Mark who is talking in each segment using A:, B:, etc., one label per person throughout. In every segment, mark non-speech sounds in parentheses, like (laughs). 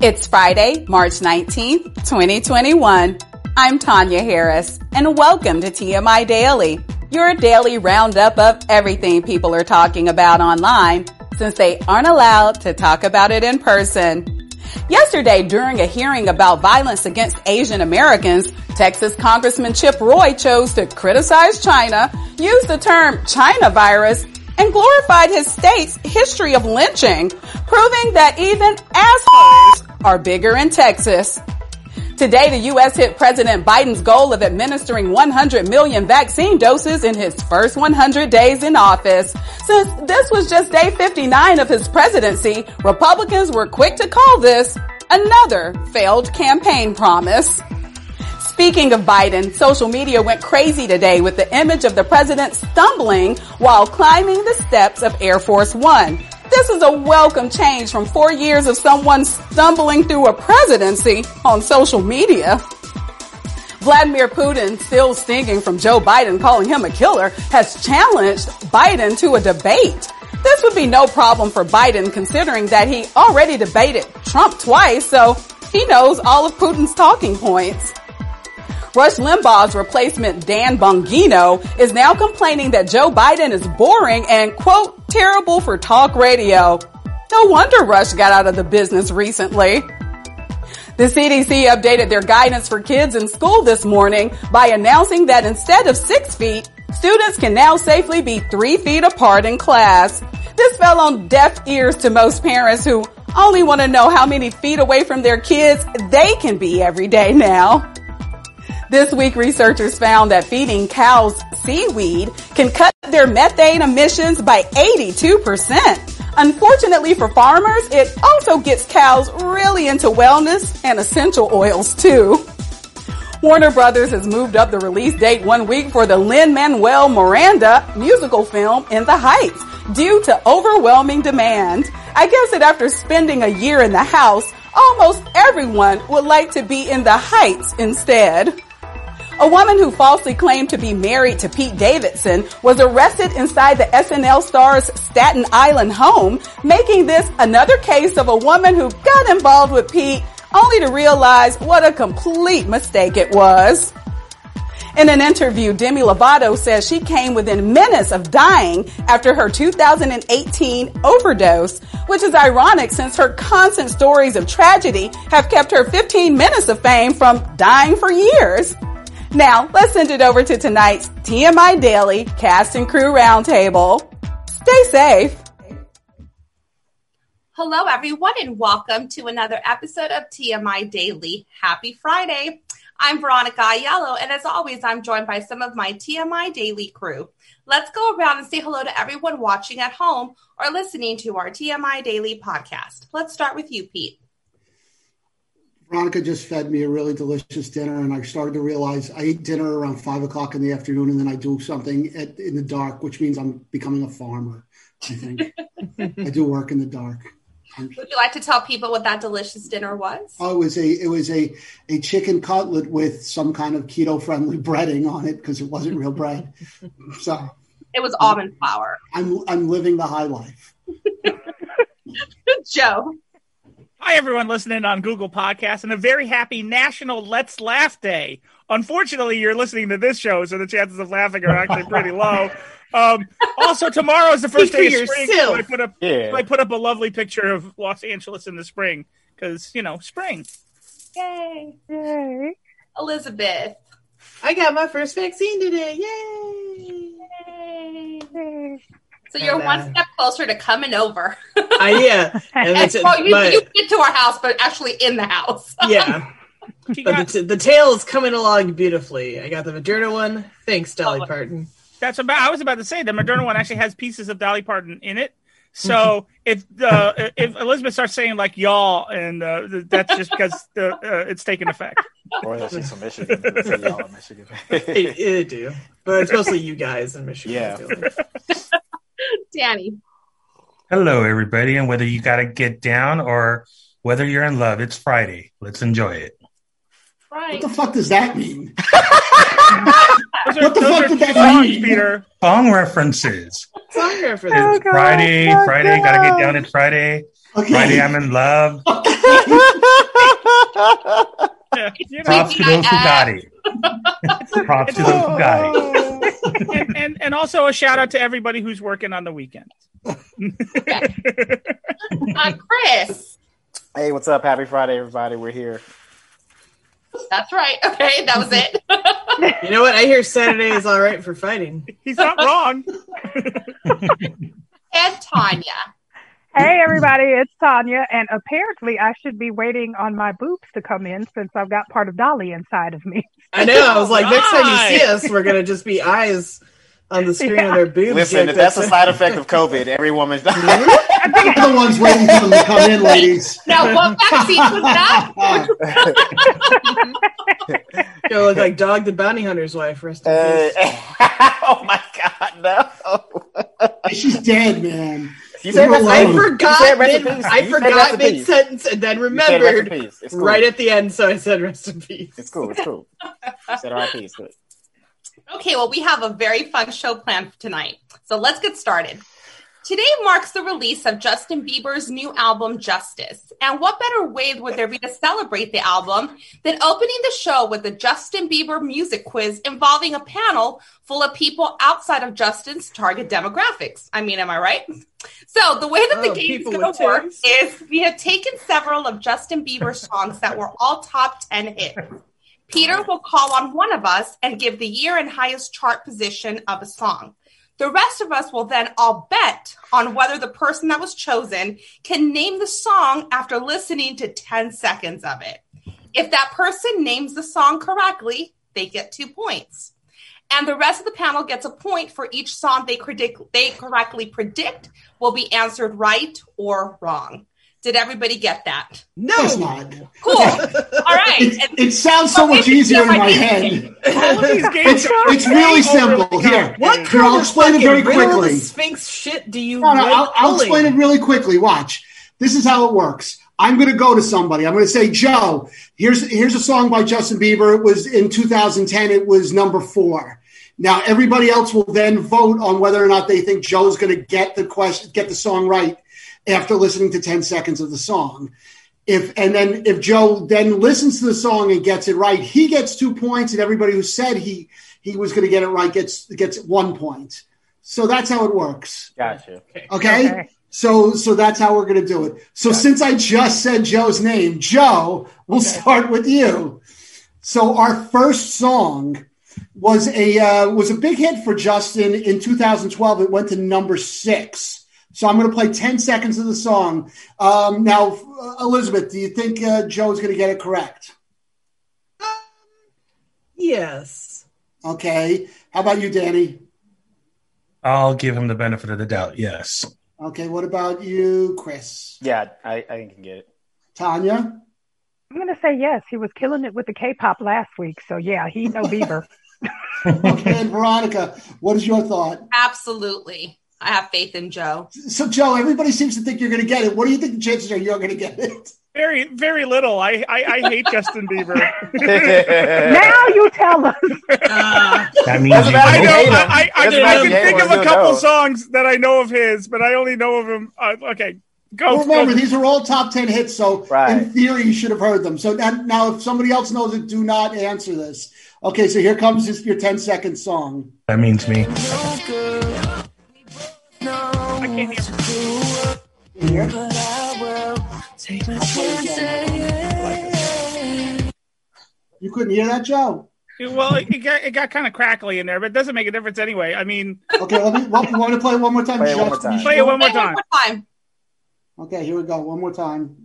A: It's Friday, March 19th, 2021. I'm Tanya Harris, and welcome to TMI Daily, your daily roundup of everything people are talking about online since they aren't allowed to talk about it in person. Yesterday, during a hearing about violence against Asian Americans, Texas Congressman Chip Roy chose to criticize China, use the term China virus, and glorified his state's history of lynching, proving that even assholes are bigger in Texas. Today, the U.S. hit President Biden's goal of administering 100 million vaccine doses in his first 100 days in office. Since this was just day 59 of his presidency, Republicans were quick to call this another failed campaign promise. Speaking of Biden, social media went crazy today with the image of the president stumbling while climbing the steps of Air Force One. This is a welcome change from four years of someone stumbling through a presidency on social media. Vladimir Putin, still stinging from Joe Biden calling him a killer, has challenged Biden to a debate. This would be no problem for Biden considering that he already debated Trump twice, so he knows all of Putin's talking points. Rush Limbaugh's replacement, Dan Bongino, is now complaining that Joe Biden is boring and, quote, terrible for talk radio. No wonder Rush got out of the business recently. The CDC updated their guidance for kids in school this morning by announcing that instead of six feet, students can now safely be three feet apart in class. This fell on deaf ears to most parents who only want to know how many feet away from their kids they can be every day now. This week, researchers found that feeding cows seaweed can cut their methane emissions by 82%. Unfortunately for farmers, it also gets cows really into wellness and essential oils too. Warner Brothers has moved up the release date one week for the Lin-Manuel Miranda musical film In the Heights due to overwhelming demand. I guess that after spending a year in the house, almost everyone would like to be in the Heights instead. A woman who falsely claimed to be married to Pete Davidson was arrested inside the SNL star's Staten Island home, making this another case of a woman who got involved with Pete only to realize what a complete mistake it was. In an interview, Demi Lovato says she came within minutes of dying after her 2018 overdose, which is ironic since her constant stories of tragedy have kept her 15 minutes of fame from dying for years. Now, let's send it over to tonight's TMI Daily Cast and Crew Roundtable. Stay safe.
B: Hello, everyone, and welcome to another episode of TMI Daily. Happy Friday. I'm Veronica Ayello, and as always, I'm joined by some of my TMI Daily crew. Let's go around and say hello to everyone watching at home or listening to our TMI Daily podcast. Let's start with you, Pete.
C: Veronica just fed me a really delicious dinner, and I started to realize I eat dinner around five o'clock in the afternoon, and then I do something at, in the dark, which means I'm becoming a farmer. I think I do work in the dark.
B: Would you like to tell people what that delicious dinner was?
C: Oh, it was a it was a a chicken cutlet with some kind of keto friendly (laughs) breading on it because it wasn't real bread. So
B: it was almond flour.
C: I'm I'm living the high life.
B: Joe.
D: Hi, everyone listening on Google Podcasts, and a very happy National Let's Laugh Day. Unfortunately, you're listening to this show, so the chances of laughing are actually pretty low. Um, also, tomorrow is the first day of spring. So I put up, yeah. so I put up a lovely picture of Los Angeles in the spring because you know spring.
B: Yay! Yay! Elizabeth,
E: I got my first vaccine today.
B: Yay! Yay. Yay. So you're and, uh, one step closer to coming over.
E: (laughs) I Uh, yeah. And
B: (laughs) and so you, but, you, get to our house, but actually in the house. (laughs)
D: (laughs)
E: yeah. Got, the, t- the, tail is coming along beautifully. I got the Moderna one. Thanks, Dolly Parton.
D: Oh, That's about. I was about to say the Moderna one actually has pieces of Dolly Parton in it. So if uh, if Elizabeth starts saying like y'all, and uh, that's just because the, uh, it's taking effect.
F: Or that's just some Michigan. y'all in Michigan.
E: (laughs) it, it do, but it's mostly you guys in Michigan.
F: Yeah.
B: (laughs) Danny.
G: Hello, everybody, and whether you got to get down or whether you're in love, it's Friday. Let's enjoy it.
C: What
B: Right.
C: the fuck does that
D: (laughs)
C: mean?
D: are, what the fuck did that songs, mean? Peter?
G: Song references.
E: Song references. Oh,
G: God, Friday, Friday, gotta get down. It's Friday. Okay. Friday, I'm in love.
D: Yeah, you know,
G: Props to the Bugatti.
C: (laughs)
G: Props to the Bugatti.
D: Oh, and, and, and also a shout out to everybody who's working on the weekend.
B: Uh, Chris.
F: Hey, what's up? Happy Friday, everybody. We're here.
B: That's right. Okay, that was it.
E: You know what? I hear Saturday is all right for fighting.
D: He's not wrong.
B: and Tanya.
H: Hey everybody, it's Tanya, and apparently I should be waiting on my boobs to come in since I've got part of Dolly inside of me.
E: I know. I was like, next time you see
D: Right.
E: us,
C: (laughs)
E: we're gonna just be eyes on the screen
H: Yeah.
E: of their boobs.
F: Listen,
E: Like,
F: if that's a
E: (laughs)
F: side effect of COVID, every woman's (laughs) dying.
C: You're the ones waiting for them to come in, ladies.
B: Now, what vaccine was that?
E: Go look like Dog the Bounty Hunter's wife. Rest in
F: Uh,
E: peace.
F: (laughs) oh my god, no!
C: She's dead, man.
F: (laughs) You said
C: You're
F: rest in
E: I
C: alone.
F: peace.
E: forgot.
F: You said rest in
E: mid,
F: peace.
E: I
F: You said rest
E: forgot
F: in
E: mid
F: peace.
E: sentence and then
F: You said rest in
E: remembered
F: peace. It's cool.
E: right at the end, so I said rest in peace.
F: It's cool. It's
E: (laughs)
F: cool. You said R.I.P. It's good.
B: Okay, well, we have a very fun show planned for tonight. So let's get started. Today marks the release of Justin Bieber's new album, Justice. And what better way would there be to celebrate the album than opening the show with a Justin Bieber music quiz involving a panel full of people outside of Justin's target demographics? I mean, am I right? So the way that the
E: Oh,
B: game's
E: people
B: going
E: with
B: to work
E: taste.
B: is we have taken several of Justin Bieber's songs that were all top 10 hits. Peter will call on one of us and give the year and highest chart position of a song. The rest of us will then all bet on whether the person that was chosen can name the song after listening to 10 seconds of it. If that person names the song correctly, they get two points. And the rest of the panel gets a point for each song they, predict, they correctly predict will be answered right or wrong. Did everybody get that?
E: No,
C: It's not.
B: Cool. All right.
C: It,
B: And
C: it sounds so
B: Well,
C: much
B: we-
C: easier in
B: yeah,
C: my
E: (laughs)
B: we-
C: head.
D: All of these games
C: It's,
D: are
C: it's
D: way
C: really
D: overly
C: simple. Here,
D: complicated.
E: What
C: here,
E: kind
C: I'll
E: of
C: explain it
E: fucking
C: very
E: riddle of the
C: quickly.
E: Sphinx shit do you?
C: No, no,
E: like
C: I'll, I'll
E: pulling?
C: explain it really quickly. Watch. This is how it works. I'm going to go to somebody. I'm going to say, Joe, here's here's a song by Justin Bieber. It was in 2010. It was number four. Now everybody else will then vote on whether or not they think Joe's going to get the question, get the song right after listening to 10 seconds of the song. If and then if Joe then listens to the song and gets it right, he gets two points, and everybody who said he he was going to get it right gets gets one point. So that's how it works.
F: Gotcha.
C: Okay?
H: Okay.
C: So so that's how we're gonna do it. So since I just said Joe's name, Joe, we'll start with you. So our first song was a uh, was a big hit for Justin in 2012. It went to number six. So I'm gonna play 10 seconds of the song. Um, now, uh, Elizabeth, do you think uh, Joe's gonna get it correct?
E: Yes.
C: Okay. How about you, Danny? Oh.
G: I'll give him the benefit of the doubt. Yes.
C: Okay. What about you, Chris?
F: Yeah, I, I think you can get it.
C: Tanya?
H: I'm gonna say yes. He was killing it with the K-pop last week, so yeah, he no Bieber.
C: Okay,
H: (laughs)
C: and Veronica, what is your thought?
B: Absolutely. I have faith in Joe.
C: So, Joe, everybody seems to think you're going to get it. What do you think the chances are you're going to get it?
D: Very, very little. I, I, I hate Justin
F: (laughs)
D: Bieber.
H: now you tell us.
E: Uh,
G: That means you
D: I
F: matter.
D: know.
G: both-
D: I, I, I,
F: That's
D: can- I
F: about
D: can
F: it.
D: think of
F: No,
D: a couple
F: no.
D: songs that I know of his, but I only know of him. Uh, okay, go.
C: Well, remember,
D: go.
C: these are all top 10 hits, so
F: Right.
C: in theory, you should have heard them. So now, now if somebody else knows it, do not answer this. Okay, so here comes this, your 10 second song.
G: That means me.
D: I can't hear.
C: Here. You couldn't hear that, Joe?
D: Well, it got, it got kind of crackly in there, but it doesn't make a difference anyway. I mean,
C: Okay, let me, well, you want to play it one more time?
F: Play it one more
C: Just-
F: time.
D: play it one more time.
B: Time.
C: Okay, here we go. One more time.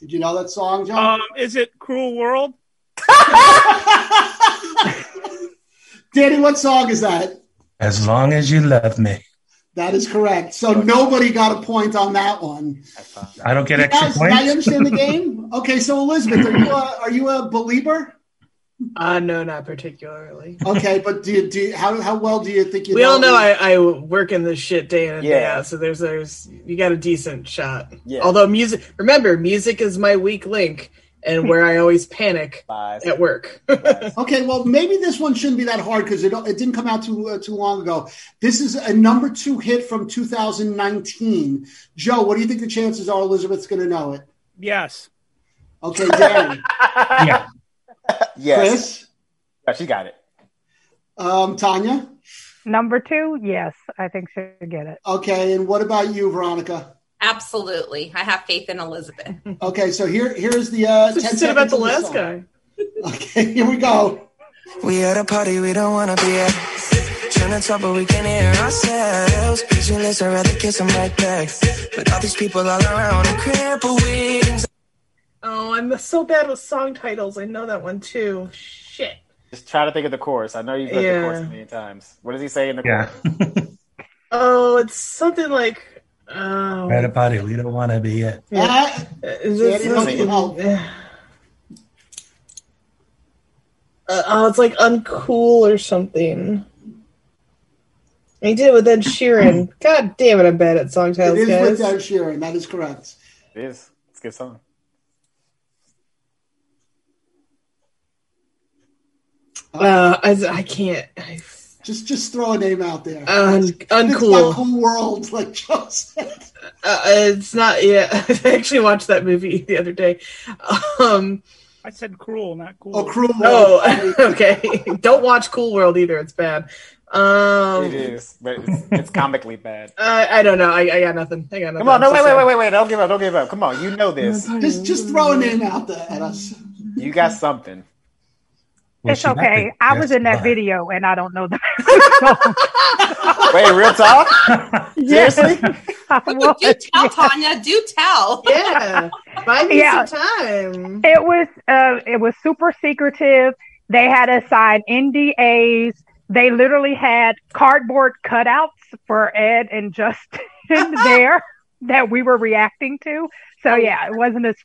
C: Did you know that song, Joe?
D: Um, is it "Cruel World"?
C: (laughs) Danny, what song is that?
G: As long as you love me.
C: That is correct. So nobody got a point on that one.
G: I don't get extra
C: Guys, now you
G: points.
C: understand the
G: (laughs)
C: game? Okay, so Elizabeth, are you a, are you a believer?
E: uh, no, not particularly.
C: Okay, but do you, do you, how how well do you think you?
E: we all know I, I work in this shit day in and day
F: Yeah.
E: out, so there's there's you got a decent shot.
F: Yeah.
E: Although music, remember, music is my weak link, and where I always panic
F: Lies.
E: at work.
C: Okay, well, maybe this one shouldn't be that hard because it, it didn't come out too uh, too long ago. This is a number two hit from 2019. Joe, what do you think the chances are Elizabeth's going to know it?
D: Yes.
C: Okay,
F: (laughs)
C: Darren,
G: Yeah.
F: Yes.
C: Chris,
F: Yeah, she got it.
C: um, Tanya.
H: Number two, yes, I think she'll get it.
C: Okay, and what about you, Veronica?
B: Absolutely. I have faith in Elizabeth.
C: Okay, so here here's the uh, 10
E: Just said
C: seconds
E: about the
C: of
E: last
C: song.
E: guy.
C: Okay, (laughs) here we go.
I: We at a party we don't wanna be at. Trying to talk, but we can't hear ourselves. Speechless, I'd rather kiss 'em right back. But all these people all around, I'm crippled with anxiety.
E: Oh, I'm so bad with song titles. I know that one too. Shit.
F: Just try to think of the chorus. I know you've heard
E: Yeah.
F: the chorus a million times. What does he say in the
G: Yeah.
F: chorus?
E: Oh, it's something like. Oh,
G: At a party we don't want to be at.
C: Uh,
E: is
C: Yeah,
E: this
C: it doesn't
E: something-
C: help.
E: Uh, oh, it's like uncool or something. I did it with Ed Sheeran. God damn it, I'm bad at song
C: it
E: titles,
C: is
E: guys.
C: with Ed Sheeran. That is correct.
F: It is. It's a good song.
E: Uh, I, I can't. I,
C: Just just throw a name out there.
E: un,
C: It's
E: uncool.
C: not cool world, like Joe said.
E: Uh, it's not. Yeah, (laughs) I actually watched that movie the other day. Um,
D: I said cruel, not cool.
C: Oh, cruel world.
E: oh, (laughs) okay. Don't watch Cool World either. It's bad. Um,
F: It is, but it's, it's comically bad.
E: I, I don't know. I, I got nothing. I got nothing.
F: Come on, no,
E: I'm
F: wait, wait,
E: so
F: wait,
E: sorry.
F: wait, wait! Don't give up! Don't give up! Come on, you know this.
C: Just just throw a name out there at us.
F: You got something.
G: Well,
H: it's
G: she got
H: okay.
G: it.
H: I
G: Yes,
H: was in that
G: but-
H: video and I don't know the
F: Wait, real talk?
B: (laughs)
F: Seriously?
H: (laughs) I
B: Do
H: was.
B: tell, Tanya. Do tell.
E: Yeah, buy me
H: Yeah.
E: some time.
H: It was uh, it was super secretive. They had us sign NDAs. They literally had cardboard cutouts for Ed and Justin there that we were reacting to. So yeah, it wasn't as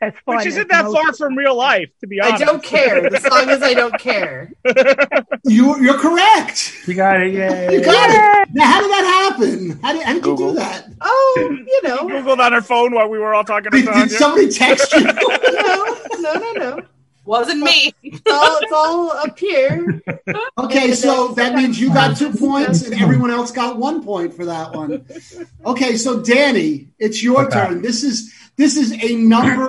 H: as fun.
D: Which
H: as
D: isn't that
H: most-
D: (laughs) far from real life, to be
E: I
D: honest.
E: don't care.
D: (laughs)
E: The song is I don't care.
C: (laughs) You you're correct.
G: She got it.
C: You
G: Yay.
C: got it. Now, how did that happen? How did, how did you do
F: Google.
C: that?
E: Oh, you know,
D: Googled on her phone while we were all talking to
C: Did, did
D: Tanya.
C: somebody text you?
E: no, no, no, no.
B: Wasn't me.
E: It's all, it's all up here. uh,
C: Okay, so that means you got two points and everyone else got one point for that one. Okay, so Danny, it's your
G: Okay.
C: turn. This is this is a number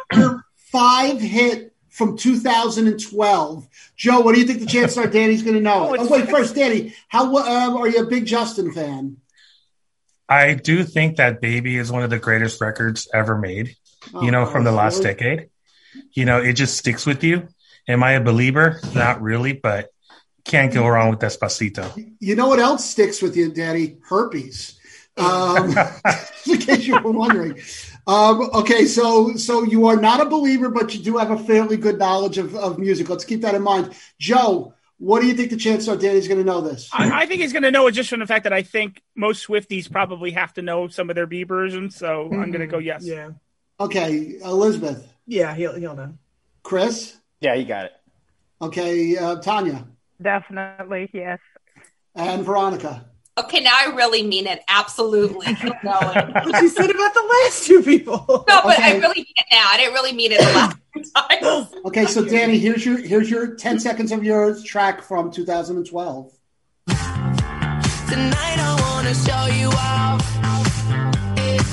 C: five hit from 2012. Joe, what do you think the chances are Danny's going to know? it? Oh, wait, first, Danny, how um, are you a big Justin fan?
G: I do think that Baby is one of the greatest records ever made, you know,
D: Oh,
G: from the last
C: decade.
G: decade. You know, it just sticks with you. Am I a believer? Not really, but can't go wrong with Despacito.
C: You know what else sticks with you, Daddy? Herpes. Um, (laughs) in case you were wondering. Um, okay, so so you are not a believer, but you do have a fairly good knowledge of, of music. Let's keep that in mind. Joe, what do you think the chances are Danny's going to know this?
D: (laughs) I, I think he's going to know it just from the fact that I think most Swifties probably have to know some of their B versions. So I'm going to go yes.
E: Yeah,
C: Okay, Elizabeth,
E: yeah, he'll he'll know.
C: Chris,
F: Yeah, you got it.
C: okay, uh, Tanya,
H: Definitely, yes.
C: and Veronica.
B: (laughs) Okay, now I really mean it.
C: (laughs)
B: Absolutely. He'll know it.
E: What you said about the last two people.
B: No, but I
C: Okay.
B: really mean it now. I didn't really mean it
C: (laughs)
B: the last few times.
C: Okay, so Danny, here's your here's your ten seconds of your track from 2012.
I: Tonight I wanna show you off.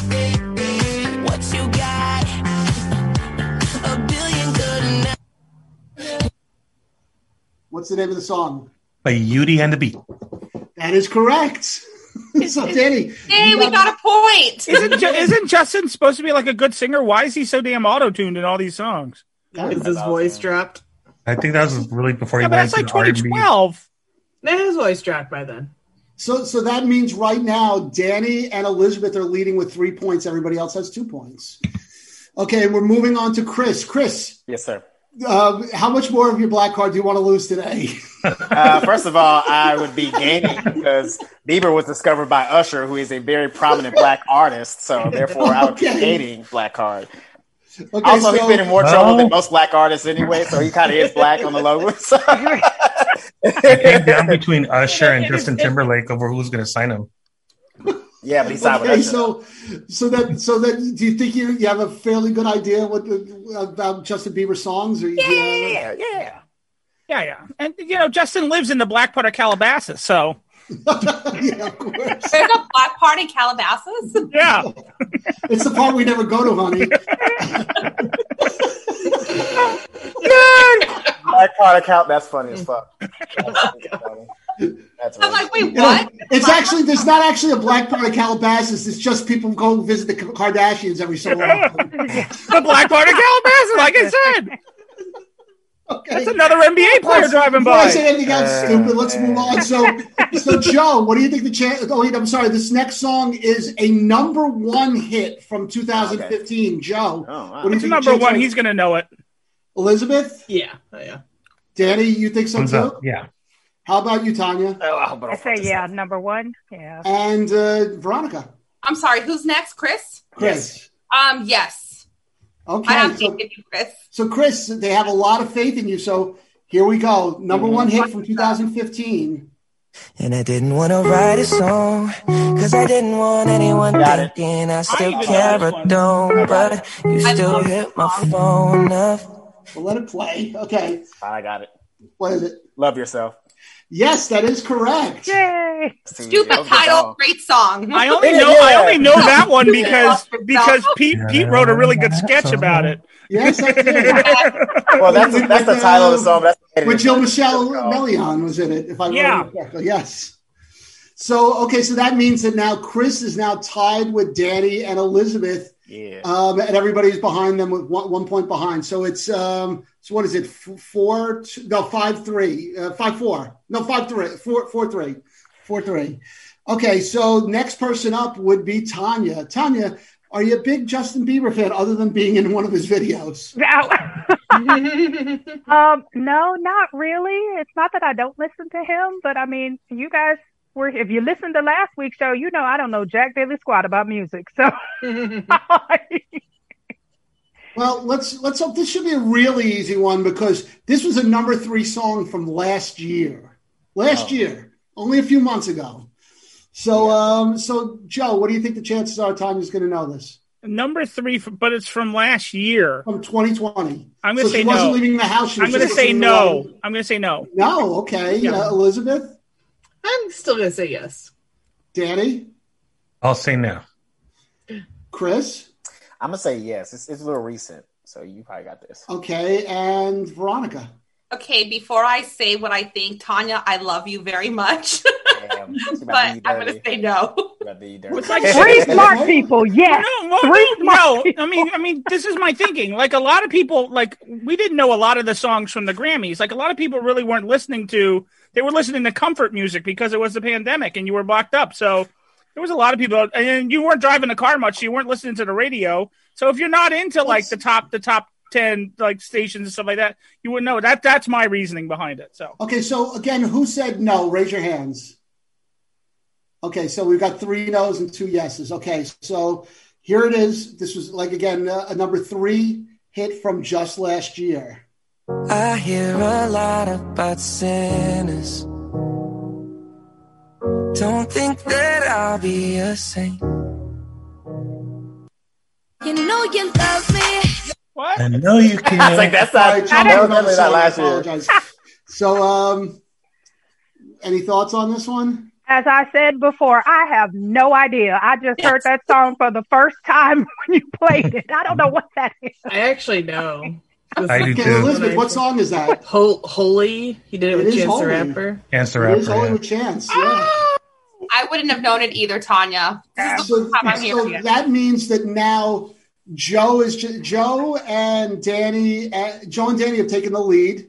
I: What you got? A billion good enough.
C: What's the name of the song?
G: But Beauty and the Beat.
C: That is correct. so Danny,
B: Hey,
C: you
B: we
C: (laughs)
B: got a point.
D: Isn't Ju- isn't Justin supposed to be like a good singer? Why is he so damn auto tuned in all these songs?
E: Is his voice dropped?
G: I think that was really before
D: Yeah,
G: he
D: but
G: went
D: that's
G: to
D: like
G: the R&B.
D: 2012.
E: Nah, his voice dropped by then.
C: So, so that means right now, Danny and Elizabeth are leading with three points. Everybody else has two points. Okay, and we're moving on to Chris. Chris,
F: Yes, sir.
C: uh, how much more of your black card do you want to lose today? (laughs)
F: Uh, first of all, I would be gaining because Bieber was discovered by Usher, who is a very prominent black
C: (laughs)
F: artist. So therefore, I would be
C: Okay.
F: gaining black card.
C: Okay,
F: Also, he's been in more trouble
G: Oh.
F: than most black artists anyway, so he kind of is black on the logo. (laughs) So.
G: I think down between Usher
D: (laughs)
G: and
D: It is-
G: Justin Timberlake over who's going to sign him.
F: Yeah, but he signed with
C: Okay,
F: Usher.
C: so so that so that do you think you, you have a fairly good idea what the, about Justin Bieber songs? Or yeah,
D: yeah, yeah, yeah, yeah. And you know, Justin lives in the black part of Calabasas, so
C: of course.
B: There's a black part in Calabasas.
D: yeah.
C: (laughs) It's the part we never go to,
F: (laughs)
C: honey.
F: Black Card account. That's funny
C: (laughs)
F: as fuck. That's funny. That's
B: I'm
F: really-
B: like, wait,
C: You know,
B: what?
C: it's actually there's not actually a black part of Calabasas. It's just people go visit the Kardashians every so often.
D: (laughs) the black part of Calabasas, like I said.
C: Okay.
D: That's another NBA player driving
C: Before I
D: by.
C: say anything else
F: Uh,
C: stupid, let's move on. So, so Joe, what do you think the chance? Oh, wait, I'm sorry. This next song is a number one hit from 2015. Joe,
F: Oh, wow.
C: what do you
D: It's
C: think?
D: number
C: Chance-
D: one. He's gonna know it.
C: Elizabeth,
E: Yeah, yeah.
C: Danny. You think so
G: Thumbs
C: too?
G: up. Yeah.
C: How about you, Tanya
F: Oh, I hope I
H: I
F: don't
H: say
F: fuck this
H: yeah,
F: up.
H: number one. Yeah.
C: and uh, Veronica?
B: I'm sorry. Who's next, Chris?
C: Chris.
B: Um, yes, I
C: Okay.
B: have
C: So,
B: faith in you, Chris.
C: so Chris, they have a lot of faith in you. So here we go. Number one hit from 2015.
I: And I didn't want to write a song, cause I didn't want anyone
F: Got it.
I: thinking I still
D: even
I: care
D: know this
I: or
D: one.
I: don't. But you
B: I
I: still
B: love
I: hit
B: this
I: my
B: song.
I: phone up.
C: We'll let it play. Okay.
F: I got it.
C: What is it?
F: Love yourself.
C: Yes, that is correct.
H: Yay!
F: That's too easy.
B: Stupid
F: That was a good
B: title,
F: song.
B: great song.
D: I
B: (laughs)
D: only
F: Yeah,
D: know I
F: yeah.
D: only know
C: (laughs)
D: that one because because Pete Pete wrote a really good sketch about it.
C: Yes, I
D: (laughs)
C: did.
F: Well, that's that's the title of the song. That's
C: With Jill Michelle
F: Good call.
C: Melion was in it, if I
D: Yeah.
C: remember correctly. Yes. So okay, so that means that now Chris is now tied with Danny and Elizabeth,
F: yeah.
C: um, and everybody's behind them with one, one point behind. So it's um, so what is it? F- four? t- No, five three. Uh, five four? No, five three. Four four three. Four three. Okay, so next person up would be Tanya. Tanya, are you a big Justin Bieber fan other than being in one of his videos?
H: Ow. (laughs) um, no, not really. It's not that I don't listen to him, but I mean, you guys were if you listened to last week's show, you know I don't know jack diddly squat about music. So (laughs)
C: Well, let's let's hope this should be a really easy one because this was a number three song from last year. Last
F: Oh.
C: year, only a few months ago. So, um, so Joe, what do you think the chances are Tanya's going to know this
D: Number three, f- but it's from last year.
C: from 2020?
D: I'm gonna
C: so
D: say
C: she wasn't
D: no.
C: leaving the house. She was
D: I'm gonna
C: just
D: say
C: sitting
D: no.
C: around.
D: I'm gonna say no.
C: No, okay,
D: Yeah.
C: uh, Elizabeth,
E: I'm still gonna say yes.
C: Danny,
G: I'll say no.
C: Chris,
F: I'm gonna say yes. It's, it's a little recent, so you probably got this.
C: okay, and Veronica.
B: Okay, before I say what I think, Tanya, I love you very much, (laughs)
F: Damn. She about to
B: but
F: be
B: I'm going to
F: dirty.
B: say no.
F: She about to be dirty.
D: It's like
H: three smart people, yes.
D: No, well,
H: Three
D: no,
H: smart
D: no.
H: people.
D: I mean, I mean, this is my thinking. Like a lot of people, like we didn't know a lot of the songs from the Grammys. Like a lot of people really weren't listening to. They were listening to comfort music because it was the pandemic and you were locked up. So there was a lot of people, and you weren't driving the car much. So you weren't listening to the radio. So if you're not into like the top, the top ten like stations and stuff like that, you wouldn't know. That that's my reasoning behind it. So
C: Okay, so again, who said no? Raise your hands. Okay, so we've got three no's and two yeses. Okay, so here it is. This was like again a, a number three hit from just last year.
I: I hear a lot about sinners. Don't think that I'll be a saint.
J: You know you love me.
D: what?
G: I know you
F: I was
G: can.
F: like, that's not.
C: Sorry, John,
F: that was
C: another
F: definitely
C: song,
F: not
C: I
F: last year.
C: apologize. so, um, any thoughts on this one?
H: As I said before, I have no idea. I just heard that song for the first time (laughs) when you played it. I don't know what that is.
E: I
C: (laughs)
E: actually know.
G: I do
C: Okay,
G: too.
C: Elizabeth, what song is that?
E: Hol- holy, he did it,
C: It
E: with
C: is
E: Chance
C: Holy.
E: the Rapper.
G: Answer
C: It is
G: rapper.
C: Only
G: yeah.
C: with
B: (laughs)
C: Chance. Yeah.
B: I wouldn't have known it either, Tanya. This is the
C: So,
B: first time I'm
C: so
B: hearing it.
C: that means that now Joe is ju- Joe and Danny, uh, Joe and Danny have taken the lead.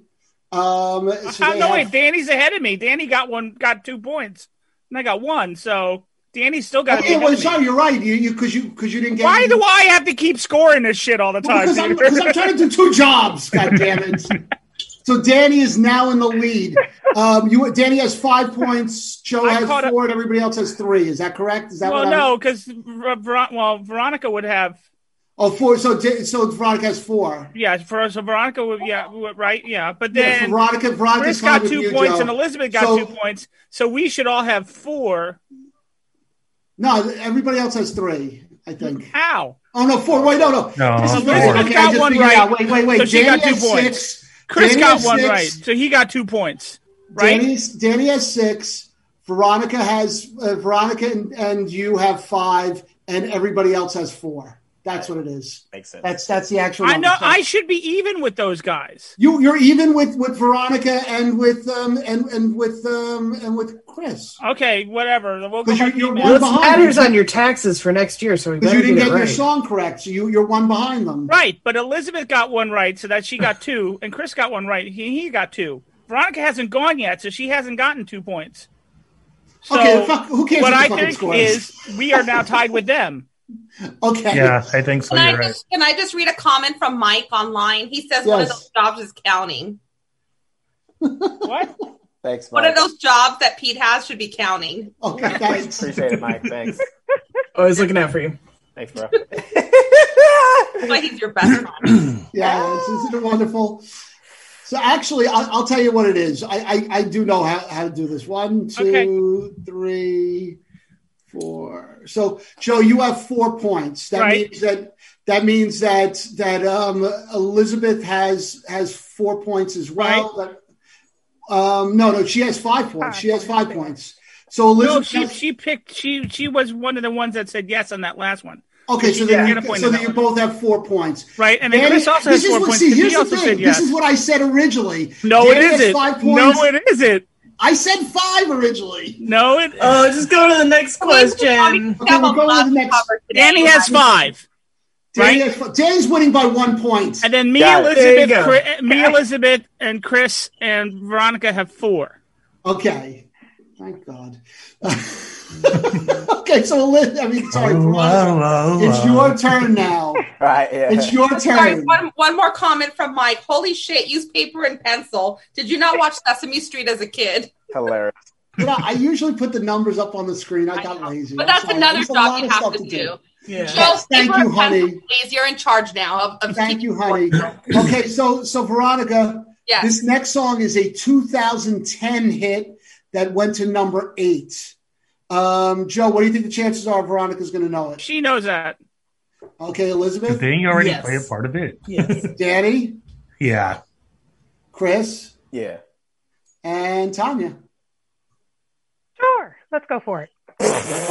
C: Um, so
D: Oh,
C: they
D: no,
C: have-
D: wait, Danny's ahead of me. Danny got one, got two points, and I got one. So Danny's still got.
C: Okay, Oh, well, sorry, you're right. You you because you because you didn't get.
D: Why do I have to keep scoring this shit all the
C: Well,
D: time?
C: Because I'm,
D: dude?
C: because I'm trying to do two
D: (laughs)
C: jobs. God damn it! So Danny is now in the lead. Um, you Danny has five points. Joe
D: I
C: has
D: caught up-
C: four, and everybody else has three. Is that correct? Is that
D: well,
C: what I'm?
D: no, because well, Veronica would have.
C: Oh, four. So Da- so Veronica has four.
D: Yeah, for so Veronica would. Yeah, would- right. Yeah, but
C: Yeah,
D: then
C: Veronica Veronica's
D: Chris
C: tied
D: got
C: with
D: two
C: you,
D: points
C: Joe.
D: and Elizabeth got
C: So-
D: two points. So we should all have four.
C: No, everybody else has three, I think.
D: How?
C: Oh no, four. Wait, no, no.
G: No,
C: This is
G: four.
C: the
G: Elizabeth
C: okay, I
D: got
C: just
D: one
C: figured it out.
D: right.
C: Wait, wait, wait.
D: So she
C: Danny
D: got two
C: has
D: points.
C: six.
D: Chris
C: Danny
D: got
C: has
D: one
C: six.
D: right, so he got two points, right?
C: Danny's, Danny has six. Veronica has uh, Veronica and, and you have five, and everybody else has four. That's what it is.
F: Makes sense.
C: That's that's the actual.
D: I know.
C: number.
D: I should be even with those guys.
C: you you're even with with Veronica and with um and and with um and with Chris
D: Okay, whatever. We'll go
C: But you-
D: by
C: you're
D: email.
C: one
E: Well, this
C: behind.
E: matters on your taxes for next year, so we
C: because
E: better
C: you didn't
E: get
C: get
E: it
C: your
E: right.
C: song correct. So you you're one behind them.
D: Right, but Elizabeth got one right, so that
C: (laughs)
D: she got two, and Chris got one right. He, he got two. Veronica hasn't gone yet, so she hasn't gotten two points. So
C: Okay, fuck- who cares
D: what
C: what the
D: I
C: fucking
D: think
C: score
D: is
C: is?
D: we are now tied with them.
C: (laughs) Okay.
G: Yeah, I think so.
B: Can I,
G: You're right.
B: just, can I just read a comment from Mike online? He says one of
C: Yes.
B: those jobs is counting.
D: What?
F: Thanks,
B: One
F: Mike.
B: of those jobs that Pete has should be counting.
E: Oh,
C: Okay. Thanks.
F: Appreciate it, Mike.
E: (laughs)
F: Thanks.
E: I was Oh, looking out for you.
F: Thanks, bro.
B: (laughs) That's why he's your best friend.
C: Yeah, it's- isn't it wonderful? So actually, I'll, I'll tell you what it is. I, I, I do know how, how to do this. One, two, three, four. So Joe, you have four points. That
D: Right.
C: means that that means that that um, Elizabeth has has four points as well. That- um, no, no, she has five points. She has five points. So
D: No,
C: Elizabeth,
D: she she picked she she was one of the ones that said yes on that last one,
C: okay.
D: she
C: So
D: didn't
C: then,
D: get a
C: you,
D: point
C: so
D: in
C: that
D: that
C: you
D: one.
C: both have four points.
D: right? And then
C: Danny-
D: Chris also has
C: this is
D: four
C: what-
D: points
C: See,
D: because
C: here's
D: he
C: the
D: also
C: thing.
D: said yes.
C: This is what I said originally.
D: no, it
C: Danny has
D: isn't.
C: Five
D: No,
C: points.
D: it isn't.
C: I said five originally.
D: No, it.
E: Oh, just go to the next question.
C: Okay, we're going to the next.
D: Danny has five,
C: Danny
D: right?
C: has fi- Danny's winning by one point.
D: and then me,
F: Got it.
E: There you
D: Elizabeth,
E: go.
D: Chri-
E: (laughs)
D: me, Elizabeth, and Chris and Veronica have four.
C: Okay. Thank God. (laughs) okay, so Liz, I mean, sorry,
G: Oh,
C: Veronica,
G: oh, oh,
C: it's
G: oh.
C: your turn now.
F: (laughs) Right. Yeah.
C: It's your
B: Sorry,
C: turn.
B: one, one more comment from Mike. Holy shit, use paper and pencil. Did you not watch Sesame Street as a kid?
F: Hilarious.
C: You know, I usually put the numbers up on the screen. I
B: I
C: got
B: know.
C: lazy.
B: But
C: I'm
B: that's
C: sorry.
B: another
C: There's a
B: job
C: lot
B: you
C: of
B: have
C: stuff
B: to do.
E: Yeah.
B: Joe,
C: Thank
B: paper
C: you,
B: and pencil,
C: honey.
B: please. You're in charge now. Of, of
C: Thank
B: keeping
C: you, honey.
B: score.
C: Okay, so so Veronica,
B: Yes.
C: This next song is a 2010 hit that went to number eight. Um, Joe, what do you think the chances are Veronica's going to know it?
D: She knows that.
C: Okay,
G: Good
C: Elizabeth,
G: thing you already
E: Yes.
G: played a part of it.
E: Yes.
C: Danny,
G: Yeah.
C: Chris,
F: Yeah.
C: and Tanya.
H: Sure, let's go for it.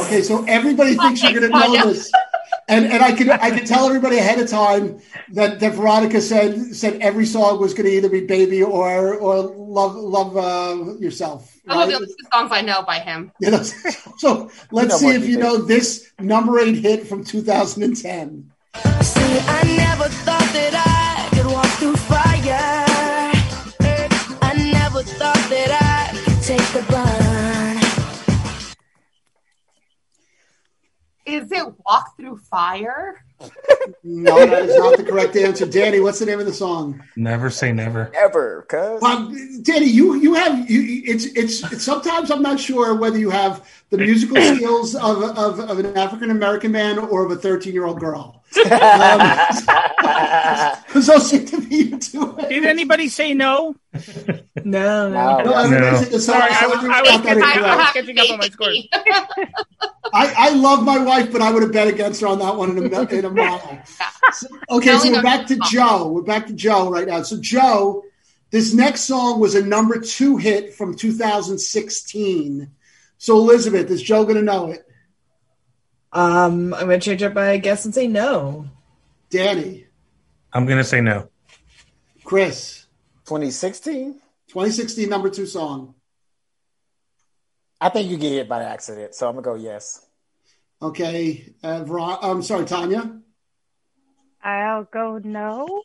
C: Okay, so everybody thinks you're going to
B: Tanya.
C: know this. And, and I can I can tell everybody ahead of time that, that Veronica said said every song was going to either be Baby or or Love Love uh, Yourself.
B: Some of the
C: right?
B: only songs I know by him.
C: You know, so let's
F: know
C: see
F: what
C: if
F: you
C: you
F: think.
C: know this number eight hit from 2010.
I: (laughs) See, I never thought that I could walk through fire. I never thought that I could take the burn.
B: Is it Walk Through Fire?
C: No, that is not the correct answer. Danny, what's the name of the song?
G: Never say never.
F: Ever, cuz.
C: Well, Danny, you you have you, it's, it's it's sometimes I'm not sure whether you have the
E: (coughs)
C: musical skills of of, of an African American man or of a 13 year old
E: (laughs)
C: girl. Um, Because those seem to be you two.
D: Did anybody say no?
E: No, no.
C: No, everybody
G: No.
C: said the song.
D: Sorry, I
C: so
D: was, I
C: everybody
D: was
C: got that
D: catching, I was
C: incorrect.
D: catching up on my scores.
C: I, I love my wife, but I would have bet against her on that one in a, mi- in a
D: (laughs)
C: mile. So- (laughs) okay, so we're back to Joe. We're back to Joe right now. So, Joe, this next song was a number two hit from 2016. So, Elizabeth, is Joe going to know it?
E: Um, I'm gonna change up my guess and say no.
C: Danny,
G: I'm gonna say no.
C: Chris,
F: 2016.
C: 2016 number two song.
F: I think you get hit by accident, so I'm gonna go yes.
C: Okay, uh, Ver- I'm sorry, Tanya
H: I'll go no.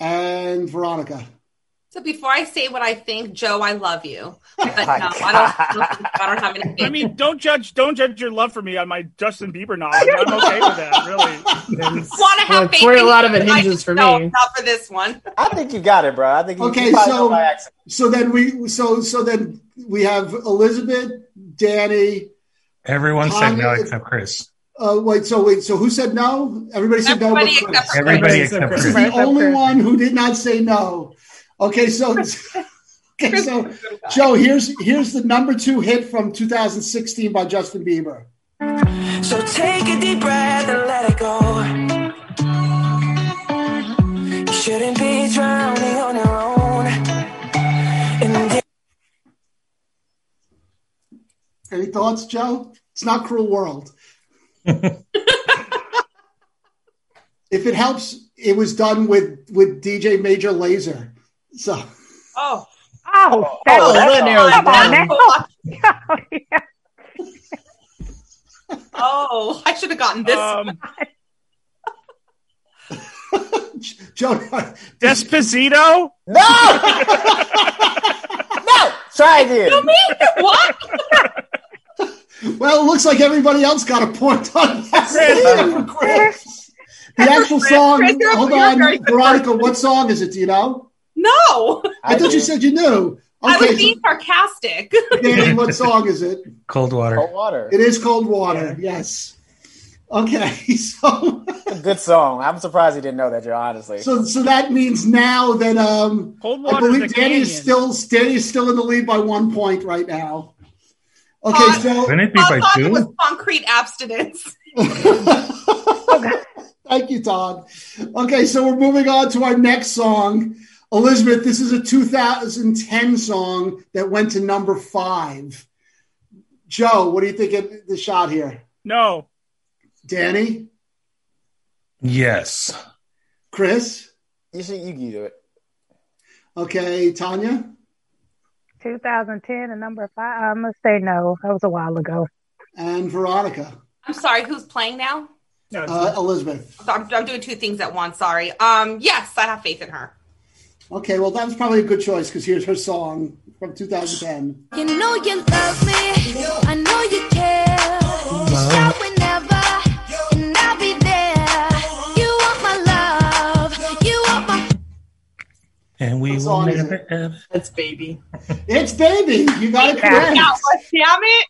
C: and Veronica.
B: So before I say what I think, Joe, I love you. But no,
F: My
B: I don't, I don't
D: (laughs)
B: have anything.
D: I mean, don't judge don't judge your love for me on my Justin Bieber knowledge. I'm okay with that,
F: (laughs)
D: really.
B: want to
E: Well,
B: have faith
E: where a
B: in
E: lot
B: you,
E: of it
B: but I
E: hinges
B: just (laughs)
E: for
B: don't.
E: me.
B: Not for this one.
F: I think you got it, bro. I think you,
C: Okay,
F: you probably
C: so-
F: know by accident.
C: So then we so so then we have Elizabeth, Danny,
G: Everyone said no
C: Tanya-
G: except Chris.
C: Uh, wait, so wait, so who said no? Everybody said
B: Everybody
C: no, but
B: except
C: Chris.
B: for
G: Everybody
E: Everybody
G: except
E: except
G: Chris.
C: This is
E: Chris.
C: the only
E: Chris.
C: one who did not say no. Okay, so (laughs) okay, so
B: Chris.
C: Joe, here's here's the number two hit from 2016 by Justin Bieber.
I: So take a deep breath and let it go. You shouldn't be drowning on your own. And
C: Any thoughts, Joe? It's not cruel world. if it helps, it was done with with DJ Major Laser. So
B: Oh,
H: Oh, that,
E: oh, that narrows
H: come on
E: down.
H: now.
B: oh, I should have gotten this.
D: Um,
C: Joe,
D: Despacito.
F: No! no! Try again.
B: what?
C: well, it looks like everybody else got a point on (laughs) that.
D: Chris.
C: Yeah, for Chris. The actual song.
B: Chris, you're-
C: hold
B: you're
C: on,
B: very good
C: Veronica. What song is it? Do you know?
B: No,
C: I, thought you said you knew.
B: I was
C: Okay,
B: being sarcastic.
C: so Danny, what song is it?
G: Cold water.
F: cold water.
C: It is cold water. Yes. Okay, (laughs) so
F: It's a good song. I'm surprised you didn't know that, Joe, honestly.
C: so so that means now that um
D: Cold
C: I
D: water.
C: believe
D: the
C: Danny is
D: canyon.
C: still Danny is still in the lead by one point right now. Okay,
B: Todd.
C: so
G: Wouldn't it be
B: I
G: by
B: thought it was
G: two?
B: (laughs) concrete abstinence.
C: thank you, Todd. Okay, so we're moving on to our next song. Elizabeth, this is a 2010 song that went to number five. Joe, what do you think of the shot here?
D: No.
C: Danny,
G: Yes.
C: Chris,
F: You should you can do it.
C: okay, Tanya.
H: 2010 and number five. I'm gonna say no. That was a while ago.
C: and Veronica.
B: I'm sorry, who's playing now?
D: No. it's
C: Uh, Elizabeth.
B: I'm, I'm doing two things at once. Sorry. Um, yes, I have faith in her.
C: Okay, well, that was probably a good choice because here's her song from 2010.
J: You know you love me. I know you care. Just shout whenever, and I'll be there. You want my love. You want my.
G: And we
C: What
G: will
C: song is
G: never ever.
E: That's baby.
C: It's Baby. You got it correct.
B: Yeah, well, damn it.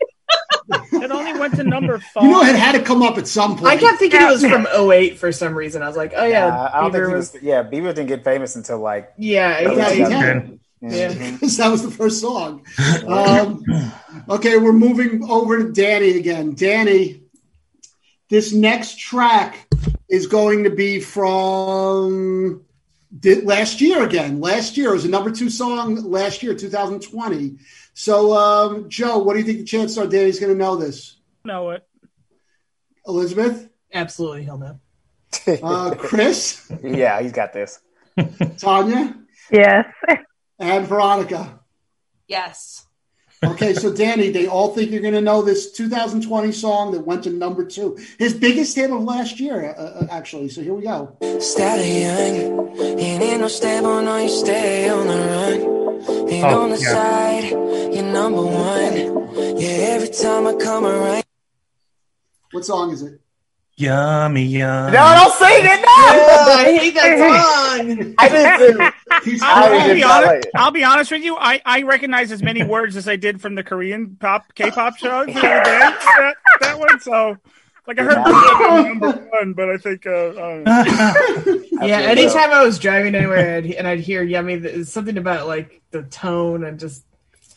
D: It only went to number five.
C: You know, it had to come up at some point.
E: I kept thinking it was from 08 for some reason. I was like, oh yeah,
F: Nah, I don't think
E: Bieber
F: he
E: was.
F: was, yeah, Bieber didn't get famous until like
E: Yeah,
C: Yeah,
E: exactly.
C: he
F: Yeah.
C: had.
E: Yeah.
C: because that was the first song. Um, okay, we're moving over to Danny again. Danny, this next track is going to be from di- last year again. Last year it was a number two song. Last year, 2020. So, um, Joe, what do you think the chances are Danny's going to know this?
D: know it.
C: Elizabeth,
E: Absolutely, hell no.
C: (laughs) uh, Chris,
F: yeah, he's got this.
C: Tanya,
H: Yes.
C: and Veronica.
B: Yes.
C: Okay, so Danny, they all think you're going to know this 2020 song that went to number two, his biggest hit of last year, uh, uh, actually. So here we go.
I: Stallion, you ain't no stable, no, you stay on the run. Ain't
G: Oh,
I: on the
G: yeah.
I: side, you're number one. Yeah, every time I come around.
C: What song is it?
G: Yummy, yummy.
F: No, don't sing it. No,
E: I hate (laughs) that song.
F: (laughs) I didn't. Sing. it.
C: He's
F: I
D: I'll,
F: was
D: I'll
F: just
D: be
F: not
D: honest,
F: like-
D: I'll be honest with you. I, I recognize as many words as I did from the Korean pop K-pop shows the other day. That, that one, so like I heard Brazil number one, but I think uh, I don't know.
F: I
E: yeah,
F: feel
E: anytime I was driving anywhere I'd, and I'd hear yummy, th- something about like the tone and just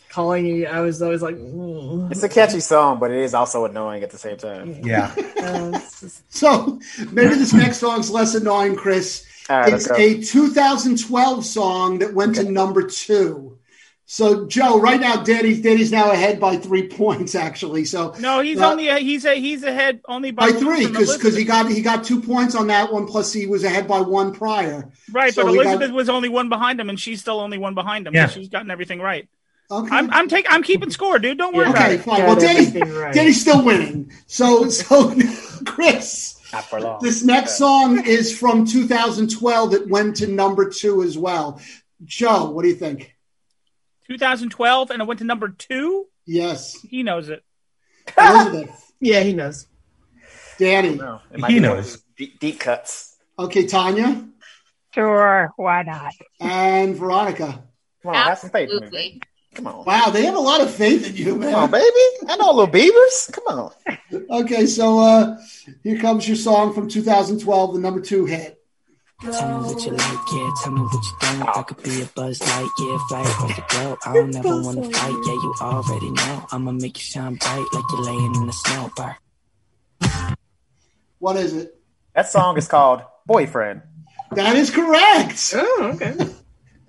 E: calling you, I was always like, mm.
F: It's a catchy song, but it is also annoying at the same time.
G: Yeah.
E: Uh, it's just-
C: (laughs) so maybe this next song's less annoying, Chris.
F: All right, let's
C: It's
F: go.
C: a 2012 song that went to number two. So Joe, right now, Danny, Danny's now ahead by three points, actually. So
D: No, he's
C: Uh,
D: only a, he's a, he's ahead only by,
C: by three,
D: from
C: because because he
D: Elizabeth.
C: got he got two points on that one, plus he was ahead by one prior.
D: right.
C: so
D: but
C: we got-
D: Elizabeth was only one behind him, and she's still only one behind him.
G: Yeah.
D: So she's gotten everything right.
C: Okay,
D: I'm I'm taking I'm keeping score, dude. Don't worry about
C: okay,
D: it.
C: fine.
E: got
C: Well, Danny,
E: everything right.
C: Danny's still winning. So, so (laughs) Chris,
F: Not for long.
C: this next song is from 2012 that went to number two as well. Joe, what do you think?
D: 2012, and it went to number two.
C: Yes,
D: He knows it.
C: Elizabeth,
E: yeah, he knows.
C: Danny.
F: No, it
G: He
F: be one of
G: knows.
F: those Deep, deep cuts.
C: Okay, Tanya
H: Sure. Why not?
C: and Veronica.
F: Come on, have some faith. in me.
B: Absolutely.
F: Come on.
C: Wow, they have a lot of faith in you,
F: Come
C: man.
F: on, baby. I know little beavers. Come on.
C: Okay, so uh, here comes your song from 2012, the number two hit.
I: Tell me what you like, yeah. Tell me what you don't. I could be a buzz light, yeah. Fly off the go. I don't ever wanna fight, yeah. You already know. I'ma make you shine bright like you're laying in the snow. Burr.
C: What is it?
F: That song is called Boyfriend.
C: That is correct.
E: Oh, okay.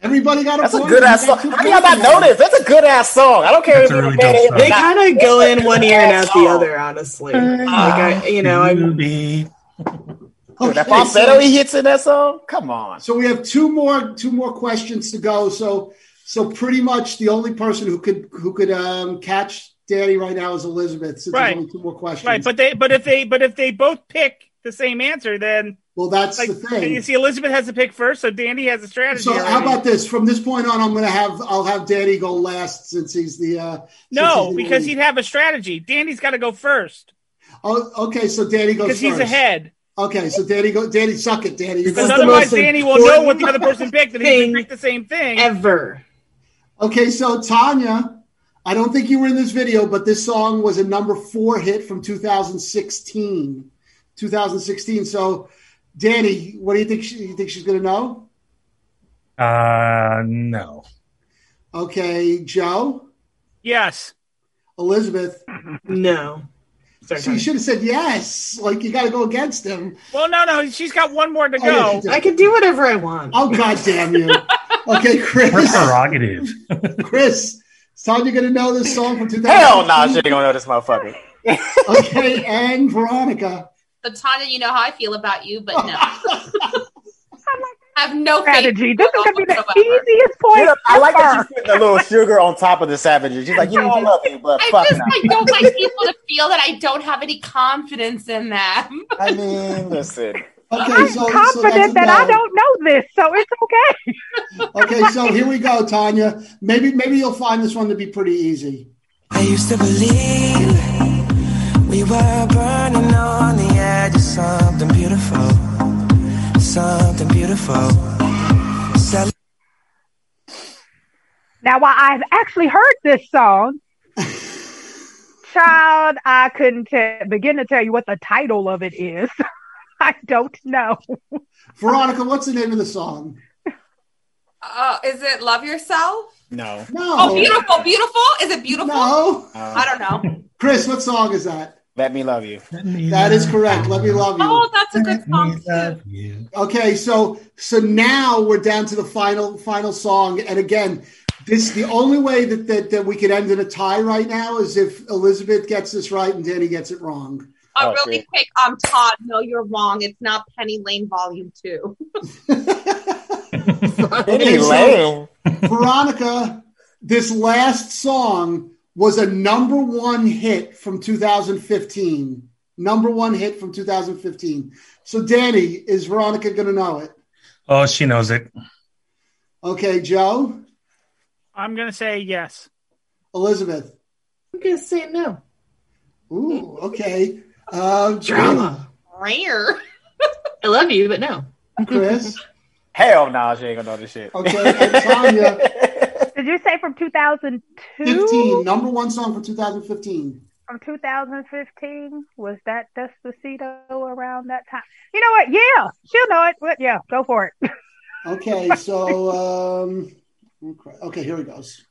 C: Everybody got a
F: Mm-hmm. That's a
C: point.
F: good
C: You
F: ass
C: got
F: song.
C: two
F: How do y'all not
C: points.
F: know this? That's a good ass song. I don't care
G: That's
F: if
G: a
F: you
G: really
F: made
G: dope
F: it
G: song.
F: or
E: They
F: not.
E: kind of go in one ear and out the
F: Song.
E: other, honestly. Like I, you know,
G: You
F: Mm-hmm.
E: I'm
G: be-
F: Dude, that
C: Okay,
F: falsetto
C: so-
F: he hits in that song? Come on.
C: So we have two more two more questions to go. So so pretty much the only person who could who could um, catch Danny right now is Elizabeth. Since
D: Right.
C: there's only two more questions.
D: Right, but they but if they but if they both pick the same answer, then
C: well, that's
D: like
C: the
D: and you
C: thing.
D: see Elizabeth has to pick first, so Danny has a strategy.
C: So how
D: already.
C: about this? From this point on, I'm gonna have I'll have Danny go last since he's the uh, since
D: no,
C: he's the
D: because
C: lead.
D: he'd have a strategy. Danny's got to go first
C: oh, okay. So Danny goes
D: because
C: first.
D: he's ahead.
C: Okay, so Danny go Danny suck it, Danny.
E: This
D: Because
E: is the
D: otherwise,
E: most
D: Danny will know what the other
E: important
D: person picked, and he
E: thing
D: can pick the same thing.
E: ever.
C: Okay, so Tanya, I don't think you were in this video, but this song was a number four hit from 2016. 2016. So, Danny, what do you think? She, you think she's going to know?
G: Uh, no.
C: Okay, Joe,
D: yes,
C: Elizabeth.
E: No. Sorry,
C: So you
E: Tony.
C: should have said yes. Like you got to go against him.
D: well, no, no, she's got one more to
C: Oh, yeah,
D: go.
C: she did.
E: I can do whatever I want.
C: Oh God damn you! Okay,
G: We're
C: Chris.
G: prerogative.
C: Chris, is Tanya going to know this song from 2016?
F: Hell nah, she ain't gonna know this motherfucker.
C: (laughs) Okay, and Veronica.
B: So Tanya, you know how I feel about you,
H: (laughs)
B: but no, I have no faith
H: Strategy. This is gonna be the
B: whatsoever.
H: easiest
F: You
H: point
F: know, I like that
H: ever.
F: she's putting a little sugar on top of the savages. She's like, you know, I love you, but
B: I
F: fuck
B: just
F: nah.
B: like, don't like people to feel that I don't have any confidence in them.
F: I mean, listen.
C: Okay,
H: I'm
C: so, so that's
H: confident
C: a
H: that I
C: no.
H: don't know this, so it's
C: (laughs)
H: okay.
C: Okay, so here we go, Tanya. Maybe maybe you'll find this one to be pretty easy.
I: I used to believe we were burning on the edge of something beautiful, something beautiful. Cel-
H: Now, while I've actually heard this
C: (laughs)
H: song, child, I couldn't te- begin to tell you what the title of it is. (laughs) I don't know.
C: Veronica, what's the name of the song?
B: Uh, is it love yourself?
F: No.
C: No.
B: Oh, beautiful, beautiful. Is it beautiful?
C: No.
B: I
F: (laughs)
B: don't know.
C: Chris, what song is that?
F: Uh, Let me love you.
C: That is correct. Let me love
B: Oh,
C: you.
B: that's a good song too.
G: love you.
C: Okay, so so now we're down to the final final song. And again, this the only way that that, that we could end in a tie right now is if Elizabeth gets this right and Danny gets it wrong.
B: Uh,
F: Oh,
B: really
F: shit.
B: quick, um, Todd, no, you're wrong. It's not Penny Lane Volume Two. (laughs)
F: Penny
C: so-
F: Lane.
C: Veronica, this last song was a number one hit from 2015. Number one hit from 2015. So, Danny, is Veronica going to know it?
G: Oh, she knows it.
C: Okay, Joe,
D: I'm gonna say yes.
C: Elizabeth.
E: I'm gonna say no.
C: Ooh, okay. Uh,
E: Drama.
B: Rare.
E: (laughs) I love you, but no.
C: Chris.
F: Hell nah, she ain't gonna know this shit. (laughs)
C: Okay, and Tanya,
H: (laughs) Did you say from 2002?
C: 15. Number one song from 2015.
H: From 2015? Was that Despacito around that time? You know what? Yeah, she'll know it. What? Yeah, go for it. (laughs)
C: Okay, so, um, okay, here it goes.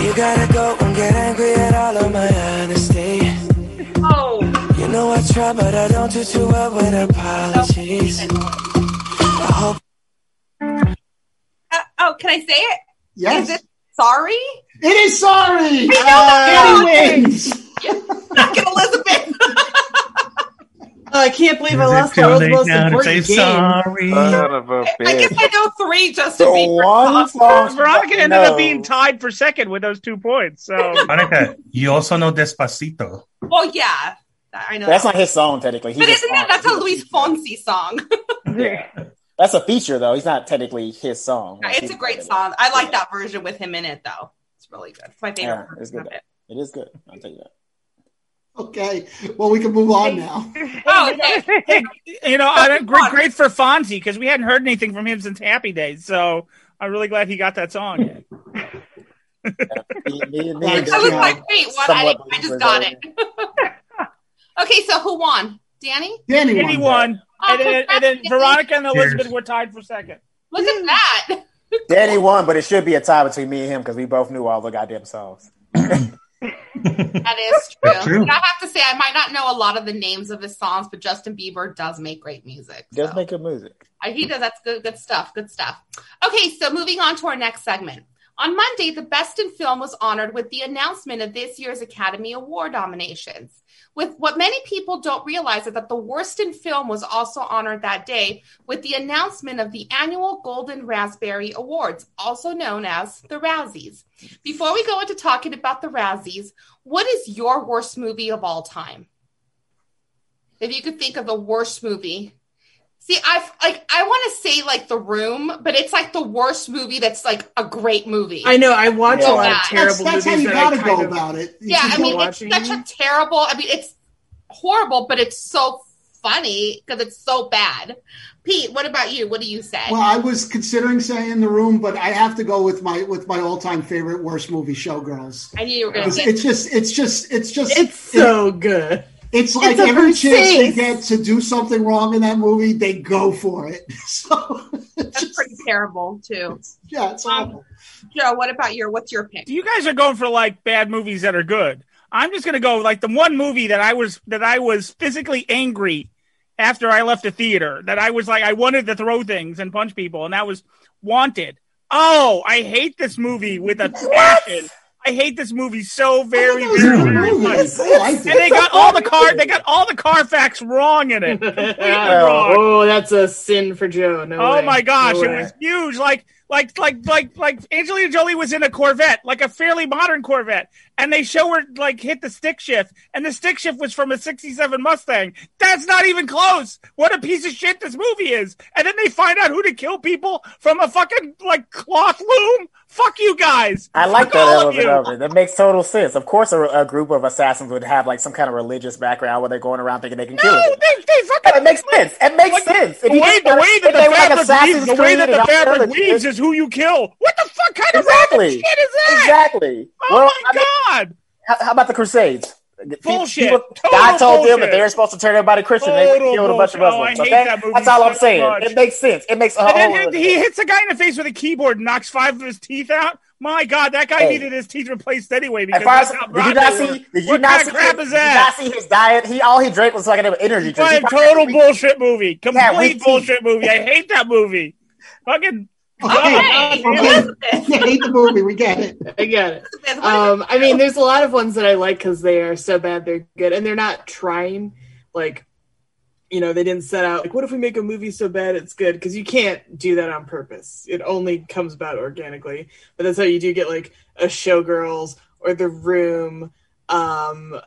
I: You gotta go and get angry at all of my honesty.
B: Oh,
I: You know I try, but I don't do too well with apologies. I hope
B: uh, oh, can I say it?
C: Yes.
B: Is it sorry?
C: it is sorry. Ah,
B: that
C: Uh, Danny wins.
B: Fucking Elizabeth.
E: (laughs) Oh, I can't believe I
G: Is it
E: lost
G: too
E: that was the
G: late
E: most
G: now to
E: important game.
G: say sorry?
F: Son of a
B: I guess
F: bitch.
B: I
E: (laughs)
B: know three just to
F: The
B: be
F: one song she
D: Veronica
F: fucking
D: ended
F: knows.
D: up being tied for second with those two points. So
G: Monica, you also know Despacito.
B: (laughs) Well, yeah, I know.
F: That's
B: that.
F: not his song technically. He
B: But
F: just
B: isn't
F: sung
B: that
F: it.
B: that's
F: He's feature.
B: a Luis Fonsi
F: (laughs)
B: song?
F: That's a feature though. He's not technically his song.
B: Yeah,
F: Like,
B: it's
F: he-
B: a great song. I like that version with him in it though. It's really good. It's my favorite.
F: Yeah, it's
B: version
F: good.
B: of it.
F: It is good. I'll tell you that.
D: (laughs)
C: Okay, well, we can move on now.
B: (laughs) Oh, okay.
D: (laughs) you know, I, great, great for Fonzie because we hadn't heard anything from him since Happy Days. So I'm really glad he got
F: (laughs)
D: that song.
F: Me, me, me
C: Like,
F: and
B: I was
F: Danielle
B: like, wait, what? I,
F: somewhat
B: didn't- I
F: believers
B: just got
F: are
B: it. (laughs) Okay, so who won? Danny? Oh,
C: Danny,
D: Danny
C: won.
D: won, and then, and then Veronica and Elizabeth were tied for second.
B: Look at that.
C: (laughs)
F: Danny won, but it should be a tie between me and him because we both knew all the goddamn songs.
B: That is true.
G: That's true.
B: And I have to say, I might not know a lot of the names of his songs, but Justin Bieber does make great music.
F: Does make good music.
B: Uh, He does. That's good. Good stuff. Good stuff. Okay, so moving on to our next segment. On Monday, the Best in Film was honored with the announcement of this year's Academy Award nominations. With what many people don't realize is that the Worst in Film was also honored that day with the announcement of the annual Golden Raspberry Awards, also known as the Razzies. Before we go into talking about the Razzies, what is your worst movie of all time? If you could think of the worst movie See, I like I want to say like The Room, but it's like the worst movie that's like a great movie.
E: I know. I watch a lot of
B: That's-
E: terrible
C: that's how
E: movies.
C: you
E: that I
C: gotta
E: kind
C: go
E: of-
C: about it. You
B: Yeah,
C: keep
B: I mean
E: watching.
B: it's such a terrible. I mean it's horrible, but it's so funny because it's so bad. Pete, what about you? What do you say?
C: Well, I was considering saying The Room, but I have to go with my with my all time favorite worst movie, Showgirls.
B: I knew you were going to
C: It's,
B: say.
C: it's just, it's just, it's just,
E: It's so good.
C: it's like
E: it's a
C: every chance they
E: crusade.
C: get to do something wrong in that movie, they go for it. (laughs) So, it's
B: That's
C: just,
B: pretty terrible too.
C: yeah, it's
B: Um,
C: awful.
B: Joe, what about your? What's your pick?
D: You guys are going for like bad movies that are good. I'm just gonna go like the one movie that I was that I was physically angry after I left the theater. That I was like I wanted to throw things and punch people, and that was Wanted. Oh, I hate this movie
C: (laughs)
D: with a passion. I hate this movie so very,
C: I thought
D: very,
C: Oh, that was a
D: very
C: good movie.
D: much.
C: I liked
D: And they
C: it.
D: got all the car
C: (laughs)
D: they got all the car facts wrong in it. Completely wrong.
E: oh, that's a sin for Joe. No
D: Oh
E: way.
D: my gosh,
E: No
D: it
E: way.
D: was huge. Like like like like like Angelina Jolie was in a Corvette, like a fairly modern Corvette, and they show her like hit the stick shift, and the stick shift was from a '67 Mustang. That's not even close. What a piece of shit this movie is. And then they find out who to kill people from a fucking like cloth loom. Fuck you guys.
F: I like
D: Fuck
F: that
D: all of
F: element
D: you.
F: of it. That makes total sense. Of course, a, a group of assassins would have like some kind of religious background where they're going around thinking they can kill.
D: No,
F: everyone.
D: they, they fucking.
F: No, it makes sense. It makes
D: Like,
F: sense.
D: The
F: If
D: way,
F: you just
D: the
F: gotta-
D: way that
F: if
D: the
F: they were like
D: fabric
F: Assassin's
D: weaves, the way that
F: Creed
D: the
F: and all
D: fabric
F: other
D: weaves
F: shit-
D: is who you kill. What the fuck kind
F: Exactly.
D: of random shit is that?
F: Exactly.
D: Oh
F: well,
D: my
F: I mean,
D: god!
F: how, how about the Crusades? Pe-
D: Bullshit. Total
F: God told them that
D: bullshit.
F: they're supposed to turn everybody Christian. They
D: Total
F: killed a bunch of
D: bullshit. Oh,
F: Muslims.
D: I hate
F: okay,
D: that movie
F: that's all I'm
D: so
F: saying.
D: much.
F: It makes sense. It makes a
D: And
F: whole.
D: then he, he hits a guy in the face with a keyboard, and knocks five of his teeth out. My God, that guy
F: Hey.
D: needed his teeth replaced anyway
F: As
D: because
F: far as, did
D: that's how
F: you not
D: Bronco
F: see?
D: works.
F: Did you
D: What
F: not
D: kind
F: see?
D: of crap
F: his,
D: is
F: did you not
D: that?
F: see his diet? He all he drank was like an energy drink. He
D: Fucking
F: probably
D: total
F: had three-
D: bullshit movie.
F: Yeah,
D: Complete
F: weak teeth.
D: bullshit movie. I hate that movie. Fucking Uh,
B: Okay,
D: God,
B: what
D: damn
B: is
D: it.
B: this?
C: You hate the movie, we get it.
E: (laughs) I get it.
B: What is this? What is
E: Um, I mean, there's a lot of ones that I like because they are so bad they're good, and they're not trying. Like, you know, they didn't set out like, what if we make a movie so bad it's good? Because you can't do that on purpose. It only comes about organically. But that's how you do get like a Showgirls or The Room. Um,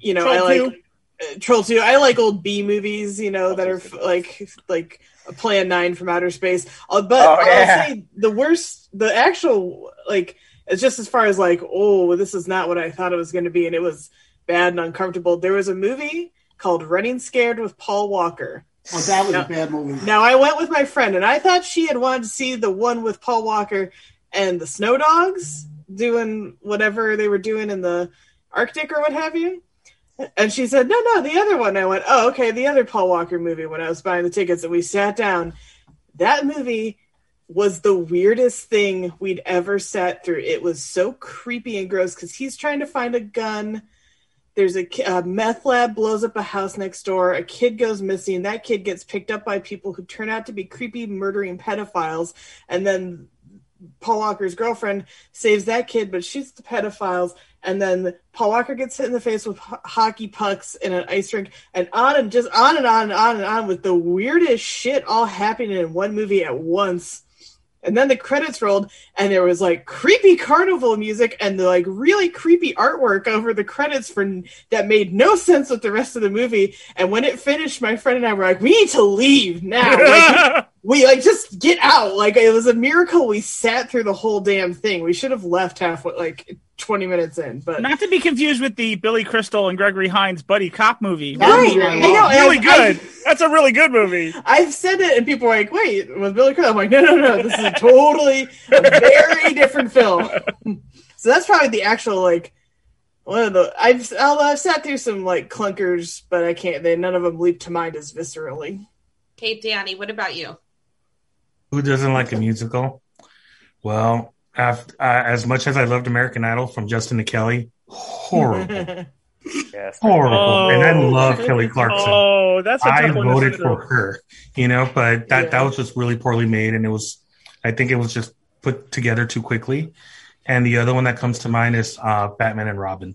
E: you know, I
D: Troll
E: like.
D: 2.
E: uh, Troll Two. I like old B movies, you know, that are f- like like Plan Nine from Outer Space. Uh, but
F: Oh, yeah.
E: I'll say the worst, the actual like, it's just as far as like, oh, this is not what I thought it was going to be, and it was bad and uncomfortable. There was a movie called Running Scared with Paul Walker.
C: Oh, that was
E: Yeah.
C: a bad movie.
E: Now I went with my friend, and I thought she had wanted to see the one with Paul Walker and the Snow Dogs doing whatever they were doing in the Arctic or what have you. And she said, "No, no, the other one." I went, "Oh, okay, the other Paul Walker movie." When I was buying the tickets, and we sat down, that movie was the weirdest thing we'd ever sat through. It was so creepy and gross because he's trying to find a gun there's a, ki- a meth lab blows up a house next door a kid goes missing that kid gets picked up by people who turn out to be creepy murdering pedophiles and then paul walker's girlfriend saves that kid but shoots the pedophiles and then paul walker gets hit in the face with ho- hockey pucks in an ice rink and on and just on and on and on and on with the weirdest shit all happening in one movie at once and then the credits rolled, and there was like creepy carnival music and the like really creepy artwork over the credits for that made no sense with the rest of the movie. And when it finished, my friend and I were like, "We need to leave now. Like, (laughs) we like just get out." Like it was a miracle we sat through the whole damn thing. We should have left halfway, like twenty minutes in. But
D: uh, Not to be confused with the Billy Crystal and Gregory Hines buddy cop movie.
C: That was
E: Right,
C: what I
E: I
C: loved.
E: know, and-
D: Really
E: I-
D: good. That's a really good movie.
E: I've said it, and people are like, "Wait, with Billy Crystal?" I'm like, "No, no, no. This is a totally a very different film." (laughs) so that's probably the actual like one of the I've although I've sat through some like clunkers, but I can't. They none of them leap to mind as viscerally.
B: Okay, Danny, what about you?
G: Who doesn't like a musical? Well, af uh, as much as I loved American Idol from Justin to Kelly,
E: Mm-hmm.
G: horrible.
F: Yes.
G: horrible. and I love Kelly Clarkson.
D: Oh, that's a tough
G: I
D: one to
G: voted
D: sit
G: for
D: through.
G: her, you know, but that that was just really poorly made, and it was, I think it was just put together too quickly. And the other one that comes to mind is uh, Batman and Robin.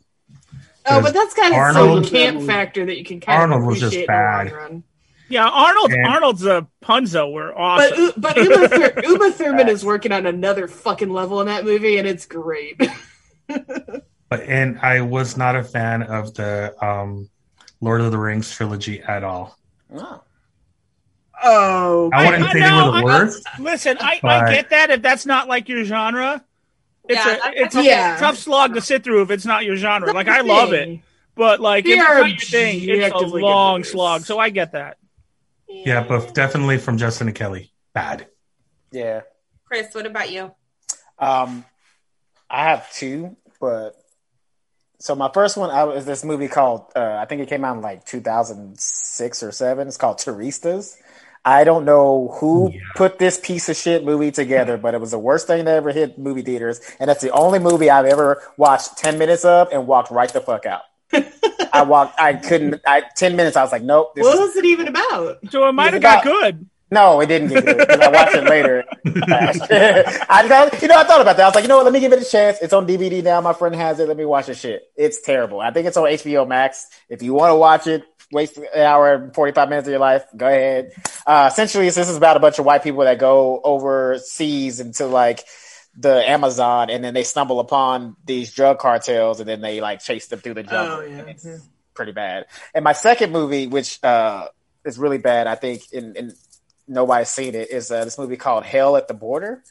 E: Oh, but that's got its own
G: Arnold-
E: camp factor that you can kind
G: Arnold
E: of
G: was
E: appreciate
G: just
E: in the long
G: bad.
E: run.
D: Yeah, Arnold.
G: And-
D: Arnold's a Punzo. We're
E: But
D: awesome.
E: U- but Uma,
D: (laughs)
E: Thur- Uma Thurman is working on another fucking level in that movie, and it's great.
G: But and I was not a fan of the um, Lord of the Rings trilogy at all.
F: No.
E: Oh,
G: I wouldn't
D: I-
G: say
D: no,
G: they were
D: I-
G: the worst.
D: Listen, I,
G: But-
D: I get that if that's not like your genre. It's
B: Yeah,
D: a it's a
E: yeah.
D: tough slog to sit through if it's not your genre. Like I love it, but like
E: They
D: if it's
E: are
D: not your thing, it's a
E: objectively good
D: long
E: movies.
D: slog. So I get that.
G: Yeah, but definitely from Justin and Kelly, bad.
F: Yeah.
B: Chris, what about you?
F: Um, I have two, but so my first one I, is this movie called uh, I think it came out in like 2006 or seven. It's called Teristas. I don't know who
G: Yeah.
F: put this piece of shit movie together, but it was the worst thing that ever hit movie theaters, and that's the only movie I've ever watched ten minutes of and walked right the fuck out. I walked. I couldn't. I ten minutes. I was like, nope. This
E: What
F: is
E: was it even about?
D: So it might have
F: It's
D: got
F: about-
D: good.
F: no, it didn't get good because I watched it later. (laughs) I thought, you know, I thought about that. I was like, you know what? Let me give it a chance. It's on DVD now. My friend has it. Let me watch this shit. It's terrible. I think it's on HBO Max. If you want to watch it, waste an hour and forty five minutes of your life. Go ahead. Uh, essentially, this is about a bunch of white people that go overseas into like the Amazon, and then they stumble upon these drug cartels, and then they like chase them through the jungle.
E: Oh, yeah.
F: And it's pretty bad. And my second movie, which uh, is really bad, I think, and, and nobody's seen it, is uh, this movie called Hell at the Border.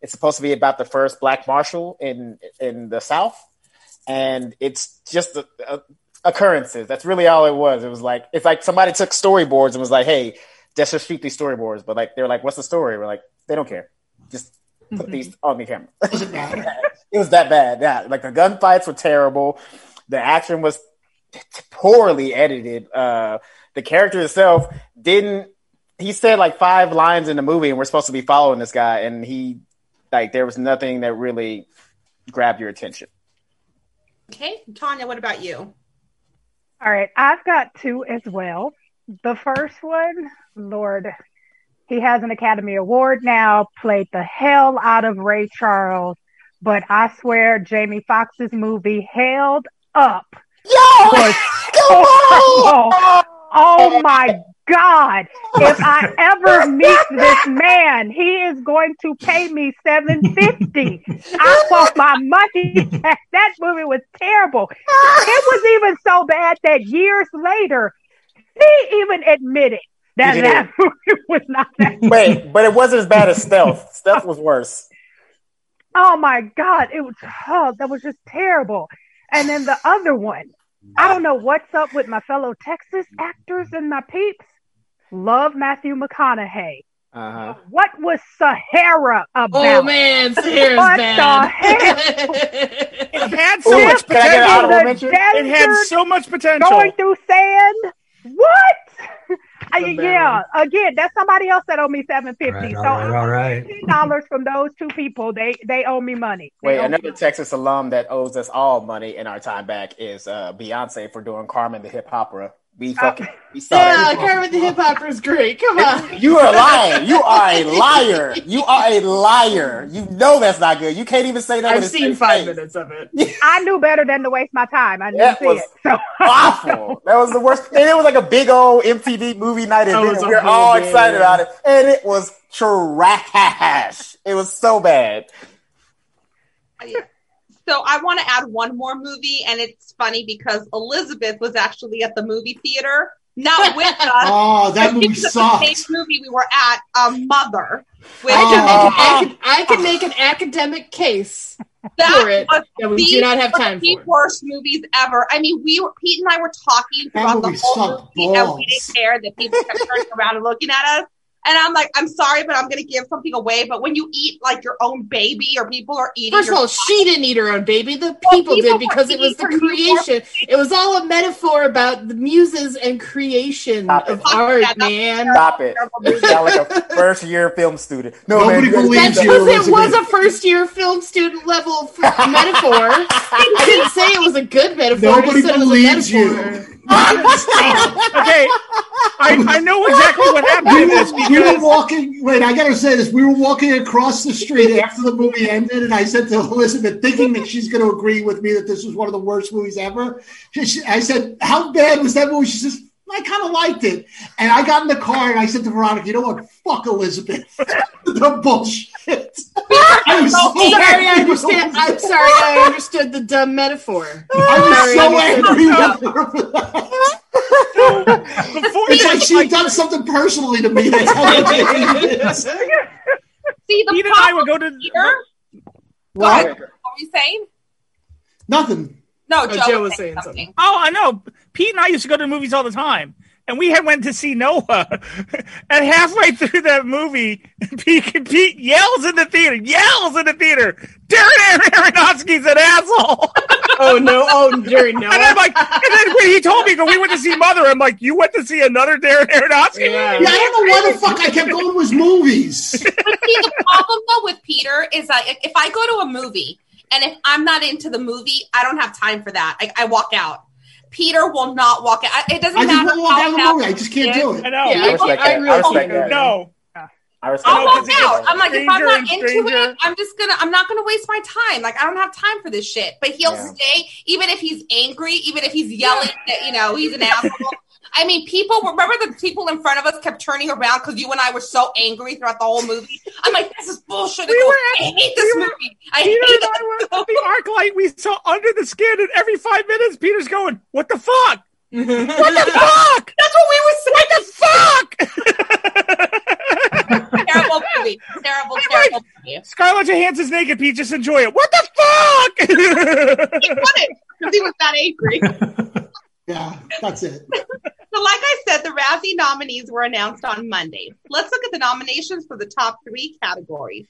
F: It's supposed to be about the first black marshal in in the South, and it's just uh, uh, occurrences. That's really all it was. It was like it's like somebody took storyboards and was like, "Hey, let's just shoot these storyboards." But like they're like, "What's the story?" We're like, "They don't care. Just put these on the camera."
C: Mm-hmm. Doesn't matter.
F: (laughs) it was that bad. Yeah, like the gunfights were terrible. The action was t- poorly edited. Uh, the character itself didn't. He said like five lines in the movie, and we're supposed to be following this guy, and he like there was nothing that really grabbed your attention.
B: Okay, Tanya, what about you?
H: All right, I've got two as well. The first one, Lord, he has an Academy Award now, played the hell out of Ray Charles, but I swear Jamie Foxx's movie held up.
F: Yo,
H: (laughs) Oh, oh my God. If I
F: (laughs)
H: ever meet this man, he is going to pay me seven fifty. I want my money (laughs) back. That movie was terrible. It was even so bad that years later, he even admitted that
F: He did.
H: that movie was not that.
G: (laughs)
F: wait, but it wasn't as bad as Stealth. Stealth was worse.
H: Oh my God, it was oh, that was just terrible. And then the other one, I don't know what's up with my fellow Texas actors and my peeps. Love Matthew McConaughey.
F: Uh-huh.
H: What was Sahara about?
E: Oh man, Sarah's (laughs)
H: What the
E: bad.
D: It had so
F: Ooh,
D: much
F: can I get an
H: In
F: honorable
D: potential.
H: the
F: mention?
D: It had
H: desert,
D: so much potential.
H: going through sand. What? I,
E: The bad
H: yeah, again, that's somebody else that owed me seven
G: All
H: fifty.
G: right,
H: So
G: all right, all
H: I
G: right.
H: ten dollars from those two people. They they owe me money. They
F: Wait,
H: owe me
F: another
H: money.
F: Texas alum that owes us all money in our time back is uh, Beyonce for doing Carmen the Hip Opera. We
G: Oh.
F: fucking we saw
E: yeah,
F: that.
E: Carmen the Hip Hopper is great. Come on.
F: You are
E: (laughs)
F: lying. You are a liar. You are a liar. You know that's not good. You can't even say that.
E: I've
F: with a
E: seen
F: straight
E: five
F: face.
E: minutes of it.
H: (laughs) I knew better than to waste my time. I didn't
F: That
H: see
F: was
H: it. So
F: Awful. That was the worst. And it was like a big old MTV movie night,
E: That
F: and
E: was
F: then
E: a
F: we're all
E: horrible-
F: excited about it. And it was trash. It was so bad.
B: So I want to add one more movie, and it's funny because Elizabeth was actually at the movie theater,
E: (laughs)
B: not with us.
C: Oh, that
B: but
C: movie
B: she was at the same
C: sucked.
B: movie we were at, um, Mother, which
E: I
C: Oh.
E: can, make an, I, can, I can make an academic case for
B: (laughs) that
E: it
B: was
E: that we
B: the-
E: do not have time
B: the
E: for.
B: worst movies ever. I mean, we were Pete and I were talking
C: That
B: throughout the
C: movie
B: whole
C: sucked
B: movie, and we
C: balls. (laughs)
B: didn't care that people kept turning around and looking at us. And I'm like, I'm sorry, but I'm going to give something away. But when you eat like your own baby or people are eating,
K: First of
B: your-
K: all, she didn't eat her own baby. The
B: Well,
K: people,
B: people
K: did because
B: were
K: it was the
B: eating her
K: creation. It was all a metaphor about the muses and creation
F: Stop it.
K: of art,
B: Stop that.
K: man.
F: Stop it.
E: (laughs)
F: You sound like a first year film student. No,
C: Nobody
F: man, you-
C: believes
K: That's
C: you.
K: because it was
C: Elizabeth.
K: a first year film student level f- metaphor. (laughs) I didn't say it was a good metaphor. I
C: Nobody
K: just said it was a (laughs)
C: believes
K: metaphor. Oh,
C: you.
D: (laughs) Okay, I, I know exactly what happened
C: We
D: in
C: were,
D: this
C: we were
D: because
C: walking. Wait, I gotta say this. We were walking across the street after the movie ended, and I said to Elizabeth, thinking that she's going to agree with me that this was one of the worst movies ever. She, she- I said, "How bad was that movie?" She says, "I kind of liked it." And I got in the car and I said to Veronica, "You know what? Fuck Elizabeth. (laughs) the bullshit." I was so
K: Sorry, I
C: angry with
K: understand.
C: Elizabeth.
K: I'm sorry, I understood the dumb metaphor.
C: I was so
K: Sorry,
C: angry with her.
D: before (laughs)
H: (laughs)
C: It's like
D: this,
C: she had done something personally to me.
D: (laughs)
C: That's how angry it is.
B: see the
D: Ian and I would
B: problem
D: go to
B: here. Go
C: What?
B: ahead. What were you saying?
C: Nothing.
B: No,
E: Oh,
B: Joe,
E: Joe
B: was saying something.
D: Oh, I know. Pete and I used to go to the movies all the time. And we had went to see Noah. (laughs) and halfway through that movie, (laughs) Pete, Pete yells in the theater, yells in the theater, Darren Aronofsky's an asshole.
E: Oh no! Oh, during no.
D: (laughs) and I'm like, and then when he told me, go, we went to see Mother, I'm like, you went to see another Darren Aronofsky
E: Yeah.
D: movie?
C: Yeah, I don't know why the fuck I kept going with movies.
B: But see, the problem though with Peter is like if I go to a movie and if I'm not into the movie, I don't have time for that. I, I walk out. Peter will not walk out. I- It doesn't
C: I just want
B: matter.
C: to walk
B: how
C: out of the
B: bad
C: movie. I just can't do
D: I
C: it.
D: know.
K: Yeah,
F: I respect
K: I- I
F: that. I
K: really can't.
F: respect that.
D: No.
F: I respect
B: I'll
D: No,
B: walk
D: it gets
B: out. Oh, I'm like, if I'm
D: stranger
B: not
D: and
B: into
D: stranger.
B: it, I'm just gonna. I'm not gonna waste my time. Like, I don't have time for this shit. But he'll
F: Yeah.
B: stay, even if he's angry, even if he's yelling that you know he's an asshole. (laughs) I mean, people. Remember the people in front of us kept turning around because you and I were so angry throughout the whole movie. I'm like, this is bullshit.
D: We were
B: I hate this
D: we were-
B: movie. I
D: Peter
B: hate
D: and I were at the arc light. We saw under the skin, and every five minutes, Peter's going, "What the fuck? What
B: (laughs)
D: the fuck?
B: That's what we were saying.
D: What the fuck?" (laughs)
B: terrible movie. Terrible, terrible movie.
D: Scarlett Johansson's naked. Pete, just enjoy it. What the fuck?
B: Because he was that angry.
D: (laughs)
C: Yeah, that's it.
B: So, like I said, the Razzie nominees were announced on Monday. Let's look at the nominations for the top three categories.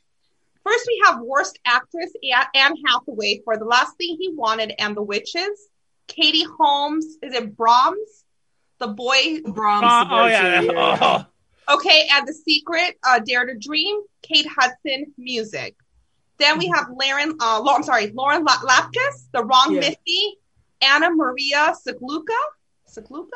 B: First, we have Worst Actress A- Anne Hathaway for The Last Thing He Wanted and The Witches. Katie Holmes, is it Brahms? The Boy.
E: Brahms.
D: Uh, oh
E: Brahms,
D: yeah. Oh.
B: Okay, and The Secret, uh, Dare to Dream, Kate Hudson, Music. Then
C: Mm-hmm.
B: we have Lauren, uh, Lau- I'm sorry, Lauren La- Lapkus, The Wrong
E: Yeah.
B: Missy, Anna Maria Sigluka, Sigluka?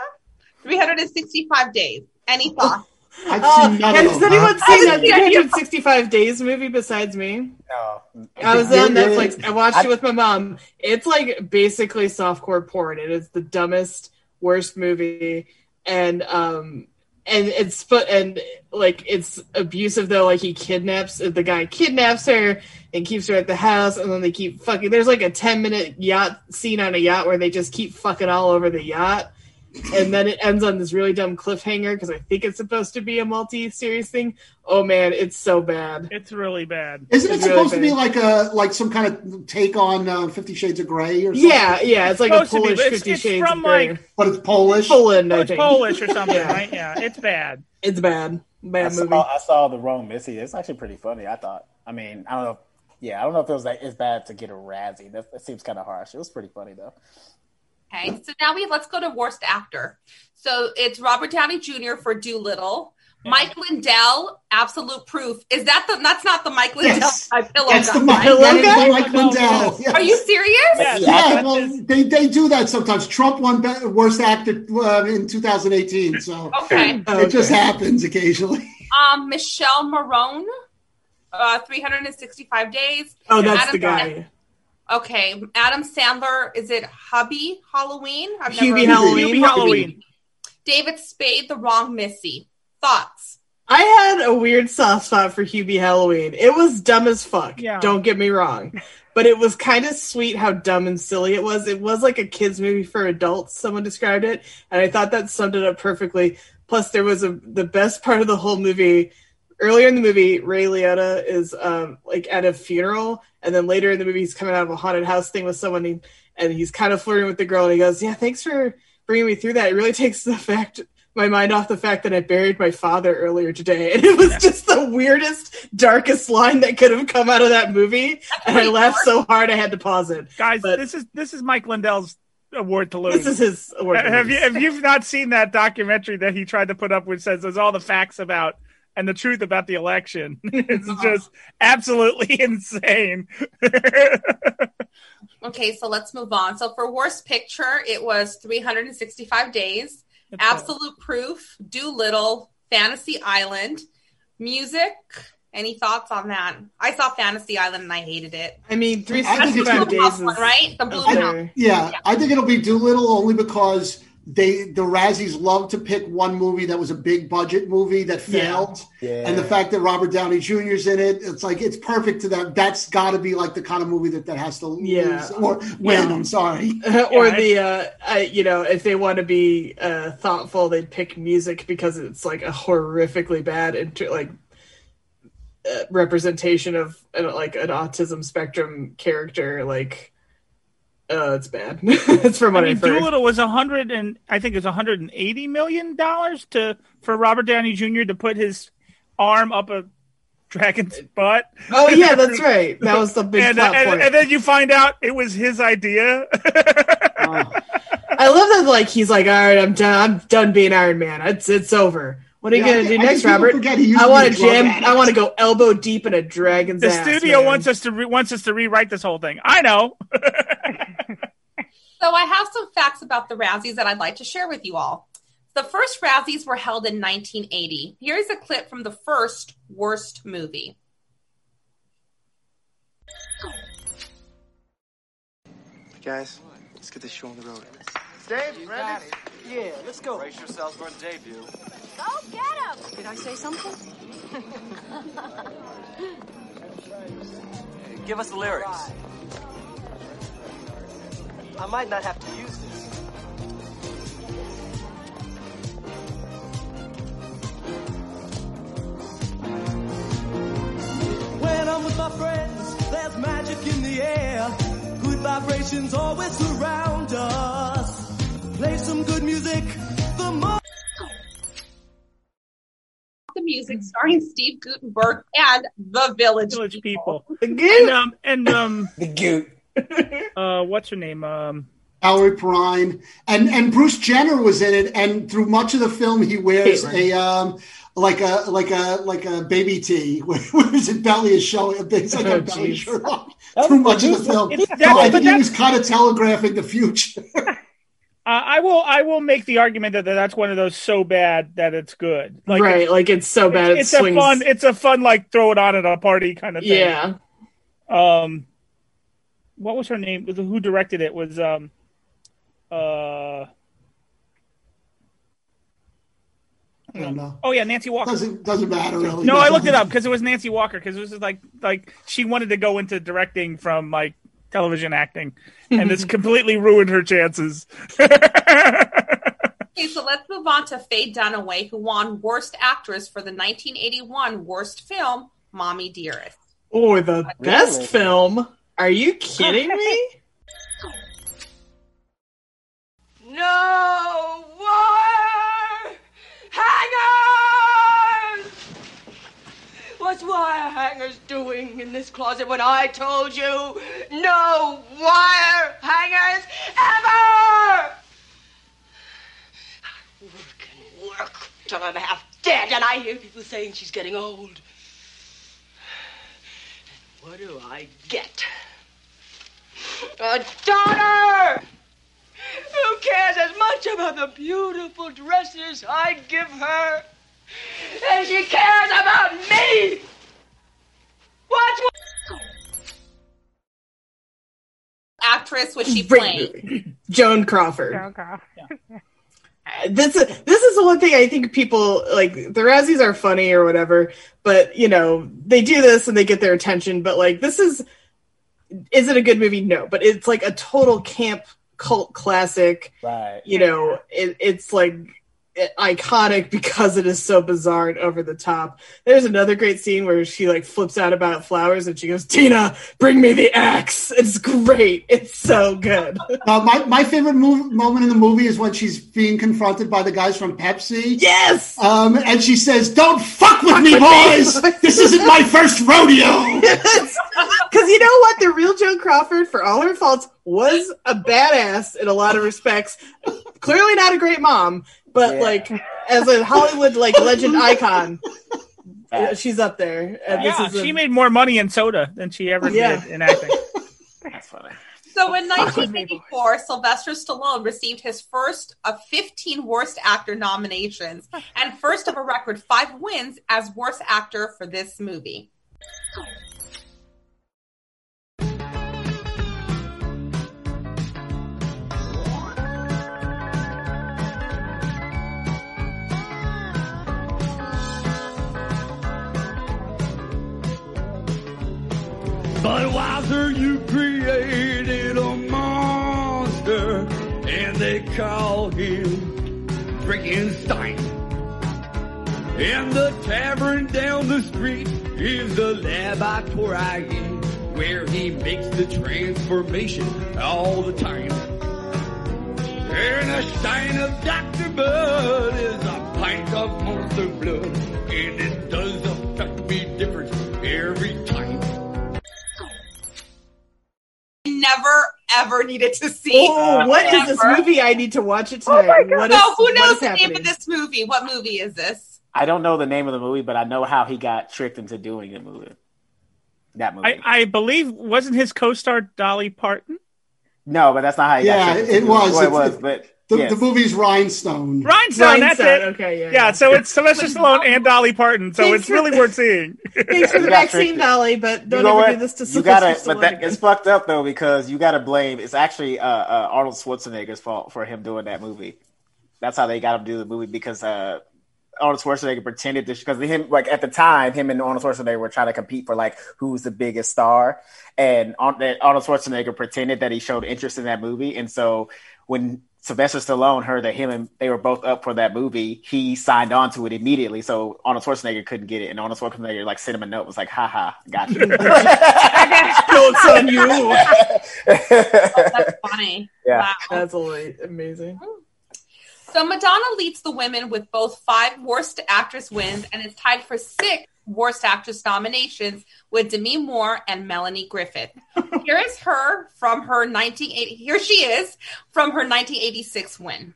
B: 365 Days. Any thoughts?
C: I've
E: Oh,
C: seen
K: Uh,
E: yeah,
C: none of
E: has
C: them.
E: anyone
C: huh?
E: seen that
B: Yeah, yeah.
E: 365 Days movie besides me?
F: No.
E: I was
C: Yeah,
E: on
C: yeah,
E: Netflix. I watched
F: I-
E: it with my mom. It's like basically softcore porn. It is the dumbest, worst movie, and um, and it's but and like it's abusive though. Like he kidnaps the guy, kidnaps her, and keeps her at the house, and then they keep fucking. There's like a ten minute yacht scene on a yacht where they just keep fucking all over the yacht. And then it ends on this really dumb cliffhanger because I think it's supposed to be a multi-series thing. Oh man, it's so bad.
D: It's really bad.
C: Isn't it
E: It's really
C: supposed to be
E: bad.
C: like a like some kind of take on uh, Fifty Shades of Grey or something?
E: Yeah, yeah, it's like a
D: Supposed to be,
E: Polish
D: but it's-
E: Fifty
D: it's
E: Shades
D: from,
E: of Grey.
D: like-
C: but it's Polish.
E: Poland, I
D: It's
E: think.
D: Polish or something,
E: Yeah.
D: right? Yeah, (laughs) it's bad.
E: It's bad,
F: I
E: bad movie.
F: saw, I saw the wrong Missy. It's actually pretty funny. I thought. I mean, I don't know. Yeah, I don't know if it was like it's bad to get a Razzie. That, that seems kind of harsh. It was pretty funny though.
B: Okay, so now we let's go to worst actor. So it's Robert Downey Jr. for Doolittle. Mike Lindell, Absolute Proof. Is that the? That's not the Mike Lindell.
C: Yes.
B: by Pillow
C: That's the
B: Guy.
C: Mike.
E: Hello,
C: That is
E: guy?
C: the Mike
D: Hello,
C: Lindell.
B: Are you serious?
D: Yes,
C: Yeah,
D: that's
C: well,
D: his-
C: they, they do that sometimes. Trump won be- worst actor uh, in 2018, so
B: Okay.
C: it just happens occasionally.
B: Um, Michelle Marone, uh, 365 Days.
E: (laughs) Oh, that's the
B: Adam-
E: guy.
B: Okay, Adam Sandler. Is it Hubby Halloween? I've
E: Hubie
C: never-
E: Halloween.
D: Hubie Halloween.
B: David Spade, The Wrong Missy. Thoughts?
E: I had a weird soft spot for Hubie Halloween. It was dumb as fuck.
D: Yeah.
E: Don't get me wrong, but it was kind of sweet how dumb and silly it was. It was like a kids movie for adults. Someone described it, and I thought that summed it up perfectly. Plus, there was a the best part of the whole movie. Earlier in the movie, Ray Liotta is um, like at a funeral, and then later in the movie, he's coming out of a haunted house thing with someone, and- and he's kind of flirting with the girl. And he goes, "Yeah, thanks for bringing me through that. It really takes the fact my mind off the fact that I buried my father earlier today, and it was just the weirdest, darkest line that could have come out of that movie. And I laughed so hard I had to pause it.
D: Guys, this is this is Mike Lindell's award to lose.
E: This is his award. to
D: Have you
E: lose.
D: if you've not seen that documentary that he tried to put up, which says there's all the facts about and the truth about the election, (laughs) it's
E: Uh-huh.
D: just absolutely (laughs) insane.
B: Okay, so let's move on. So for worst picture, it was 365 days, Absolute Proof, Doolittle, Fantasy Island, Music. Any thoughts on that? I saw Fantasy Island and I hated it.
E: I mean, three
C: I think it's
E: sixty-five
C: the
E: days is
B: One, right? The blue one.
C: Yeah, I think it'll be Doolittle only because they the Razzies love to pick one movie that was a big budget movie that failed,
F: Yeah.
C: and the fact that Robert Downey Jr.'s in it, it's like it's perfect to that. That's got to be like the kind of movie that that has to
E: Yeah.
C: lose or win.
E: Yeah.
C: I'm sorry.
E: (laughs) or
D: Yeah, I-
E: the uh, I, you know if they want to be uh, thoughtful they'd pick music because it's like a horrifically bad inter- like uh, representation of uh, like an autism spectrum character like uh, it's bad (laughs) it's from
D: I
E: what I
D: mean,
E: have heard
D: Doolittle was a hundred and I think it was 180 million dollars to for Robert Downey Jr. to put his arm up a
E: (laughs)
D: dragon's butt. (laughs)
E: oh yeah that's right that was the big
D: and, uh,
E: plot
D: and,
E: point
D: and then you find out it was his idea.
E: I love that like he's like all right I'm done I'm done being Iron Man it's it's over what are you
C: Yeah, I
E: gonna
C: think-
E: do
C: I
E: next
C: think people
E: Robert
C: forget he used
E: I
C: to
E: want
C: be a
E: to
C: drug
E: jam
C: addict.
E: I want to go elbow deep in a dragon's
D: the
E: ass,
D: studio
E: man.
D: wants us to re- wants us to rewrite this whole thing. I know.
B: So I have some facts about the Razzies that I'd like to share with you all. The first Razzies were held in 1980. Here's a clip from the first worst movie.
I: Guys, let's get this show on the road.
F: Dave, Brandon,
I: Yeah, let's go. Brace yourselves for a debut.
J: Go get him!
I: Did I say something? Give us the lyrics. I might not have to use this. When I'm with my friends, there's magic in the air. Good vibrations always surround us. Play some good music. The more
B: the music starring Steve Gutenberg and the Village,
D: Village
B: People.
D: people. And um and um
F: the goot.
D: (laughs) uh what's her name? Um
C: Valerie Perrine and and Bruce Jenner was in it, and through much of the film he wears
E: Caitlyn.
C: a um like a like a like a baby tee (laughs) where, where his belly is showing. It's like
E: Oh,
C: a belly
E: geez.
C: shirt
D: (laughs)
C: on
F: That's
C: through much of the
F: produced-
C: film.
D: it's-
C: So I
D: that's- but
C: think he
D: that's-
C: was kind of telegraphing the future. (laughs)
D: uh, I will I will make the argument that that's one of those so bad that it's good. Like
E: right, like it's so bad.
D: it's,
E: It's,
D: a
E: swings.
D: fun it's a fun like throw it on at a party kind of thing.
E: yeah,
D: Um what was her name? Who directed it was um uh
C: I don't know.
D: oh yeah, Nancy Walker.
C: Doesn't doesn't matter really.
D: No, I looked it up because it was Nancy Walker because it was just like like she wanted to go into directing from like television acting, and
E: (laughs)
D: this completely ruined her chances.
B: Okay, so let's move on to Faye Dunaway, who won Worst Actress for the 1981 worst film, Mommy Dearest.
E: or the best
F: Really?
E: film. Are you kidding me?
J: No wire hangers! What's wire hangers doing in this closet when I told you no wire hangers ever? Work and work till I'm half dead, and I hear people saying she's getting old. What do I get? A daughter! Who cares as much about the beautiful dresses I give her as she cares about me? What's
B: Actress was she Oh,
E: Great
B: playing?
E: movie. Joan Crawford.
H: Girl, girl.
E: This is this is the one thing I think people like the Razzies are funny or whatever, but you know they do this and they get their attention. But like this is is it a good movie? No, but it's like a total camp cult classic.
F: Right.
E: you know, it, it's like i- iconic because it is so bizarre and over the top. There's another great scene where she like flips out about flowers and she goes, "Tina, bring me the axe." It's great. It's so good.
C: Uh, my, my favorite move, moment in the movie is when she's being confronted by the guys from Pepsi.
E: Yes.
C: Um, and she says, "Don't fuck with me,
D: (laughs)
C: boys. this isn't my first rodeo."
E: Because you know what? The real Joan Crawford, for all her faults, was a badass in a lot of respects. Clearly not a great mom, but
F: Yeah.
E: like as a Hollywood like legend icon, uh, she's up there. And Uh, this
D: Yeah,
E: is a-
D: she made more money in soda than she ever
E: Yeah.
D: did in
E: (laughs)
D: acting.
F: That's funny.
B: So in 1984, Sylvester Stallone received his first of 15 Worst Actor nominations and first of a record five wins as Worst Actor for this movie.
L: Budweiser, you created a monster, and they call him Frankenstein. And the tavern down the street is the laboratory where he makes the transformation all the time. And a stein of Dr. Bud is a pint of monster blood, and it does affect me different every time.
B: I never ever needed to see.
E: Oh, what is this
B: Never.
E: movie? I need to watch
B: Oh
E: it tonight. What is-
B: so who
E: what
B: knows
E: is
B: the name
E: happening?
B: of this movie? What movie
E: (laughs)
B: is this?
F: I don't know the name of the movie, but I know how he got tricked into doing the movie. That movie.
D: I, I believe wasn't his co-star Dolly Parton?
F: no, but that's not how he
C: Yeah,
F: got tricked.
C: it
F: into
C: was.
F: It. Well, it
C: It's-
F: was,
C: it-
F: but
C: The,
F: yes.
C: the movie's Rhinestone.
D: Rhinestone, that's
E: Rhinestone,
D: it.
E: Okay, yeah.
D: Yeah, so it's Sylvester Stallone and Dolly Parton, so
E: Thanks
D: it's
E: for-
D: really worth seeing.
E: Thanks for
F: You
E: the
F: got
E: vaccine,
F: tricked.
E: Dolly, but don't
F: you know
E: ever
F: what?
E: do this to
F: you
E: Sylvester
F: gotta, but
B: (laughs)
F: that,
E: Stallone.
F: it's fucked up though because you gotta blame. It's actually uh, uh, Arnold Schwarzenegger's fault for him doing that movie. That's how they got him to do the movie because uh, Arnold Schwarzenegger pretended to because him like at the time him and Arnold Schwarzenegger were trying to compete for like who's the biggest star, and Ar- that Arnold Schwarzenegger pretended that he showed interest in that movie, and so when Sylvester Stallone heard that him and they were both up for that movie, he signed on to it immediately. So Arnold Schwarzenegger couldn't get it, and Arnold Schwarzenegger like sent him a note was like, "Ha ha, got (laughs)
E: (laughs)
F: you."
E: Jokes on you.
B: That's funny.
F: Yeah.
B: Wow. Hmm.
E: That's really amazing.
B: So Madonna leads the women with both five Worst Actress wins and is tied for six Worst Actress nominations with Demi Moore and Melanie Griffith. Here is her from her 1980. Here she is from her 1986 win.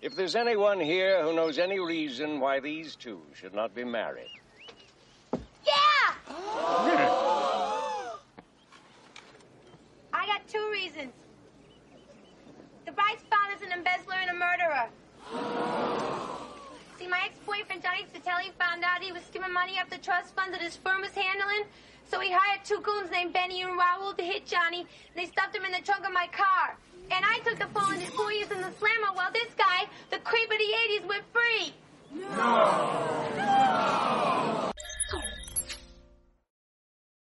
L: If there's anyone here who knows any reason why these two should not be married,
M: Yeah! I got two reasons. The bride's father's an embezzler and a murderer. See, my ex-boyfriend Johnny Satelli found out he was skimming money off the trust fund that his firm was handling, so he hired two goons named Benny and Raoul to hit Johnny. They stuffed him in the trunk of my car. And I took the fall and did four years in the slammer while this guy, the creep of the 80s, went free.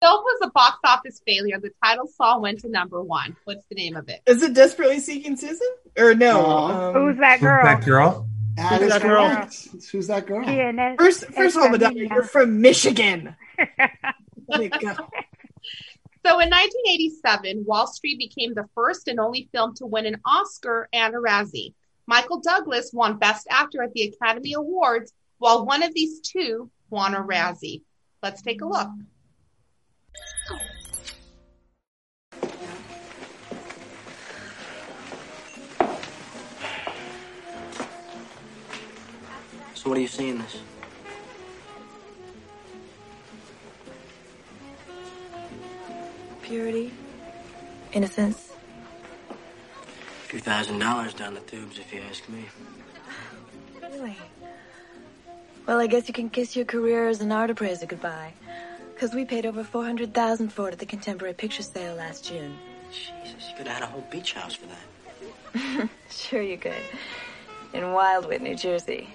B: Still was a box office failure. The title song went to number one. What's the name of it?
E: Is it Desperately Seeking Susan? Or no?
C: No.
E: um,
H: Who's that girl?
G: That girl.
C: That
D: Who's
C: is
D: that girl?
C: correct. Who's that girl?
H: Yeah, and that-
E: First, first of all,
H: it's
E: Madonna,
H: Armenia.
E: you're from Michigan. Like, God.
B: So in 1987, Wall Street became the first and only film to win an Oscar and a Razzie. Michael Douglas won Best Actor at the Academy Awards, while one of these two won a Razzie. Let's take a look.
N: So what are you seeing this?
O: Purity, innocence.
N: Few thousand dollars down the tubes, if you ask me.
O: Really? Well, I guess you can kiss your career as an art appraiser goodbye. Because we paid over 400000 for it at the Contemporary Picture Sale last June. (laughs)
N: Jesus, you could have had a whole beach house for that.
O: Sure you could. In Wildwood, New Jersey.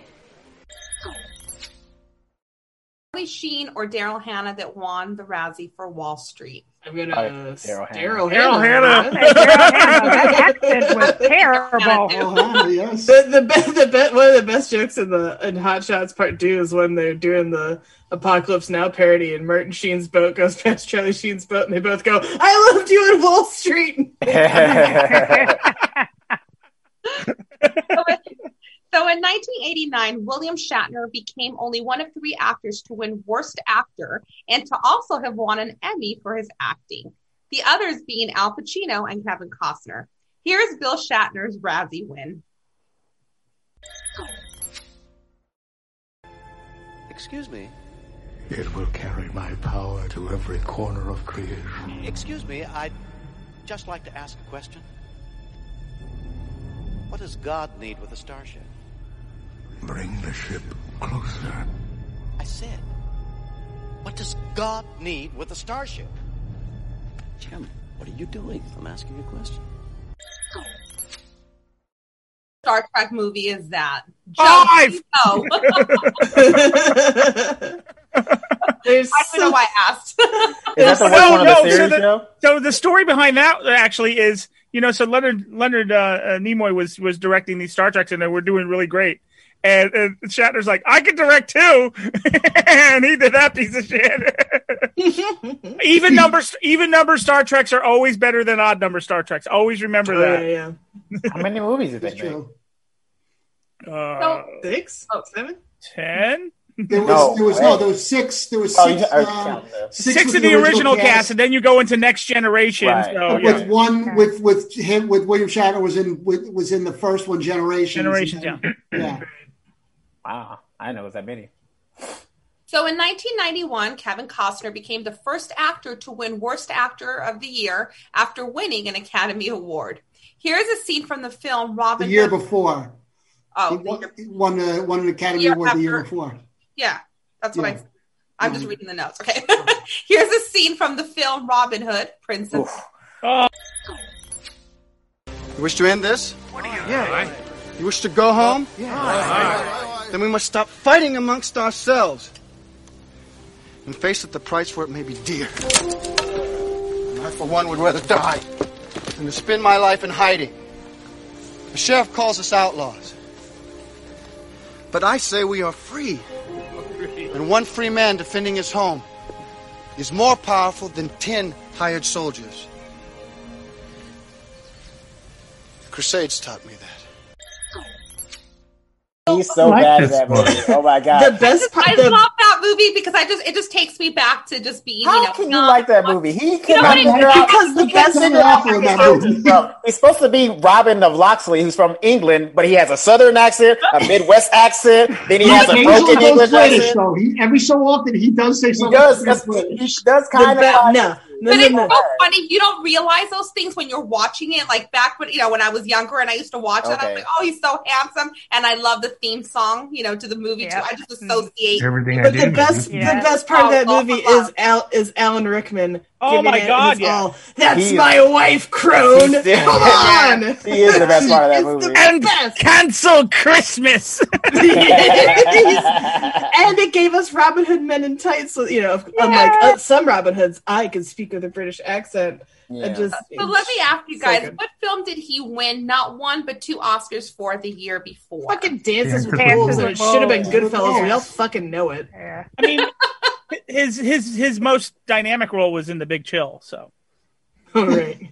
B: Charlie Sheen or Daryl Hannah that won the Razzie for Wall Street.
E: I'm gonna
F: By
E: uh,
F: Daryl Hannah.
E: Daryl
D: Daryl
E: Hannah.
D: Hannah. (laughs) Daryl Hannah,
H: that accent was terrible.
E: (laughs) The the, be- the be- one of the best jokes in the in Hot Shots Part Two is when they're doing the Apocalypse Now parody, and Martin Sheen's boat goes (laughs) past Charlie Sheen's boat, and they both go,
C: (laughs)
E: "I loved you in Wall Street."
B: So in 1989, William Shatner became only one of three actors to win Worst Actor and to also have won an Emmy for his acting. The others being Al Pacino and Kevin Costner. Here's Bill Shatner's Razzie win.
N: Excuse me.
P: It will carry my power to every corner of creation.
N: Excuse me, I'd just like to ask a question. What does God need with a starship?
P: Bring the ship closer.
N: I said, what does God need with a starship? Jim, what are you doing? I'm asking you a question.
B: Star Trek movie is that?
D: Five!
B: (laughs) Oh.
E: There's
B: I don't know why I asked.
F: that
B: (laughs)
D: (laughs)
F: the worst one of the
D: so,
F: series,
D: the,
F: Joe?
D: so the story behind that actually is, you know, so Leonard Leonard uh, uh, Nimoy was was directing these Star Treks, and they were doing really great. And, and Shatner's like, I can direct too, (laughs) and he did that piece of shit. (laughs) even number even number Star Treks are always better than odd number Star Treks. Always remember
E: Oh,
D: that.
E: yeah,
F: How many movies did they make?
D: yeah. Uh,
B: So-
E: Six, seven,
D: ten.
C: There was
F: No
C: there was no
F: way.
C: there was six there was
F: Oh,
C: six,
F: you- I was
C: um,
F: counting those.
D: six, of the original, cast, and then you go into Next Generation.
F: Right.
D: So
C: with
D: yeah.
C: one with with him with William Shatner was in with, was in the first one Generations.
D: Generations,
C: and
D: yeah.
C: then- yeah.
F: Wow, I didn't know it was that many.
B: So in 1991, Kevin Costner became the first actor to win Worst Actor of the Year after winning an Academy Award. Here's a scene from the film
C: The
B: Robin
C: year
B: Hood.
C: before,
B: Oh,
C: he won, he won, the, won an Academy
B: Year
C: Award the year
B: after.
C: before.
B: Yeah, that's what
C: Yeah.
B: I. I'm just reading the notes. Okay, (laughs) here's a scene from the film Robin Hood, Prince of.
C: Oh.
Q: You wish to end this? yeah. You wish to go home? Yeah. Then we must stop fighting amongst ourselves and face that the price for it may be dear. And I, for one, would rather die than to spend my life in hiding. The sheriff calls us outlaws. But I say we are free. And one free man defending his home is more powerful than ten hired soldiers. The Crusades taught me that.
F: He's so
Q: like
F: bad at
Q: this
F: that
Q: one.
F: movie. Oh my god,
E: The best part.
B: I
E: The,
B: love that movie because I just it just takes me back to just being.
F: How
B: you know,
F: can you like that movie? He could
B: know
F: not
B: what it-
F: figure out
E: because the
F: he can't
E: best
F: figure out
E: thing
F: where his
E: about-
F: character's from. He's supposed to be Robin of Locksley, who's from England, but he has a Southern accent, a Midwest accent, then he has a
C: He
F: broken
C: usually goes
F: English
C: British,
F: accent.
C: though. He, every so often he does say something.
F: does,
C: that's
F: that's-
C: British.
F: He does kind
E: The
F: of.
E: ba-
F: like-
E: no, no,
B: But
E: no,
B: it's
E: no.
B: so funny. You don't realize those things when you're watching it. Like back when you know when I was younger and I used to watch it, I
F: Okay.
B: was like, "Oh, he's so handsome," and I love the theme song. You know, to the movie too. I just associate.
G: Everything
E: Mm-hmm.
G: I
E: But the
G: do.
E: best, the best part of that movie is Al is Alan Rickman.
D: Oh
E: giving
D: my
E: it
D: God,
E: his
D: yeah.
E: all. That's
F: He is-
E: my wife, Crone.
F: He's-
E: Come on, it's
F: (laughs) He is the best part of that movie.
E: the best.
D: Cancel
E: (laughs)
D: Christmas.
E: and it gave us Robin Hood men in tights. So, you know, unlike uh, some Robin Hoods, I can speak with a British accent.
F: Yeah.
E: And just
B: So let me ask you
E: So
B: guys:
E: good.
B: What film did he win not one but two Oscars for the year before?
E: fucking dances with
G: Dances
E: wolves,
G: with
E: and it should have been
C: Wolves.
E: Goodfellas. (laughs) We all fucking know it.
H: Yeah.
D: I mean, (laughs) his his his most dynamic role was in The Big Chill. So
E: All right.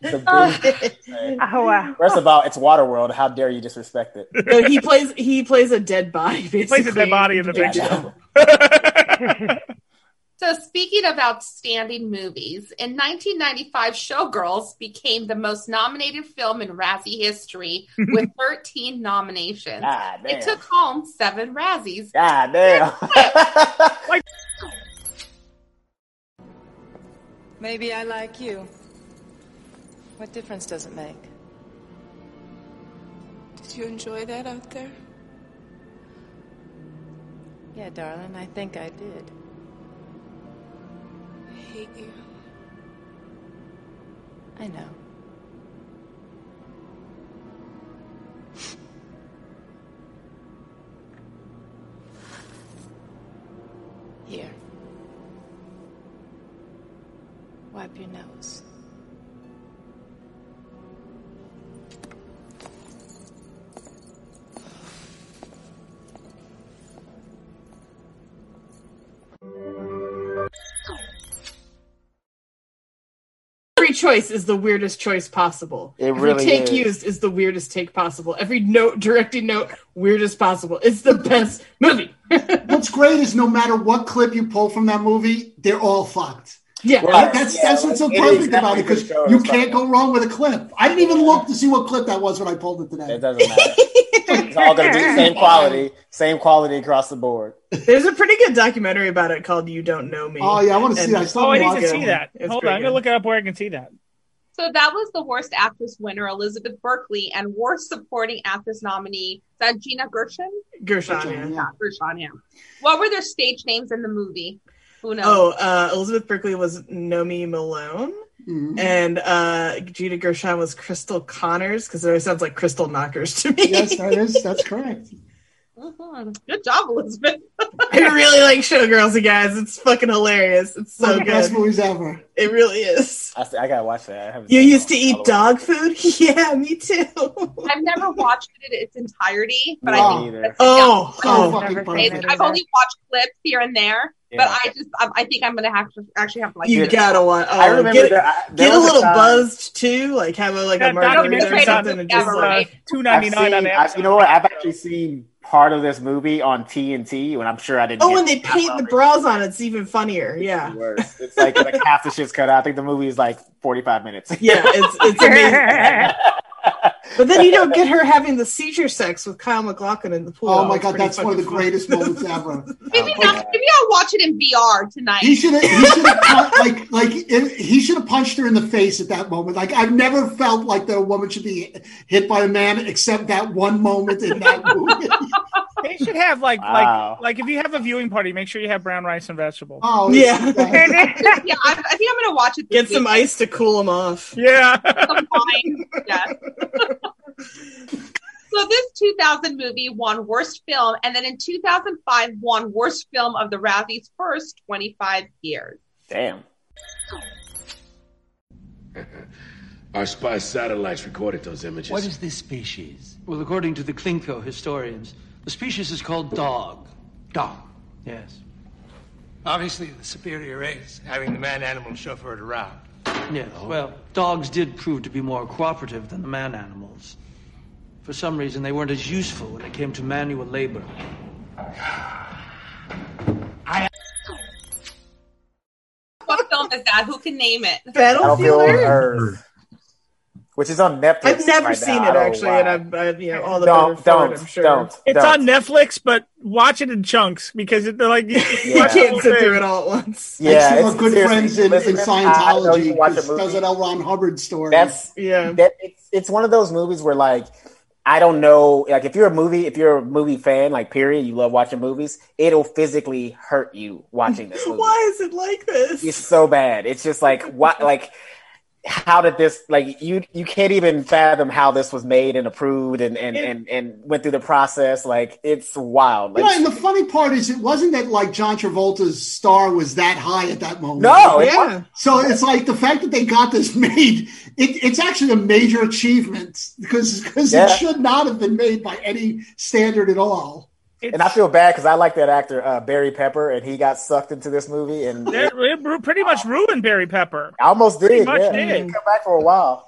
F: The big-
H: Oh wow.
F: First of all, it's Waterworld. How dare you disrespect
E: (laughs)
F: it?
E: No, he plays he plays a dead body. Basically.
D: plays a dead body in The Big
F: Yeah.
D: Chill.
B: So, speaking of outstanding movies, in 1995, Showgirls became the most nominated film in Razzie
E: (laughs)
B: history with 13 nominations.
E: Ah,
F: God
B: It
F: damn.
B: took home seven Razzies.
F: God damn.
R: Maybe I like you. What difference does it make?
S: Did you enjoy that out there?
R: Yeah, darling, I think I did.
S: I hate you.
R: I know. Here. Wipe your nose.
E: Every choice is the weirdest choice possible.
F: It
E: Every
F: really
E: take
F: is.
E: used is the weirdest take possible. Every note, directing note, weirdest possible. It's the best movie. (laughs)
C: What's great is no matter what clip you pull from that movie, they're all fucked.
E: Yeah.
C: Right,
E: Right.
C: that's
E: Yeah,
C: that's what's so
E: like, it
C: perfect
E: is
C: about it
E: definitely
C: because
E: good show,
C: you
E: it's
C: can't go wrong with a clip. I didn't even look to see what clip that was when I pulled it today. It
F: doesn't matter. It's all going to be the same quality, same quality across the board.
E: There's a pretty good documentary about it called "You Don't Know Me."
C: Oh, yeah, I wanna see that. I still
D: Oh, I
E: And-
D: need to see that.
E: It's
D: Hold on,
E: pretty
D: I'm
E: good.
D: gonna look it up where I can see that.
B: So that was the Worst Actress winner, Elizabeth Berkley, and Worst Supporting Actress nominee, is that Gina Gershon?
E: Gershon, yeah.
B: Gershon, yeah. What were their stage names in the movie? Who knows?
E: Oh, uh, Elizabeth Berkley was Nomi Malone,
C: Mhm.
E: and uh, Gina Gershon was Crystal Connors because it always sounds like Crystal Knockers to me.
C: Yes, that is that's correct.
B: Mhm. Good job, Elizabeth.
E: (laughs) I really like Showgirls, you guys. It's fucking hilarious. It's so
C: One of
E: good.
C: the best movies ever.
E: It really is.
F: I, I gotta watch that. I haven't
E: You
F: seen
E: used to eat dog food? (laughs) Yeah, me too.
B: I've never watched it in its entirety, but I
F: Wow.
B: think
F: Me either.
B: that's-
E: Oh,
B: yeah,
E: oh. I've
B: it's-
E: never
B: it's-
E: seen it
B: I've
E: either.
B: only watched clips here and there, but
F: Yeah.
B: I just um, I, I think I'm gonna have to actually have to like
E: You
B: get it.
E: gotta want.
F: I
E: oh,
F: remember uh,
E: get,
F: there- I- there
E: get a
F: was a
E: little
F: time-
E: buzzed too. Like have a like a
F: That
E: margarita or
F: documentary's on-
E: something, and
F: yeah,
E: just like
F: right. I've seen- I- You know what? I've actually seen part of this movie on TNT, and I'm sure I didn't.
E: Oh,
F: get
E: when they
F: half
E: paint
F: of
E: the
F: it.
E: bras on, it's even funnier. Yeah,
F: Worse. It's like, like half the shit's cut out. I think the movie is like 45 minutes.
E: yeah, it's it's amazing. but then you don't get her having the seizure sex with Kyle McLaughlin in the pool.
C: Oh my
E: It's
C: god,
E: pretty
C: that's one of the
E: fucking
C: greatest
E: funny.
C: moments ever.
B: Maybe not. Maybe I'll watch it in VR tonight. (laughs)
C: He should have. He should have like like it, he should have punched her in the face at that moment. Like I've never felt like that a woman should be hit by a man except that one moment in that movie.
D: They should have like
C: Wow.
D: like like if you have a viewing party, make sure you have brown rice and vegetables.
C: Oh,
E: Yeah.
D: (laughs)
B: yeah, I, I think I'm gonna watch it.
E: (laughs) Get some ice to cool them off.
D: Yeah.
E: (laughs)
B: Yes. so this 2000 movie won worst film, and then in 2005 won worst film of the Razzies' first 25 years.
F: Damn.
T: (laughs) Our spy satellites recorded those images.
U: What is this species? Well, according to the Klinko historians, the species is called dog. Dog. Yes.
V: Obviously, the superior race, having the man animal chauffeured around.
U: Yes. Well, dogs did prove to be more cooperative than the man animals. For some reason, they weren't as useful when it came to manual labor. I.
B: What film is that? Who can name it?
E: Battlefield Earth.
F: Which is on Netflix.
E: I've never
F: right
E: seen
F: now. I
C: Oh,
E: it
F: don't
E: actually,
F: know
E: and
F: why.
E: I've, I've you know all the
F: Don't-
E: better for it,
F: don't,
E: I'm sure.
F: don't.
D: It's on Netflix, but watch it in chunks because it, they're
F: (laughs)
D: like you
F: You can't sit
E: through it all at once.
F: Yeah,
C: Actually,
F: it's-
C: we're good
F: seriously,
C: friends in, in
F: Elizabeth, I- I know you
C: Scientology.
F: watch a
C: This
F: movie.
C: does an L. Ron Hubbard story.
F: That's
E: yeah.
F: That, it's it's one of those movies where like I don't know like if you're a movie if you're a movie fan like period you love watching movies it'll physically hurt you watching
E: (laughs)
F: this movie.
E: Why is it like this?
F: It's so bad. It's just like what like how did this like you you can't even fathom how this was made and approved and and and, and went through the process like it's wild. (laughs) Like,
C: You know, and the funny part is, it wasn't that like John Travolta's star was that high at that moment.
F: No, it Yeah. wasn't.
C: So it's like the fact that they got this made, it, it's actually a major achievement because because
F: Yeah.
C: it should not have been made by any standard at all.
F: and I feel bad because I like that actor uh, Barry Pepper, and he got sucked into this movie, and
D: That- it ru- pretty much ruined Barry Pepper.
F: almost did.
D: Pretty much
F: yeah,
D: did.
F: come back for a while.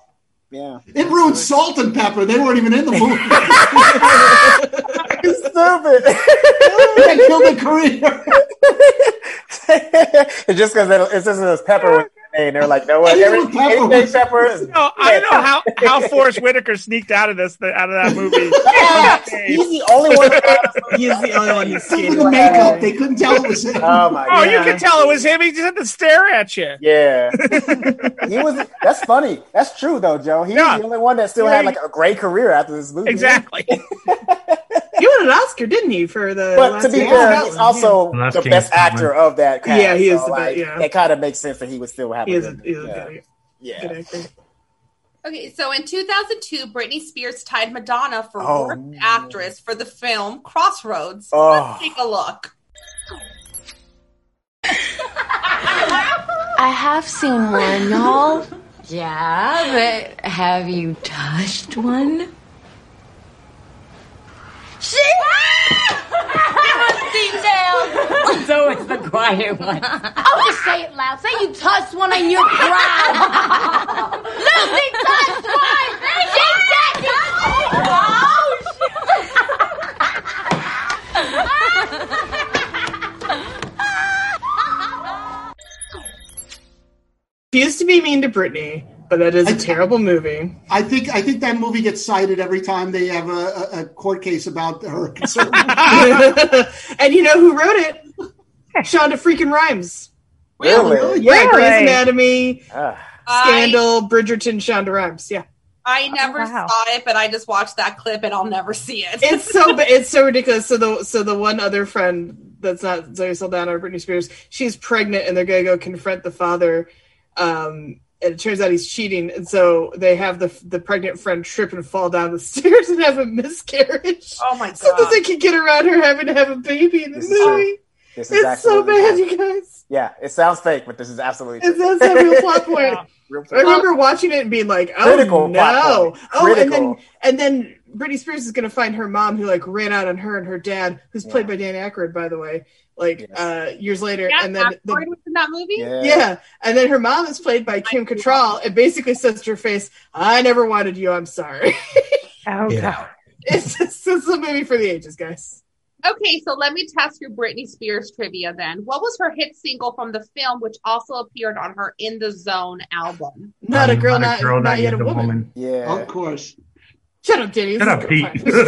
F: Yeah,
C: It ruined Salt and Pepper. They weren't even in
F: (laughs)
C: the movie.
F: It's stupid.
C: (laughs) they killed their career.
F: it's (laughs) just because it's just 'cause Pepper was their name. They're like, no what?
D: Anything
F: Every,
D: with Pepper
F: anything
D: was-
F: Pepper is
D: No, I don't know how how Forrest Whitaker sneaked out of this out of that
F: (laughs)
D: movie.
F: He's the only one.
E: He's the only one who's skating.
C: the makeup, they couldn't tell it was him.
F: Oh my!
D: Oh,
F: God.
D: you could tell it was him. He just had to stare at you.
F: Yeah,
E: (laughs)
F: he was. That's funny. That's true though, Joe. He was the only one that still had like a great career after this movie.
D: Exactly.
E: He won an Oscar, didn't he, for the?
F: But
E: last
F: to be
E: King
F: fair,
E: Scotland?
F: he's also
E: Yeah. Last
F: the
E: King
F: best
E: Scotland.
F: actor of that. Cast,
E: Yeah, he is the best,
F: like,
E: yeah.
F: It kind of makes sense that he would still have.
E: He is a-
F: good,
E: he is a
F: yeah.
E: good-
F: yeah.
E: good actor.
B: Okay, so in 2002, Britney Spears tied Madonna for
F: Oh,
B: worst actress for the film Crossroads.
F: Oh.
B: Let's take a look.
A: I have seen one, y'all. (laughs) Yeah, but have you touched one?
K: She
A: (laughs)
K: It was detailed. It's always the quiet one.
A: Oh, just say it loud. Say you touched one and you're proud. Lucy touched one. She touched one. Oh,
E: Refuse to be mean to Brittany, but that is a terrible movie.
C: I think I think that movie gets cited every time they have a, a, a court case about her concern.
E: (laughs) and you know who wrote it? Shonda freaking Rhimes.
F: Really? Ah.
E: Yeah,
F: Really?
E: Grey's Anatomy,
B: I-
E: Scandal, Bridgerton, Shonda Rhimes. Yeah.
B: I
E: Oh,
B: never saw it, but I just watched that clip and I'll never see it. (laughs)
E: it's so ba- it's so ridiculous. So the so the one other friend that's not Zoe Saldana or Britney Spears, she's pregnant, and they're gonna go confront the father. Um, and it turns out he's cheating, and so they have the the pregnant friend trip and fall down the (laughs) stairs and have a miscarriage.
B: Oh my god!
E: So that they can get around her having to have a baby in the
F: This is true.
E: movie.
F: This is
E: It's so
F: absolutely
E: bad,
F: true.
E: you guys.
F: Yeah, it sounds fake, but this is absolutely
E: It's
F: true.
E: that's a real plot point.
F: Real
E: I remember watching it and being like, "Oh
F: Critical
E: no!"
F: plot point.
E: Oh, and then
F: Critical.
E: and then Britney Spears is going to find her mom, who like ran out on her and her dad, who's played by Dan Aykroyd, by the way. Like uh, years later,
B: Yeah,
E: and then the,
B: was in that movie.
E: yeah. and then her mom is played by Kim Cattrall, and basically says to her face, "I never wanted you. I'm
B: (laughs)
E: sorry."
H: Oh
G: yeah.
E: it's, it's, it's a movie for the ages, guys.
B: Okay, so let me test your Britney Spears trivia then. What was her hit single from the film, which also appeared on her In the Zone album?
E: Not a girl,
G: I'm
E: not, not, yet a woman.
F: Yeah.
C: Of course.
E: Shut up, Denny.
G: Shut
E: (laughs)
G: up, Pete.
B: So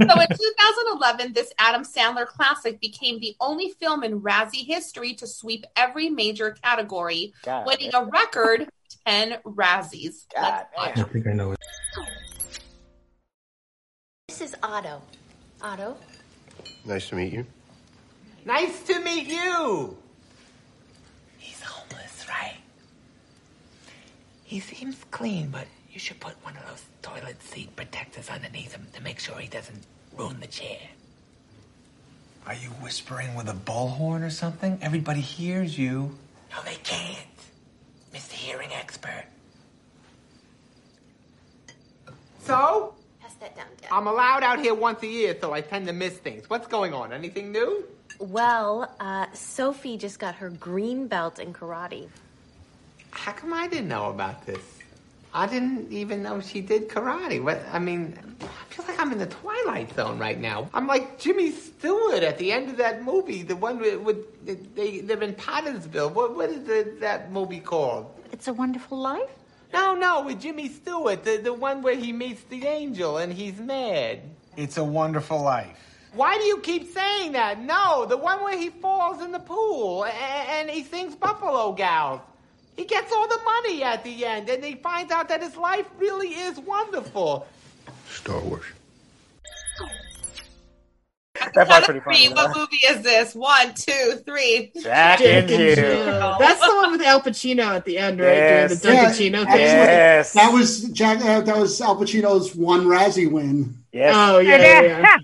B: in 2011, this Adam Sandler classic became the only film in Razzie history to sweep every major category,
G: God.
B: winning a record 10 Razzies. Let's watch.
G: I think I know it.
A: This is Otto. Otto?
P: Nice to meet you.
K: Nice to meet you.
W: He's homeless, right? He seems clean, but you should put one of those toilet seat protectors underneath him to make sure he doesn't ruin the chair.
K: Are you whispering with a bullhorn or something? Everybody hears you.
W: No, they can't. Mr. Hearing Expert.
K: So?
A: Pass that down, Dad.
K: I'm allowed out here once a year, so I tend to miss things. What's going on? Anything new?
A: Well, uh, Sophie just got her green belt in karate.
K: How come I didn't know about this? I didn't even know she did karate. What? I mean, I feel like I'm in the twilight zone right now. I'm like Jimmy Stewart at the end of that movie, the one with, with they they're in Pottersville. What what is the, that movie called?
A: It's a wonderful life?
K: No, no, with Jimmy Stewart, the, the one where he meets the angel and he's mad.
X: It's a wonderful life.
K: Why do you keep saying that? No, the one where he falls in the pool a- and, he sings Buffalo Gals. He gets all the money at the end and he finds out that his life really is wonderful.
P: Star Wars.
F: That part's pretty
B: Three,
F: funny.
B: what
F: though.
B: movie is this? One, two, three.
F: Jack and Jill.
E: That's the one with Al Pacino at the end, right?
F: Yes.
E: During the Don
F: Yeah.
E: Pacino thing.
F: Actually, Yes.
C: That was Jack. Uh, that was Al Pacino's one Razzie win.
F: Yes.
E: Oh, yeah, yeah, yeah.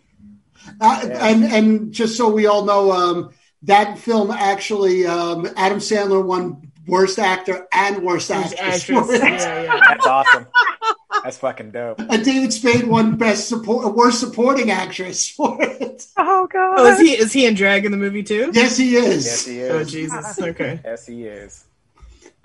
C: Uh, and and just so we all know, um, that film actually um, Adam Sandler won worst actor and worst actress. (laughs) for it.
F: That's awesome. That's fucking dope.
C: And David Spade won best support, worst supporting actress for it.
H: Oh god!
E: Oh, is
C: (laughs)
E: he is he in drag in the movie too?
C: Yes, he is.
F: Yes, he is. (laughs)
E: Oh Jesus! Okay.
F: Yes, he is.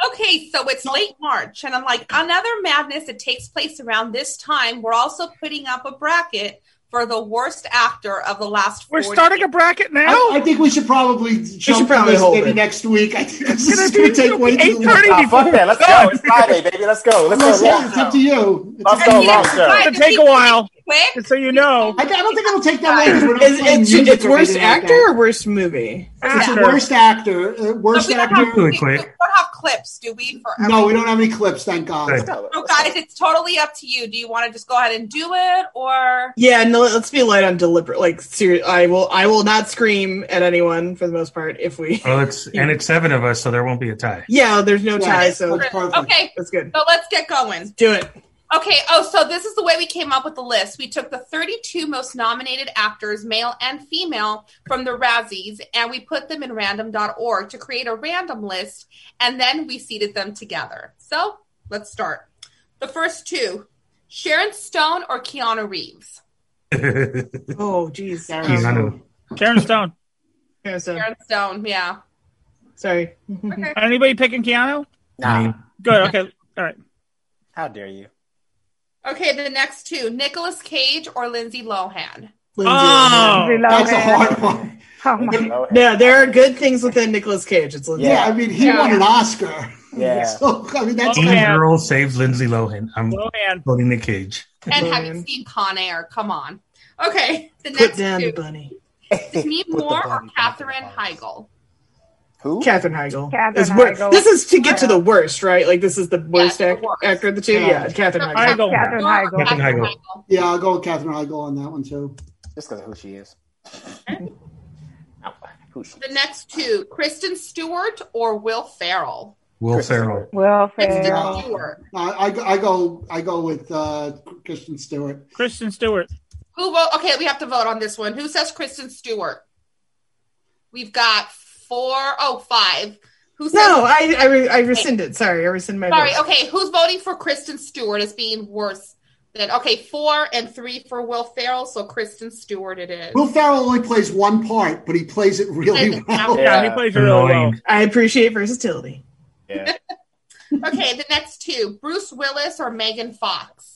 B: Okay, so it's late March, and unlike another madness that takes place around this time, we're also putting up a bracket for the worst actor of the last.
D: We're
B: 40
D: starting a bracket now.
C: I think we should probably jump
E: should
C: to
E: probably
C: this
E: hold
C: maybe
E: it.
C: next week. I think this is going to take way too long.
F: Ah, fuck that. Let's go. It's Friday, baby. Let's go. Let's
C: Let's
F: go.
C: go.
F: long
C: It's up to
F: show.
C: you.
F: Let's go long show.
D: It'll take a while. Just so you know.
C: I, I don't think it'll take that long. 'cause we're not
E: Is,
C: playing
E: it's
C: music
E: it's
C: or
E: worst
C: anything like
E: actor
C: that.
E: or worst movie?
C: It's a worst actor. uh, worst actor.
G: Really quick.
B: We don't have clips, do we? For
C: No, we don't have any clips. Thank God.
G: Good.
B: So, guys, it's totally up to you. Do you want to just go ahead and do it, or
E: Yeah, no. Let's be light on deliberate. Like, serious. I will. I will not scream at anyone for the most part. If
G: (laughs)
E: we,
G: Well, oh, it's and it's seven of us, so there won't be a tie.
E: yeah, there's no tie, so
B: okay?
E: that's good.
G: (laughs)
B: So let's get going.
E: Do it.
B: Okay, oh, so this is the way we came up with the list. We took the 32 most nominated actors, male and female, from the Razzies, and we put them in random.org to create a random list, and then we seated them together. So let's start. The first two Sharon Stone or Keanu Reeves?
E: oh, geez.
D: Keanu. Sharon Stone.
E: Sharon Stone.
B: Sharon Stone, yeah.
E: Sorry.
D: Are anybody picking Keanu?
F: Nah.
D: Good. Okay. All right.
F: How dare you?
B: Okay, the next two Nicolas Cage or Lindsay Lohan?
D: Oh,
E: Lindsay
D: that's
E: a hard
C: one.
H: Oh my.
E: Yeah, there are good things within Nicolas Cage. It's legit.
C: Yeah, I mean, he won an Oscar.
F: Yeah.
E: (laughs)
C: So, I mean, that's
D: Lohan.
C: kind
D: Yeah.
G: Girl saves Lindsay Lohan. I'm
D: Lohan.
G: voting Nick Cage.
B: And have you seen Con Air? Come on. Okay, the
E: Put
B: next
E: down
B: two
E: the bunny.
B: Demi Moore or Katherine Heigl?
F: Who?
E: Katherine Heigl.
H: Katherine
E: Is wor-
H: Heigl.
E: This is to get to the worst, right? Like this is the worst,
B: the
E: act-
B: worst.
E: actor of the two. Yeah, Katherine
B: No,
E: Heigl.
D: Heigl.
H: Katherine Heigl.
G: Katherine Heigl.
C: of- yeah, I'll go with Catherine Heigl on that one too.
F: Just because of who she is. Oh, who she
B: The next two Kristen Stewart or Will Farrell?
G: Will
F: Kristen
G: Ferrell.
H: Will
B: Kristen
H: Ferrell.
B: Stewart.
C: I, I, I go I go with uh, Kristen Stewart.
D: Kristen Stewart.
B: Who vote? Okay, we have to vote on this one. Who says Kristen Stewart? We've got four. Oh, five. Who says?
E: No, I I, re- I rescinded. Sorry, I rescind my
B: Sorry.
E: vote.
B: Okay, who's voting for Kristen Stewart as being worse than? Okay, four and three for Will Ferrell. So Kristen Stewart it is.
C: Will Farrell only plays one part, but he plays it really
B: Plays it
C: well.
D: Yeah, he
F: Yeah.
D: plays really well.
G: Annoying.
E: I appreciate versatility.
F: Yeah.
B: (laughs) Okay, the next two: Bruce Willis or Megan Fox.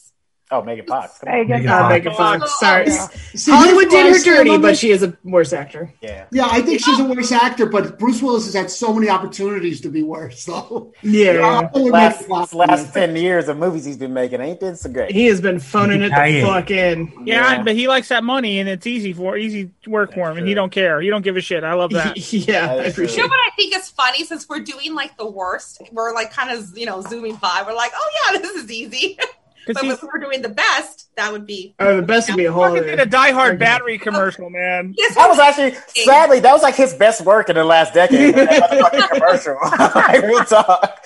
F: Oh, Megan Fox. Come on.
H: Megan
G: Megan
E: Uh,
H: Fox.
G: Fox.
E: Megan Fox. Sorry.
B: Yeah.
C: See,
E: Hollywood
C: here's why
E: did
C: I
E: her
C: stand
E: dirty,
C: on
E: but
C: this-
E: she is a worse actor.
F: Yeah.
C: Yeah, I think she's a worse actor, but Bruce Willis has had so many opportunities to be worse. So
E: Yeah.
C: I would
F: Last,
C: make Fox
F: last
C: win.
F: ten years of movies he's been making ain't been so great.
E: He has been phoning it the
G: Dying.
E: fuck in.
D: Yeah,
F: Yeah.
D: but he likes that money, and it's easy for easy work for him, and he don't care. He don't give a shit. I love
E: (laughs)
D: that.
E: yeah, I
F: That is
B: You know
E: appreciate.
B: what I think is funny? Since we're doing like the worst, we're like kind of you know zooming by. We're like, oh yeah, (laughs) this is easy.
D: Because
B: But
D: he's
B: if we were doing the best, that would be.
E: Oh, the best would be a whole
D: fucking did a
E: other.
D: Die Hard battery commercial, man.
B: This
F: That was actually, sadly, that was like his best work in the last
E: (laughs)
F: decade. That motherfucking commercial. (laughs) like, real talk.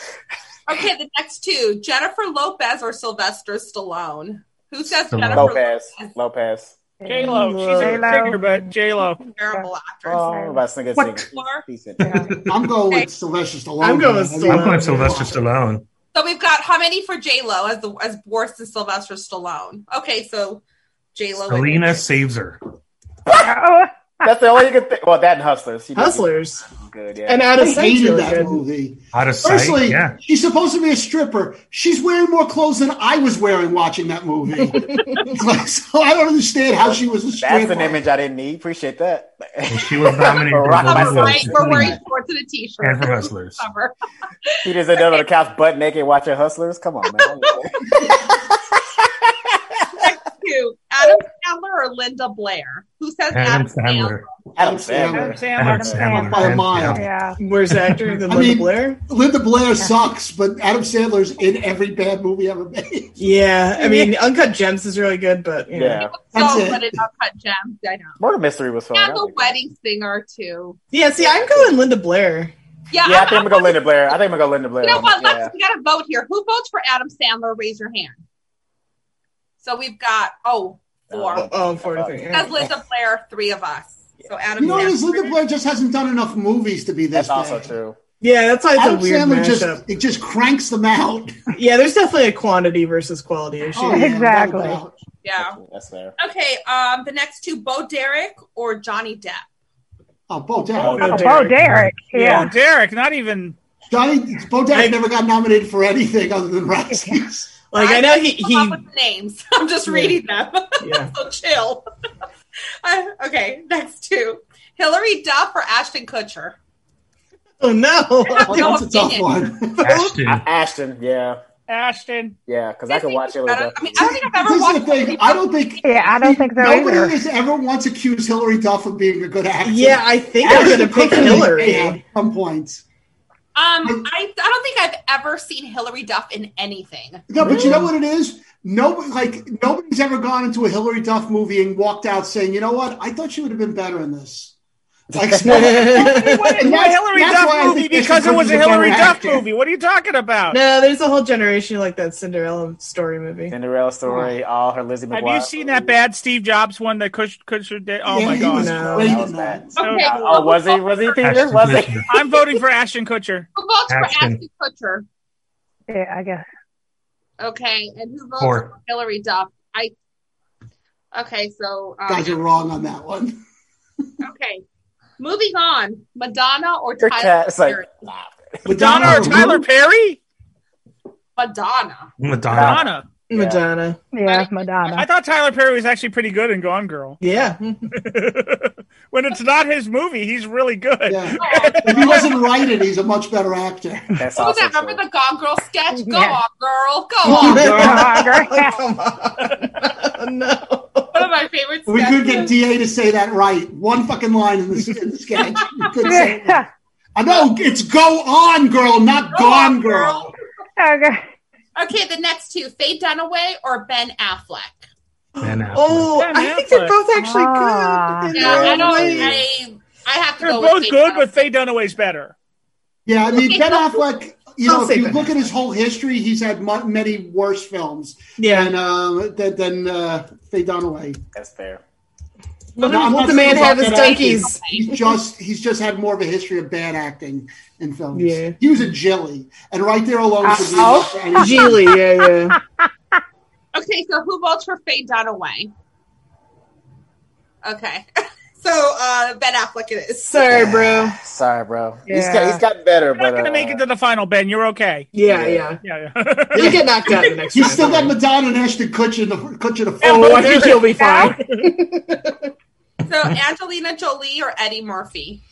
B: okay, the next two Jennifer Lopez or Sylvester Stallone. Who says
G: Stallone.
B: Jennifer
F: Lopez. Lopez.
D: J Lo, she's a
H: J-Lo.
D: singer, but J Lo.
B: is a terrible actress?
F: Oh, about singing.
C: What?
F: Decent.
C: I'm going
E: (laughs)
C: with Sylvester Stallone.
E: I'm going with
C: I mean,
E: Stallone.
G: I'm going Sylvester Stallone.
B: So we've got how many for J Lo as the as worse than Sylvester Stallone? Okay, so J Lo.
G: Selena saves her.
H: Oh,
F: (laughs) That's the only you can think. Well, that and Hustlers. She did
E: Hustlers
F: Good, yeah.
E: and out
C: I
E: of sight.
C: hated
E: really
C: that
E: good.
C: movie.
G: Out of sight.
C: Firstly,
G: yeah.
C: she's supposed to be a stripper. She's wearing more clothes than I was wearing watching that
E: (laughs)
C: movie. (laughs) It's like, so I don't understand how she was a stripper.
F: That's an image I didn't need. Appreciate that.
G: And she was
F: (laughs)
G: nominated for
F: Rock
G: both
F: my
B: All
G: of those.
B: right, we're wearing
G: And
B: shorts and a t-shirt.
G: for Hustlers.
B: Cover.
F: She just ended up on the couch butt naked watching Hustlers. Come on, (laughs) man.
B: Two, Adam Sandler or Linda Blair? Who says
G: Adam Sandler.
F: Adam
D: Adam
F: Sandler.
D: Sandler.
G: Adam
H: Sandler.
G: Sandler.
C: By a
G: Adam
C: mile.
G: Sandler.
H: yeah.
E: Worse actor than
C: I
E: (laughs) Linda
C: mean-
E: Blair.
C: Linda Blair sucks, but Adam Sandler's in every bad movie ever made.
E: Yeah, I mean, Uncut Gems is really good, but you know.
F: Yeah.
C: That's
B: so
C: it.
B: good in Uncut Gems. I know.
F: Murder Mystery was fun.
B: And
F: I
B: the
F: like that.
B: wedding singer too.
E: Yeah, see, I'm going Linda Blair.
B: Yeah,
F: Yeah, I
B: I'm-
F: think I'm gonna go Linda Blair. I think I'm gonna go Linda Blair.
B: you know
F: on
B: what?
F: that.
B: Let's we got to vote here. Who votes for Adam Sandler? Raise your hand. So we've got oh four.
F: Uh,
E: Oh, 43.
B: Says
E: Yeah.
B: Linda Blair, three of us. So Adam
C: You know what it
B: Sandler.
C: is? Linda Blair just hasn't done enough movies to be
F: That's
C: this
F: also
C: bad.
F: true.
E: yeah, that's why it's
C: Adam
E: a weird
C: Sandler
E: matchup.
C: just it just cranks them out.
E: Yeah, there's definitely a quantity versus quality issue.
C: Oh, yeah, without a
H: Exactly.
C: doubt.
B: Yeah.
F: That's fair.
B: Okay. Um, the next two, Bo Derek or Johnny Depp.
C: Oh, Bo Derek.
H: Oh,
E: Bo
H: Bo Derek.
D: Yeah,
H: Yeah.
D: Derek. Not even.
C: Johnny Bo Derek never got nominated for anything other than Razzies.
E: Like I know he,
B: didn't come
E: he
B: up with the names. (laughs) I'm just reading them. (laughs)
E: yeah.
B: so chill. (laughs) I- okay. Next two, Hillary Duff or Ashton Kutcher.
E: Oh
B: (laughs)
E: no.
C: Oh,
B: No
C: that's a tough
B: opinion.
C: one.
F: (laughs)
G: Ashton.
F: A- Ashton, yeah,
E: (laughs)
D: Ashton.
F: yeah, because I could watch it.
B: I, don't- I mean, I don't think I've ever
C: This is
B: watched
C: the thing. I don't think
H: Yeah, I don't think so
C: nobody
H: either.
C: has ever once accused Hillary Duff of being a good actor.
E: Yeah, I think I'm gonna pick
C: At
E: Hillary.
C: some points.
B: Um, I, I don't think I've ever seen Hillary Duff in anything.
C: No, but you know what it is? Nobody like nobody's ever gone into a Hillary Duff movie and walked out saying, "You know what? I thought she would have been better in this."
H: (laughs)
C: Like, Hillary
D: Why did my Hillary Duff movie because it was a Hillary Duff movie? What are you talking about?
E: No, there's a whole generation like that Cinderella story movie.
F: Cinderella story, all her Lizzie
D: Have
F: McGuire.
D: you seen that bad Steve Jobs one that Kush, Kusher did? Oh my god,
F: No, that was bad. Oh, was he? Was he Peter? Was he?
D: I'm voting for Ashton Kutcher.
B: Who votes for
F: Ashton.
B: Ashton Kutcher?
H: Yeah, I guess.
B: Okay, and who votes
C: Four.
B: for Hillary Duff? I. Okay, so um,
C: Guys are wrong on that one.
B: okay, moving on. Madonna or
C: Your
B: Tyler
C: cat's like,
B: Perry?
D: Madonna or Tyler Perry?
B: Madonna.
G: Madonna.
D: Madonna.
E: Madonna.
H: Yeah, Madonna.
D: I thought Tyler Perry was actually pretty good in Gone Girl. (laughs)
E: Yeah. Mm-hmm.
D: when it's not his movie, he's really good. (laughs)
C: If he doesn't write it, he's a much better actor.
F: That's
B: Who was that? Remember the Gone Girl sketch? Go
C: Yeah.
B: on, girl. Go
C: (laughs)
B: on. (laughs)
C: Come
E: on. No.
B: One of my favorite.
C: We could get
B: sketches.
C: DA to say that right. One fucking line in the, in the sketch. We could say that. I know it's go on, girl, not gone, girl.
H: Okay.
B: Okay, the next two: Faye Dunaway or Ben Affleck.
E: Oh, I think they're both actually good. in
B: Ah. Yeah, I
E: their
B: don't.
E: ways.
B: I, I have to
D: They're
B: go
D: both
B: with Faye
D: good, but Faye Dunaway's better.
C: Yeah, I mean,
B: Okay,
C: Ben
B: so-
C: Affleck, you
B: I'll
C: know,
B: say
C: if you
B: Ben
C: look at his whole history, he's had mu- many worse films
E: Yeah.
C: than, uh, than, than uh, Faye Dunaway.
F: That's fair.
C: No,
E: Let
C: I'm
E: him-
C: not
E: let the man
C: saying
E: have his
C: he's not bad acting.
E: donkeys.
C: He's just he's just had more of a history of bad acting in films.
E: Yeah.
C: He was a jelly, and right there alone should be enough for any-
E: Geely, yeah, yeah.
B: Okay, so who votes for Faye Dunaway? Okay, (laughs) so uh, Ben Affleck it is.
E: Sorry, bro.
F: Sorry, bro. He's,
D: Yeah.
F: got, he's gotten better,
D: You're not
F: but
D: going to
F: uh,
D: make it to the final, Ben. You're okay.
E: Yeah, yeah.
D: Yeah, (laughs)
E: You'll get knocked out the next
C: He's
E: round,
C: still got
E: don't
C: Madonna and Ashton Kutcher in the Kutcher
D: (laughs)
C: the
E: Oh, I think he'll be fine.
C: (laughs)
B: So Angelina Jolie or Eddie Murphy?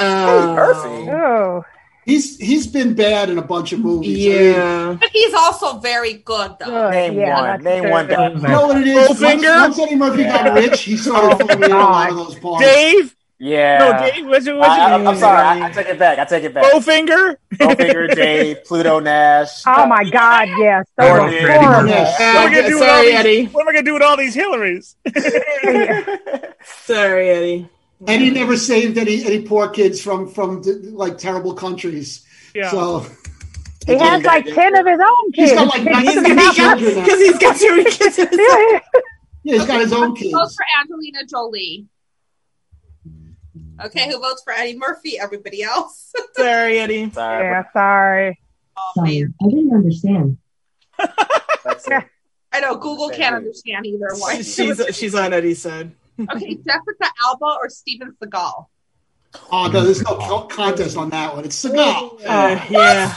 C: Murphy.
H: Oh.
C: He's he's been bad in a bunch of movies. I mean,
E: Yeah.
B: But he's also very good,
D: Oh,
B: though.
F: Name
C: Oh, yeah,
F: one.
C: that's
F: Name
C: fair.
F: one.
C: You know what it is? Once,
D: Goldfinger?
C: once Eddie Murphy got rich, he started throwing me out a lot of those parts.
D: Dave?
F: Yeah.
D: No, Dave, was it? Was
F: I,
D: it
F: I, am sorry. I, I take it back. I take it back.
D: Bowfinger?
F: Bowfinger, Dave, Pluto Nash.
B: (laughs)
H: Oh my God! Yes. So
F: Or
H: horrible.
F: Eddie Murphy.
D: What am I gonna do with all
E: Sorry,
D: these-
E: Eddie.
D: What am I going to do with all these Hillarys?
E: Sorry, Eddie.
C: And he never saved any any poor kids from from like terrible countries.
D: Yeah.
C: So
H: He has
C: (laughs)
H: like ten of his own kids.
C: He's got like 19 children
E: (laughs)
C: now.
E: Because he's got so many kids.
H: Yeah.
C: Yeah, he's got his own
B: Who
C: kids.
B: votes for Angelina Jolie? Okay, who votes for Eddie Murphy? Everybody else. (laughs)
E: Sorry, Eddie.
F: Sorry.
H: yeah. Sorry.
B: Sorry,
H: I didn't understand.
B: I know Google can't understand either
C: (laughs)
B: one.
E: She's, she's she's on Eddie's side.
B: okay, Jessica Alba or Steven
C: (laughs)
B: Seagal?
C: Oh no, there's no co- contest on that one. It's Seagal.
E: Uh, yeah.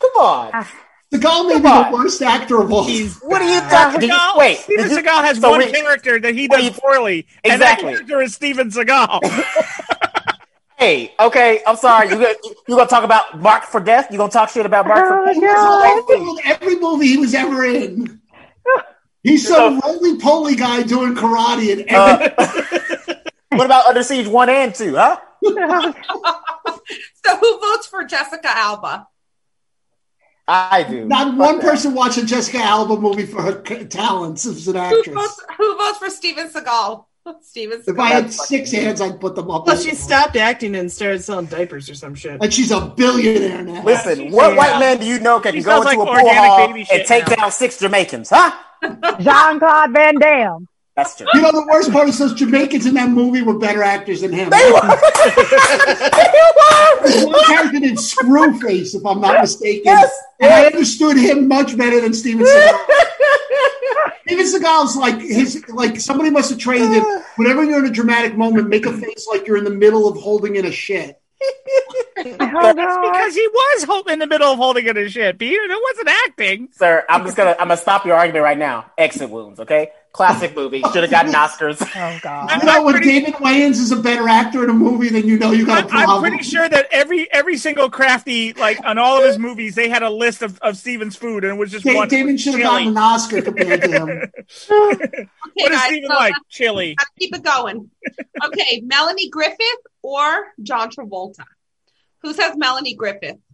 F: Come
D: Uh,
F: on.
C: Seagal may be the worst actor of all.
F: What are you
E: Uh,
F: talking? Did you,
D: Uh, Seagal,
F: wait.
D: Steven
F: did you-
D: Seagal has
F: so
D: one
F: we-
D: character that he does poorly, and that
F: Exactly.
D: character is Steven Seagal.
F: (laughs) Hey, okay, I'm sorry. You gonna, you gonna talk about Mark for Death? You gonna talk shit about Mark
H: Uh,
F: for Death?
C: He was all over every movie he was ever
F: (laughs)
C: in. He's some roly poly guy doing karate in every.
F: Uh, What about Under Siege one and two? Huh?
B: So who votes for Jessica Alba?
F: I do.
C: not
F: Fuck
C: one
F: that.
C: person watched a Jessica Alba movie for her c- talents as an
B: Who
C: actress.
B: votes, who votes for Steven Seagal? (laughs) Steven
C: If I had
B: Seagal.
C: six hands, I'd put them up.
E: Well, she stopped acting and started selling diapers or some shit.
C: and she's a billionaire now.
F: Listen, what
C: yeah.
F: white man do you know can
C: She
F: go
C: sounds
F: into
C: like
F: a pool
C: organic
F: hall
C: baby
F: and
C: shit
F: take
C: now.
F: down six Jamaicans? Huh?
H: Jean Claude Van Damme.
F: That's true.
C: You know the worst part is those Jamaicans in that movie were better actors than him.
F: They
C: (laughs)
F: were.
C: There's one character named Screwface, if I'm not mistaken.
F: Yes.
C: And I understood him much better than Steven
F: (laughs)
C: Seagal. Steven Seagal's like his like somebody must have trained him. Whenever you're in a dramatic moment, make a face like you're in the middle of holding in a shit.
D: That's because he was ho- in the middle of holding it and shit, Peter. It wasn't acting.
F: Sir, I'm just gonna I'm gonna stop your argument right now. Exit wounds, okay? Classic movie.
H: (laughs)
F: Should have gotten Oscars.
H: Oh god.
C: You know, when David Wayans is a better actor in a movie, then you know you got a problem.
D: I'm pretty sure that every every single crafty, like on all of his movies, they had a list of, of Steven's food, and it was just
C: Da-
D: one.
C: David should have gotten
D: chili.
C: an Oscar compared to
D: (laughs)
C: him.
D: What is
B: guys,
D: Steven
B: so
D: like?
B: let's-
D: Chili.
B: Gotta keep it going. Okay, Melanie Griffith or John Travolta? Who says Melanie Griffith?
E: (laughs)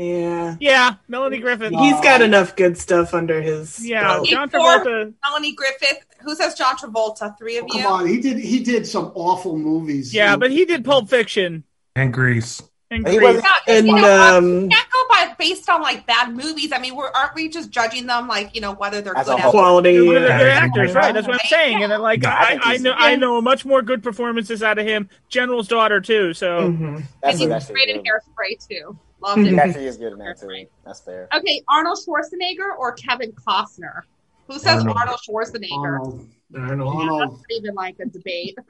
E: Yeah.
D: Yeah, Melanie Griffith.
E: He's got enough good stuff under his.
D: Yeah,
E: belt.
D: John
B: Or
D: Travolta.
B: Melanie Griffith. Who says John Travolta? Three of you.
C: Oh, Come on, he did. He did some awful movies.
D: Yeah, but he did Pulp Fiction.
G: and Grease.
D: And
C: He
D: Grease.
C: wasn't-
E: And um,
B: can't go by based on like bad movies. I mean, we're, aren't we just judging them like you know whether they're good actors?
E: quality.
D: They're, they're
E: yeah.
D: actors, right? That's what I'm saying. And then, like,
G: Yeah, I
D: I,
G: think
D: I
G: he's-
D: know, I know much more good performances out of him. General's daughter too. So
E: Mm-hmm.
B: And
F: That's
B: he
F: what
B: was
F: that's
B: great in Hairspray too. Loved
F: (laughs) He
B: it.
F: actually is good in that too. That's fair.
B: okay, Arnold Schwarzenegger or Kevin Costner? Who says
F: Arnold.
B: Arnold Schwarzenegger? Yeah, that's
C: Arnold.
B: not even like a debate. (laughs)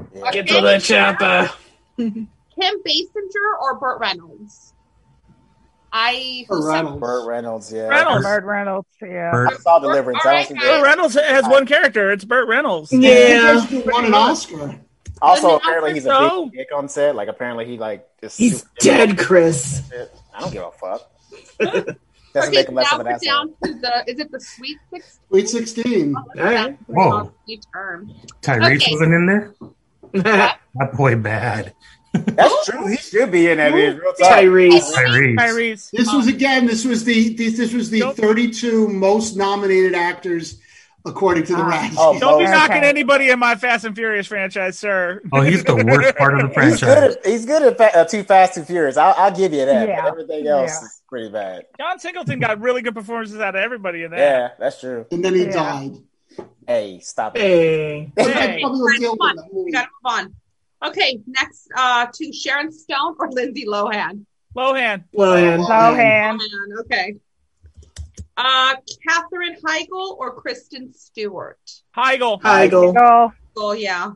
B: Okay.
E: Get to the chopper.
B: Kim Basinger or Burt Reynolds? I who
F: Burt
B: said-
F: Reynolds. Burt Reynolds, yeah.
D: Reynolds.
H: Burt Reynolds, yeah.
F: I saw Deliverance. I don't think
D: Burt
F: they-
D: Reynolds has one character. It's Burt Reynolds.
E: Yeah.
C: He won an Oscar.
F: Also,
D: Doesn't
F: apparently
D: Alfred
F: he's
D: know?
F: a big dick on set. Like, apparently he like is
E: He's
F: super-
E: dead, Chris.
F: I don't give a fuck.
D: (laughs)
F: Doesn't make him less
B: now
F: of an
B: we're
F: asshole.
B: down to the is it the sweet six?
C: Sweet sixteen.
E: Alright.
G: Whoa.
B: New term.
G: Tyrese
B: Okay.
G: wasn't
E: (laughs)
G: in there? That boy bad.
F: That's true. He should be in that. bitch, Real talk.
E: Tyrese.
G: Tyrese.
D: Tyrese.
C: This was again. This was the this, this was the 32 most nominated actors according to the Razzies.
F: Oh,
D: Don't be
F: Okay.
D: knocking anybody in my Fast and Furious franchise, sir.
G: Oh, he's the
D: (laughs)
G: worst part of the
F: He's
G: franchise.
F: good. At, he's good at fa- uh, Too Fast, Too Furious. I'll, I'll give you that.
D: Yeah.
F: But everything else
D: Yeah.
F: is pretty bad.
D: John Singleton got really good performances out of everybody in that.
F: Yeah, that's true.
C: And then he
D: Yeah.
C: died.
F: Hey, stop it.
E: Hey.
D: Hey.
C: Probably
B: Alright,
C: was the
B: come
C: only-
B: on. We gotta move on. Okay, next uh to Sharon Stone or Lindsay Lohan.
D: Lohan.
E: Lohan.
H: Lohan.
B: Lohan, okay. Uh Katherine Heigl or Kristen Stewart?
D: Heigl.
E: Heigl.
H: Go.
B: Oh yeah.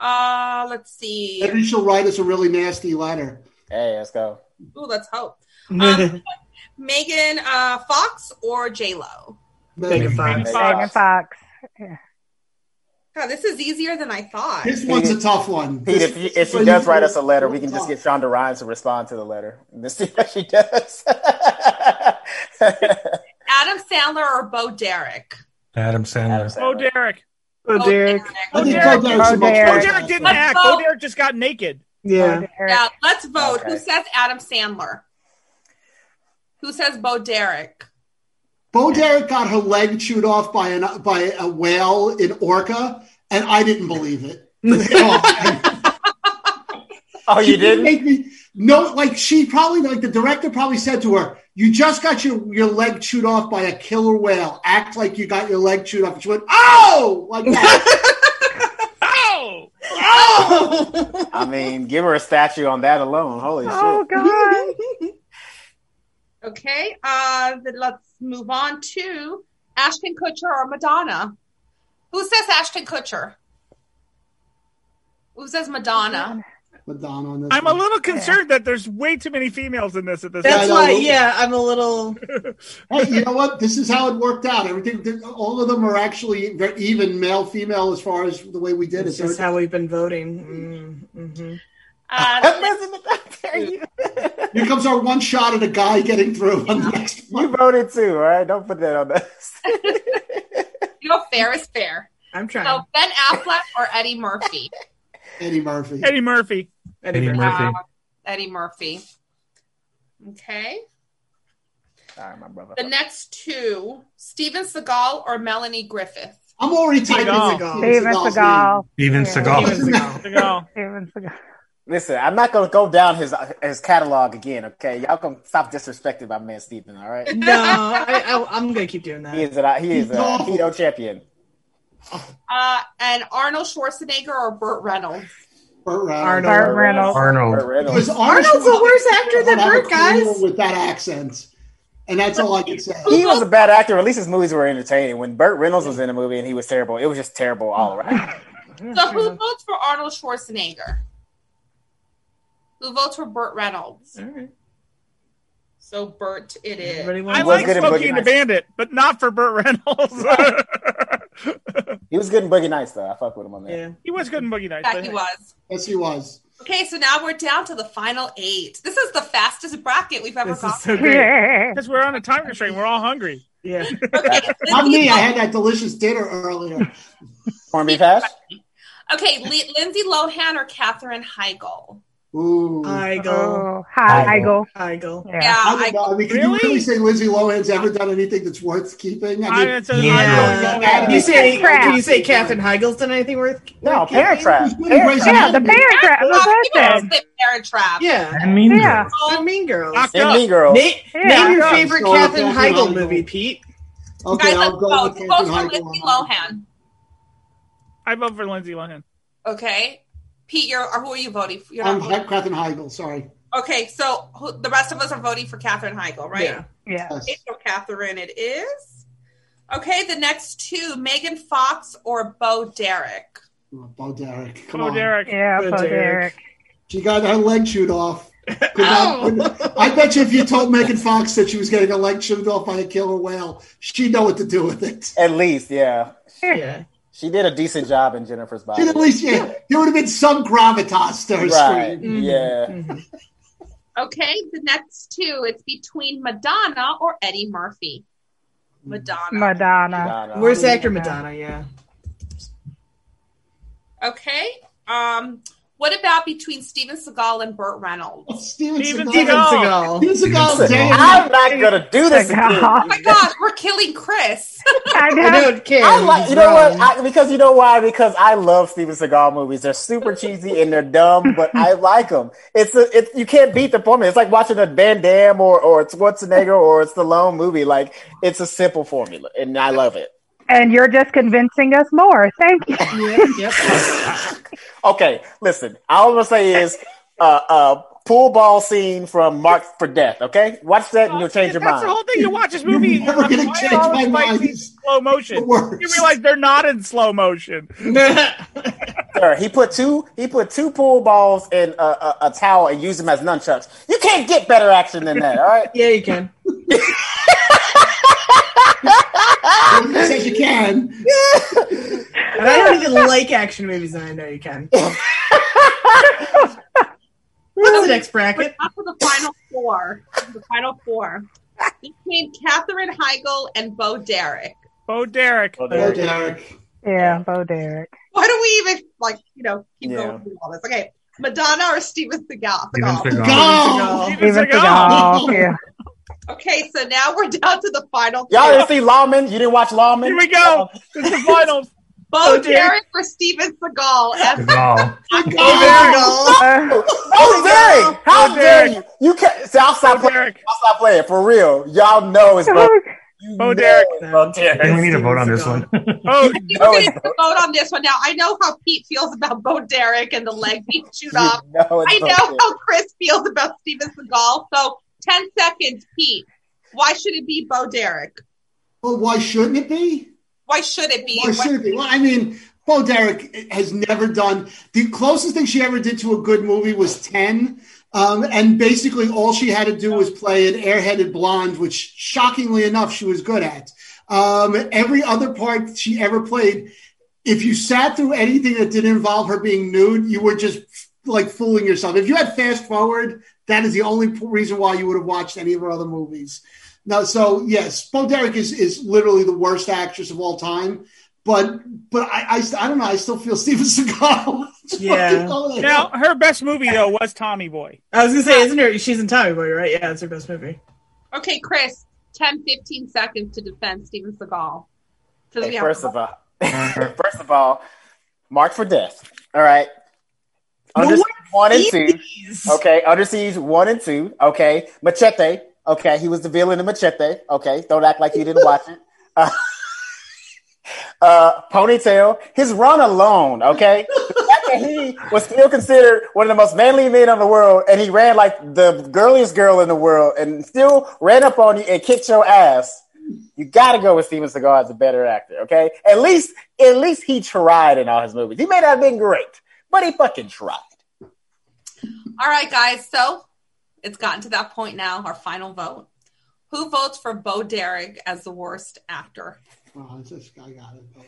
B: Uh let's see.
C: Maybe she'll write us a really nasty letter.
F: Hey,
C: (laughs)
F: let's go.
B: Ooh, let's hope. Um, Megan uh, Fox or J Lo?
E: Megan Fox.
H: Megan Fox.
B: God, this is easier than I thought.
C: This one's a tough one.
F: Pete,
C: This-
F: if, you, if
C: so
F: she does
C: you-
F: write us a letter, we can just get Shonda Rhimes to respond to the letter (laughs) and just see what she does. (laughs)
B: Adam Sandler or Bo Derek?
G: Adam Sandler.
D: Bo Derek.
E: Oh, Derek.
C: I think
D: Derek.
C: Bo Derek's a much
H: Derek.
D: Bo
C: better
D: Derek didn't
C: actor.
D: act. Bo Derek just got naked.
E: Yeah.
B: Yeah, let's vote. Who
F: Okay.
B: says Adam Sandler? Who says Bo Derek?
C: Bo Derek got her leg chewed off by an by a whale in Orca, and I didn't believe it.
F: (laughs) oh, you
C: She didn't
F: didn't?
C: make me no like she probably like the director probably said to her, You just got your, your leg chewed off by a killer whale. Act like you got your leg chewed off. And she went, Oh like
F: (laughs)
C: that.
D: Oh!
F: I mean, give her a statue on that alone. Holy
H: Oh,
F: shit.
H: God.
B: (laughs) Okay, uh, then let's move on to Ashton Kutcher or Madonna. Who says Ashton Kutcher? Who says Madonna?
C: Madonna on this
D: I'm a
C: one.
D: little concerned that there's way too many females in this at this
E: That's
D: point.
C: Yeah,
E: why,
C: I know.
E: yeah, I'm a little.
C: (laughs) Hey, you know what? This is how it worked out. Everything, all of them are actually very even male, female, as far as the way we did it.
E: It's
C: So
E: just how we've been voting. Mm, mhm.
C: (laughs)
B: Uh,
E: (laughs)
C: here comes our one shot at a guy getting through on the next
F: You voted too, all right? Don't put that on us.
B: you know, fair is fair.
E: I'm trying.
B: So Ben Affleck or Eddie Murphy?
C: Eddie Murphy.
D: Eddie Murphy.
E: Eddie
G: Eddie
E: Murphy.
G: Murphy.
B: Uh, Eddie Murphy. Okay.
F: Sorry, my brother.
B: The next two Steven Seagal or Melanie Griffith?
C: (laughs) I'm already typing
E: Seagal.
C: in
H: Steven
C: Seagal's
H: Seagal.
G: Even
H: Yeah.
G: Seagal.
E: Steven
G: (laughs)
E: Seagal.
D: (laughs) Seagal.
H: Steven Seagal.
F: Listen, I'm not gonna go down his his catalog again, okay? Y'all can stop disrespecting my man Steven, all right?
E: No, I, I, I'm gonna keep doing
F: He
E: that.
F: is a he is a
C: No.
F: keto champion.
B: Uh, and Arnold Schwarzenegger or Burt Reynolds?
C: name. Burt Reynolds.
E: Arnold.
H: Burt Reynolds.
F: Burt
G: Arnold.
F: Reynolds.
C: Because Arnold
E: Arnold's the worst
C: Schwarzenegger
E: actor than
C: don't have a
E: Burt, guys.
C: career With that accent, and that's all I can say.
F: He was a bad actor. At least his movies were entertaining. When Burt Reynolds was in a movie and he was terrible, it was just terrible all around.
E: (laughs)
D: Mm-hmm.
B: So who votes for Arnold Schwarzenegger? Who votes for Burt Reynolds?
E: All right.
B: So Burt it
E: Everybody
B: is.
D: Mm-hmm. I
E: wants
F: was
D: like
F: good in
D: Smokey
F: Boogie
D: and the
F: Nights.
D: Bandit, but not for Burt Reynolds. (laughs)
F: He was good in Boogie Nights though. I fuck with him on that.
E: Yeah.
D: he was good in Boogie Nights.
B: Yeah,
D: but-
B: he was.
C: Yes, he was.
B: Okay, so now we're down to the final eight. This is the fastest bracket we've ever
E: This
B: gone.
E: is so
C: (laughs)
E: great.
D: (laughs)
H: Yeah.
D: Because we're on a time constraint. We're all hungry. (laughs)
E: Yeah.
B: Okay,
C: Not
B: Lindsay
C: me. I
B: Lohan-
C: had that delicious dinner
F: (laughs)
C: earlier.
F: Corned beef hash.
B: Okay, Li- Lindsay Lohan or Katherine Heigl?
C: Ooh.
E: Heigl.
H: Oh, Hi, Heigl.
E: Heigl.
H: Yeah.
C: I don't know. I mean, can you really say Lindsay Lohan's ever done anything that's worth keeping? I mean,
E: Can you say can you say Catherine Heigl's done anything worth?
F: No, Parent Trap.
E: Parent
H: Yeah, the parent trap. That's what I said.
B: Parent Trap.
E: Yeah.
G: And Mean
H: Yeah.
G: Girls.
E: Oh, Mean Girls.
F: Locked And up. Mean Girls.
E: Na-
H: Yeah,
E: Name your
H: locked up.
E: favorite
C: So,
E: Catherine
C: Catherine
E: Heigl
C: Heigl.
E: movie, Pete.
C: Okay,
B: Guys,
C: I'll
B: let's
C: go
B: go.
C: with
B: Vote for
C: Catherine
B: Lindsay
C: Heigl.
B: Lohan.
D: I vote for Lindsay Lohan.
B: Okay. Pete, you're, or who are you voting for? You're
C: I'm
B: not
C: Hi-
B: voting.
C: Catherine Heigl. Sorry.
B: Okay, so who, the rest of us are voting for Catherine Heigl, right?
C: Yeah.
H: Yeah.
B: It's your Catherine, it is. Okay, the next two Megan Fox or Bo Derek.
C: Oh, Bo Derek. Come
D: Bo
C: on.
D: Derek.
H: Yeah,
E: Bo
H: Bo
E: Derek.
H: Derek.
C: She got her leg chewed (laughs) off. Could not- could- I bet you if you told Megan Fox that she was getting her leg chewed off by a killer whale, she'd know what to do with it.
F: At least, yeah.
E: Yeah.
F: She did a decent job in Jennifer's body.
C: She'd at least, yeah, there would have been some gravitas to her
F: right.
E: Mm-hmm.
C: scream.
H: Mm-hmm.
F: Yeah.
B: Okay, the next two, it's between Madonna or Eddie Murphy. Madonna.
H: Madonna.
F: Madonna.
E: Where's actor Madonna? Yeah.
B: Okay. Um, what about between Steven Seagal and Burt Reynolds? Oh
C: Steven
D: Steven
C: Seagal.
E: Steven
D: Seagal.
E: Seagal.
C: Steven Seagal,
F: Listen,
C: damn.
F: I'm not gonna do this again.
H: God.
B: Oh (laughs) my gosh, we're killing Chris.
H: I
E: I
H: know.
E: don't care.
F: I like, you know what? I, because you know why? Because I love Steven Seagal movies. They're super cheesy and they're dumb, but I like them. It's a, it, you can't beat the formula. It's like watching a Van Damme or or Schwarzenegger or a Stallone movie. Like it's a simple formula, and I love it.
H: And you're just convincing us more. Thank you.
E: (laughs) yep.
F: Okay, listen. All I'm gonna say is a uh, uh, pool ball scene from Mark for Death. Okay, watch that and you'll change your
D: That's the
F: mind.
D: whole thing. You watch this movie.
C: You're never gonna
D: why
C: change
D: are all
C: my
D: the fight
C: mind.
D: scenes in slow
C: The
D: motion.
C: worst.
D: You realize they're not in
E: (laughs)
D: slow motion.
F: Sir, he put two he put two pool balls in a, a, a towel and used them as nunchucks. You can't get better action than that. All right.
E: (laughs) yeah, you can.
C: She says you can.
E: And I don't even like action movies, and I know
C: (laughs)
E: you can. What's the next bracket?
B: Up to the final four. The final four. Between Katherine Heigl and Bo Derek.
D: Bo Derek.
C: Bo Derek.
H: Yeah, Bo Derek.
B: Why do we even like, you know, keep
F: Yeah.
B: going through all this? Okay. Madonna or Steven Seagal?
G: Steven Seagal.
B: Seagal.
E: Oh,
C: Go!
H: Even
F: (laughs)
H: Seagal. Yeah.
B: Okay, so now we're down to the final
F: Y'all
B: four.
F: didn't see Lawman? You didn't watch Lawman?
D: Here we go.
B: (laughs)
D: This is the finals.
F: Oh,
B: Bo
E: Derek.
B: Derek or Steven Seagal as
G: Seagal.
H: Uh,
F: Oh, Derek! How
D: Oh,
F: dare
D: Derek.
F: you? You can't. See, I'll stop
D: Bo
F: playing.
D: Derek.
F: I'll stop playing. For real. Y'all know it's Bo, you
D: Bo
F: know
D: Derek.
F: it's Bo
G: I think we
F: Derek.
G: need to
E: Steven
G: vote on this one.
E: Seagal.
D: Oh,
B: You
F: No,
B: guys
F: it's
B: can vote on this one now. I know how Pete feels about Bo Derek and the leg being chewed off.
F: You know it's
B: I
F: Bo
B: know
F: Derek.
B: how Chris feels about Steven Seagal. So, 10 seconds, Pete. Why should it be Bo Derek?
C: Well, why shouldn't it be?
B: Why should it be?
C: Why should it be? Well, I mean, Bo Derek has never done the closest thing she ever did to a good movie was ten, um, and basically all she had to do was play an airheaded blonde, which shockingly enough she was good at. Um, every other part she ever played, if you sat through anything that didn't involve her being nude, you were just like fooling yourself. If you had fast forward, that is the only p- reason why you would have watched any of her other movies. Now, so yes, Bo Derek is is literally the worst actress of all time. But but I I, st- I don't know. I still feel (laughs) Steven Seagal. Just
E: Yeah.
C: fucking go there.
D: Now, her best movie, though, was Tommy Boy.
E: I was gonna say, isn't her? She's in Tommy Boy, right? Yeah, it's her best movie.
B: Okay, Chris, 10, 15 seconds to defend Steven Seagal. 'Cause we
F: Hey,
B: have-
F: first of all, (laughs) first of all, marked for death. All right.
E: Well,
F: Under
E: what
F: one and two.
E: Jeez.
F: Okay, Under Siege one and two. Okay, Machete. Okay, he was the villain in Machete. Okay, don't act like you didn't watch it. Uh, uh, ponytail. His run alone. Okay, the fact that he was still considered one of the most manly men in the world, and he ran like the girliest girl in the world, and still ran up on you and kicked your ass. You got to go with Steven Seagal as a better actor. Okay, at least at least he tried in all his movies. He may not have been great, but he fucking tried.
B: All right, guys. So it's gotten to that point now, our final vote. Who votes for Bo Derek as the worst actor?
C: (laughs) Oh, this guy got it.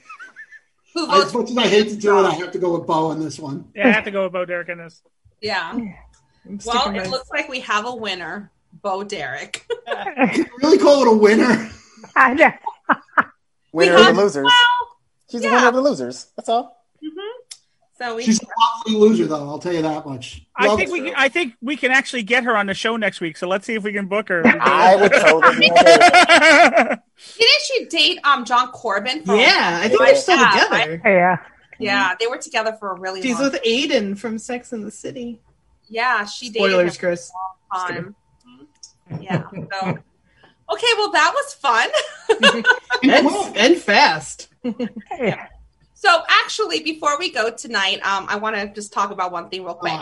B: Who votes
C: As much as I hate to do it, I have to go with Bo on this one.
D: Yeah, I have to go with Bo Derek in this.
B: Yeah.
E: I'm sticking
B: Well, it
E: by-
B: looks like we have a winner, Bo Derek.
C: Can you really call it a winner?
H: I know.
F: Winner of
B: Because-
F: the losers.
B: Well,
F: She's
B: Yeah.
F: the winner of the losers. That's all.
B: mhm. So we
C: She's a wobbly loser, though. I'll tell you that much.
D: I
C: Love
D: think we
C: her.
D: can, I think we can actually get her on the show next week. So let's see if we can book her.
F: I would
D: (laughs)
F: totally.
B: Didn't she date um John Corbin? For a
E: Yeah,
B: while?
E: I think they're still
B: Oh, Yeah,
E: together.
B: right?
H: Yeah.
B: Yeah, they were together for a really
E: She's
B: long.
E: with Aiden from Sex and the City.
B: yeah, she dated
E: Spoilers,
B: him
E: Chris.
B: for a long time. Yeah. So okay, well that was fun.
E: And, and fast.
B: So actually, before we go tonight, um, I want to just talk about one thing real quick.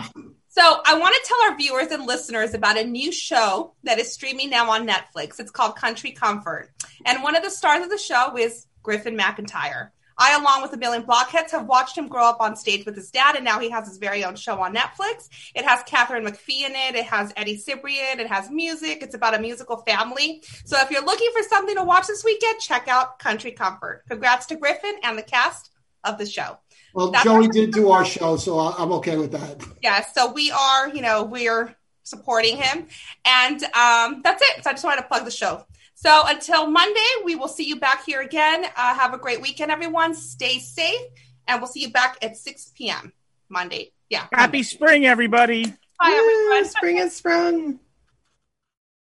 B: So I want to tell our viewers and listeners about a new show that is streaming now on Netflix. It's called Country Comfort, and one of the stars of the show is Griffin McIntyre. I, along with a million blockheads, have watched him grow up on stage with his dad, and now he has his very own show on Netflix. It has Catherine McPhee in it. It has Eddie Cibrian. It has music. It's about a musical family. So if you're looking for something to watch this weekend, check out Country Comfort. Congrats to Griffin and the cast of the show.
C: Well,
B: That's-
C: Joey did do our show, so I- I'm okay with that.
B: Yeah, so we are, you know, we're supporting him. And um, that's it. So I just wanted to plug the show. So until Monday, we will see you back here again. Uh, have a great weekend, everyone. Stay safe, and we'll see you back at 6 p.m. Monday. Yeah.
D: Happy spring, everybody.
B: Bye, everyone.
E: Spring has sprung.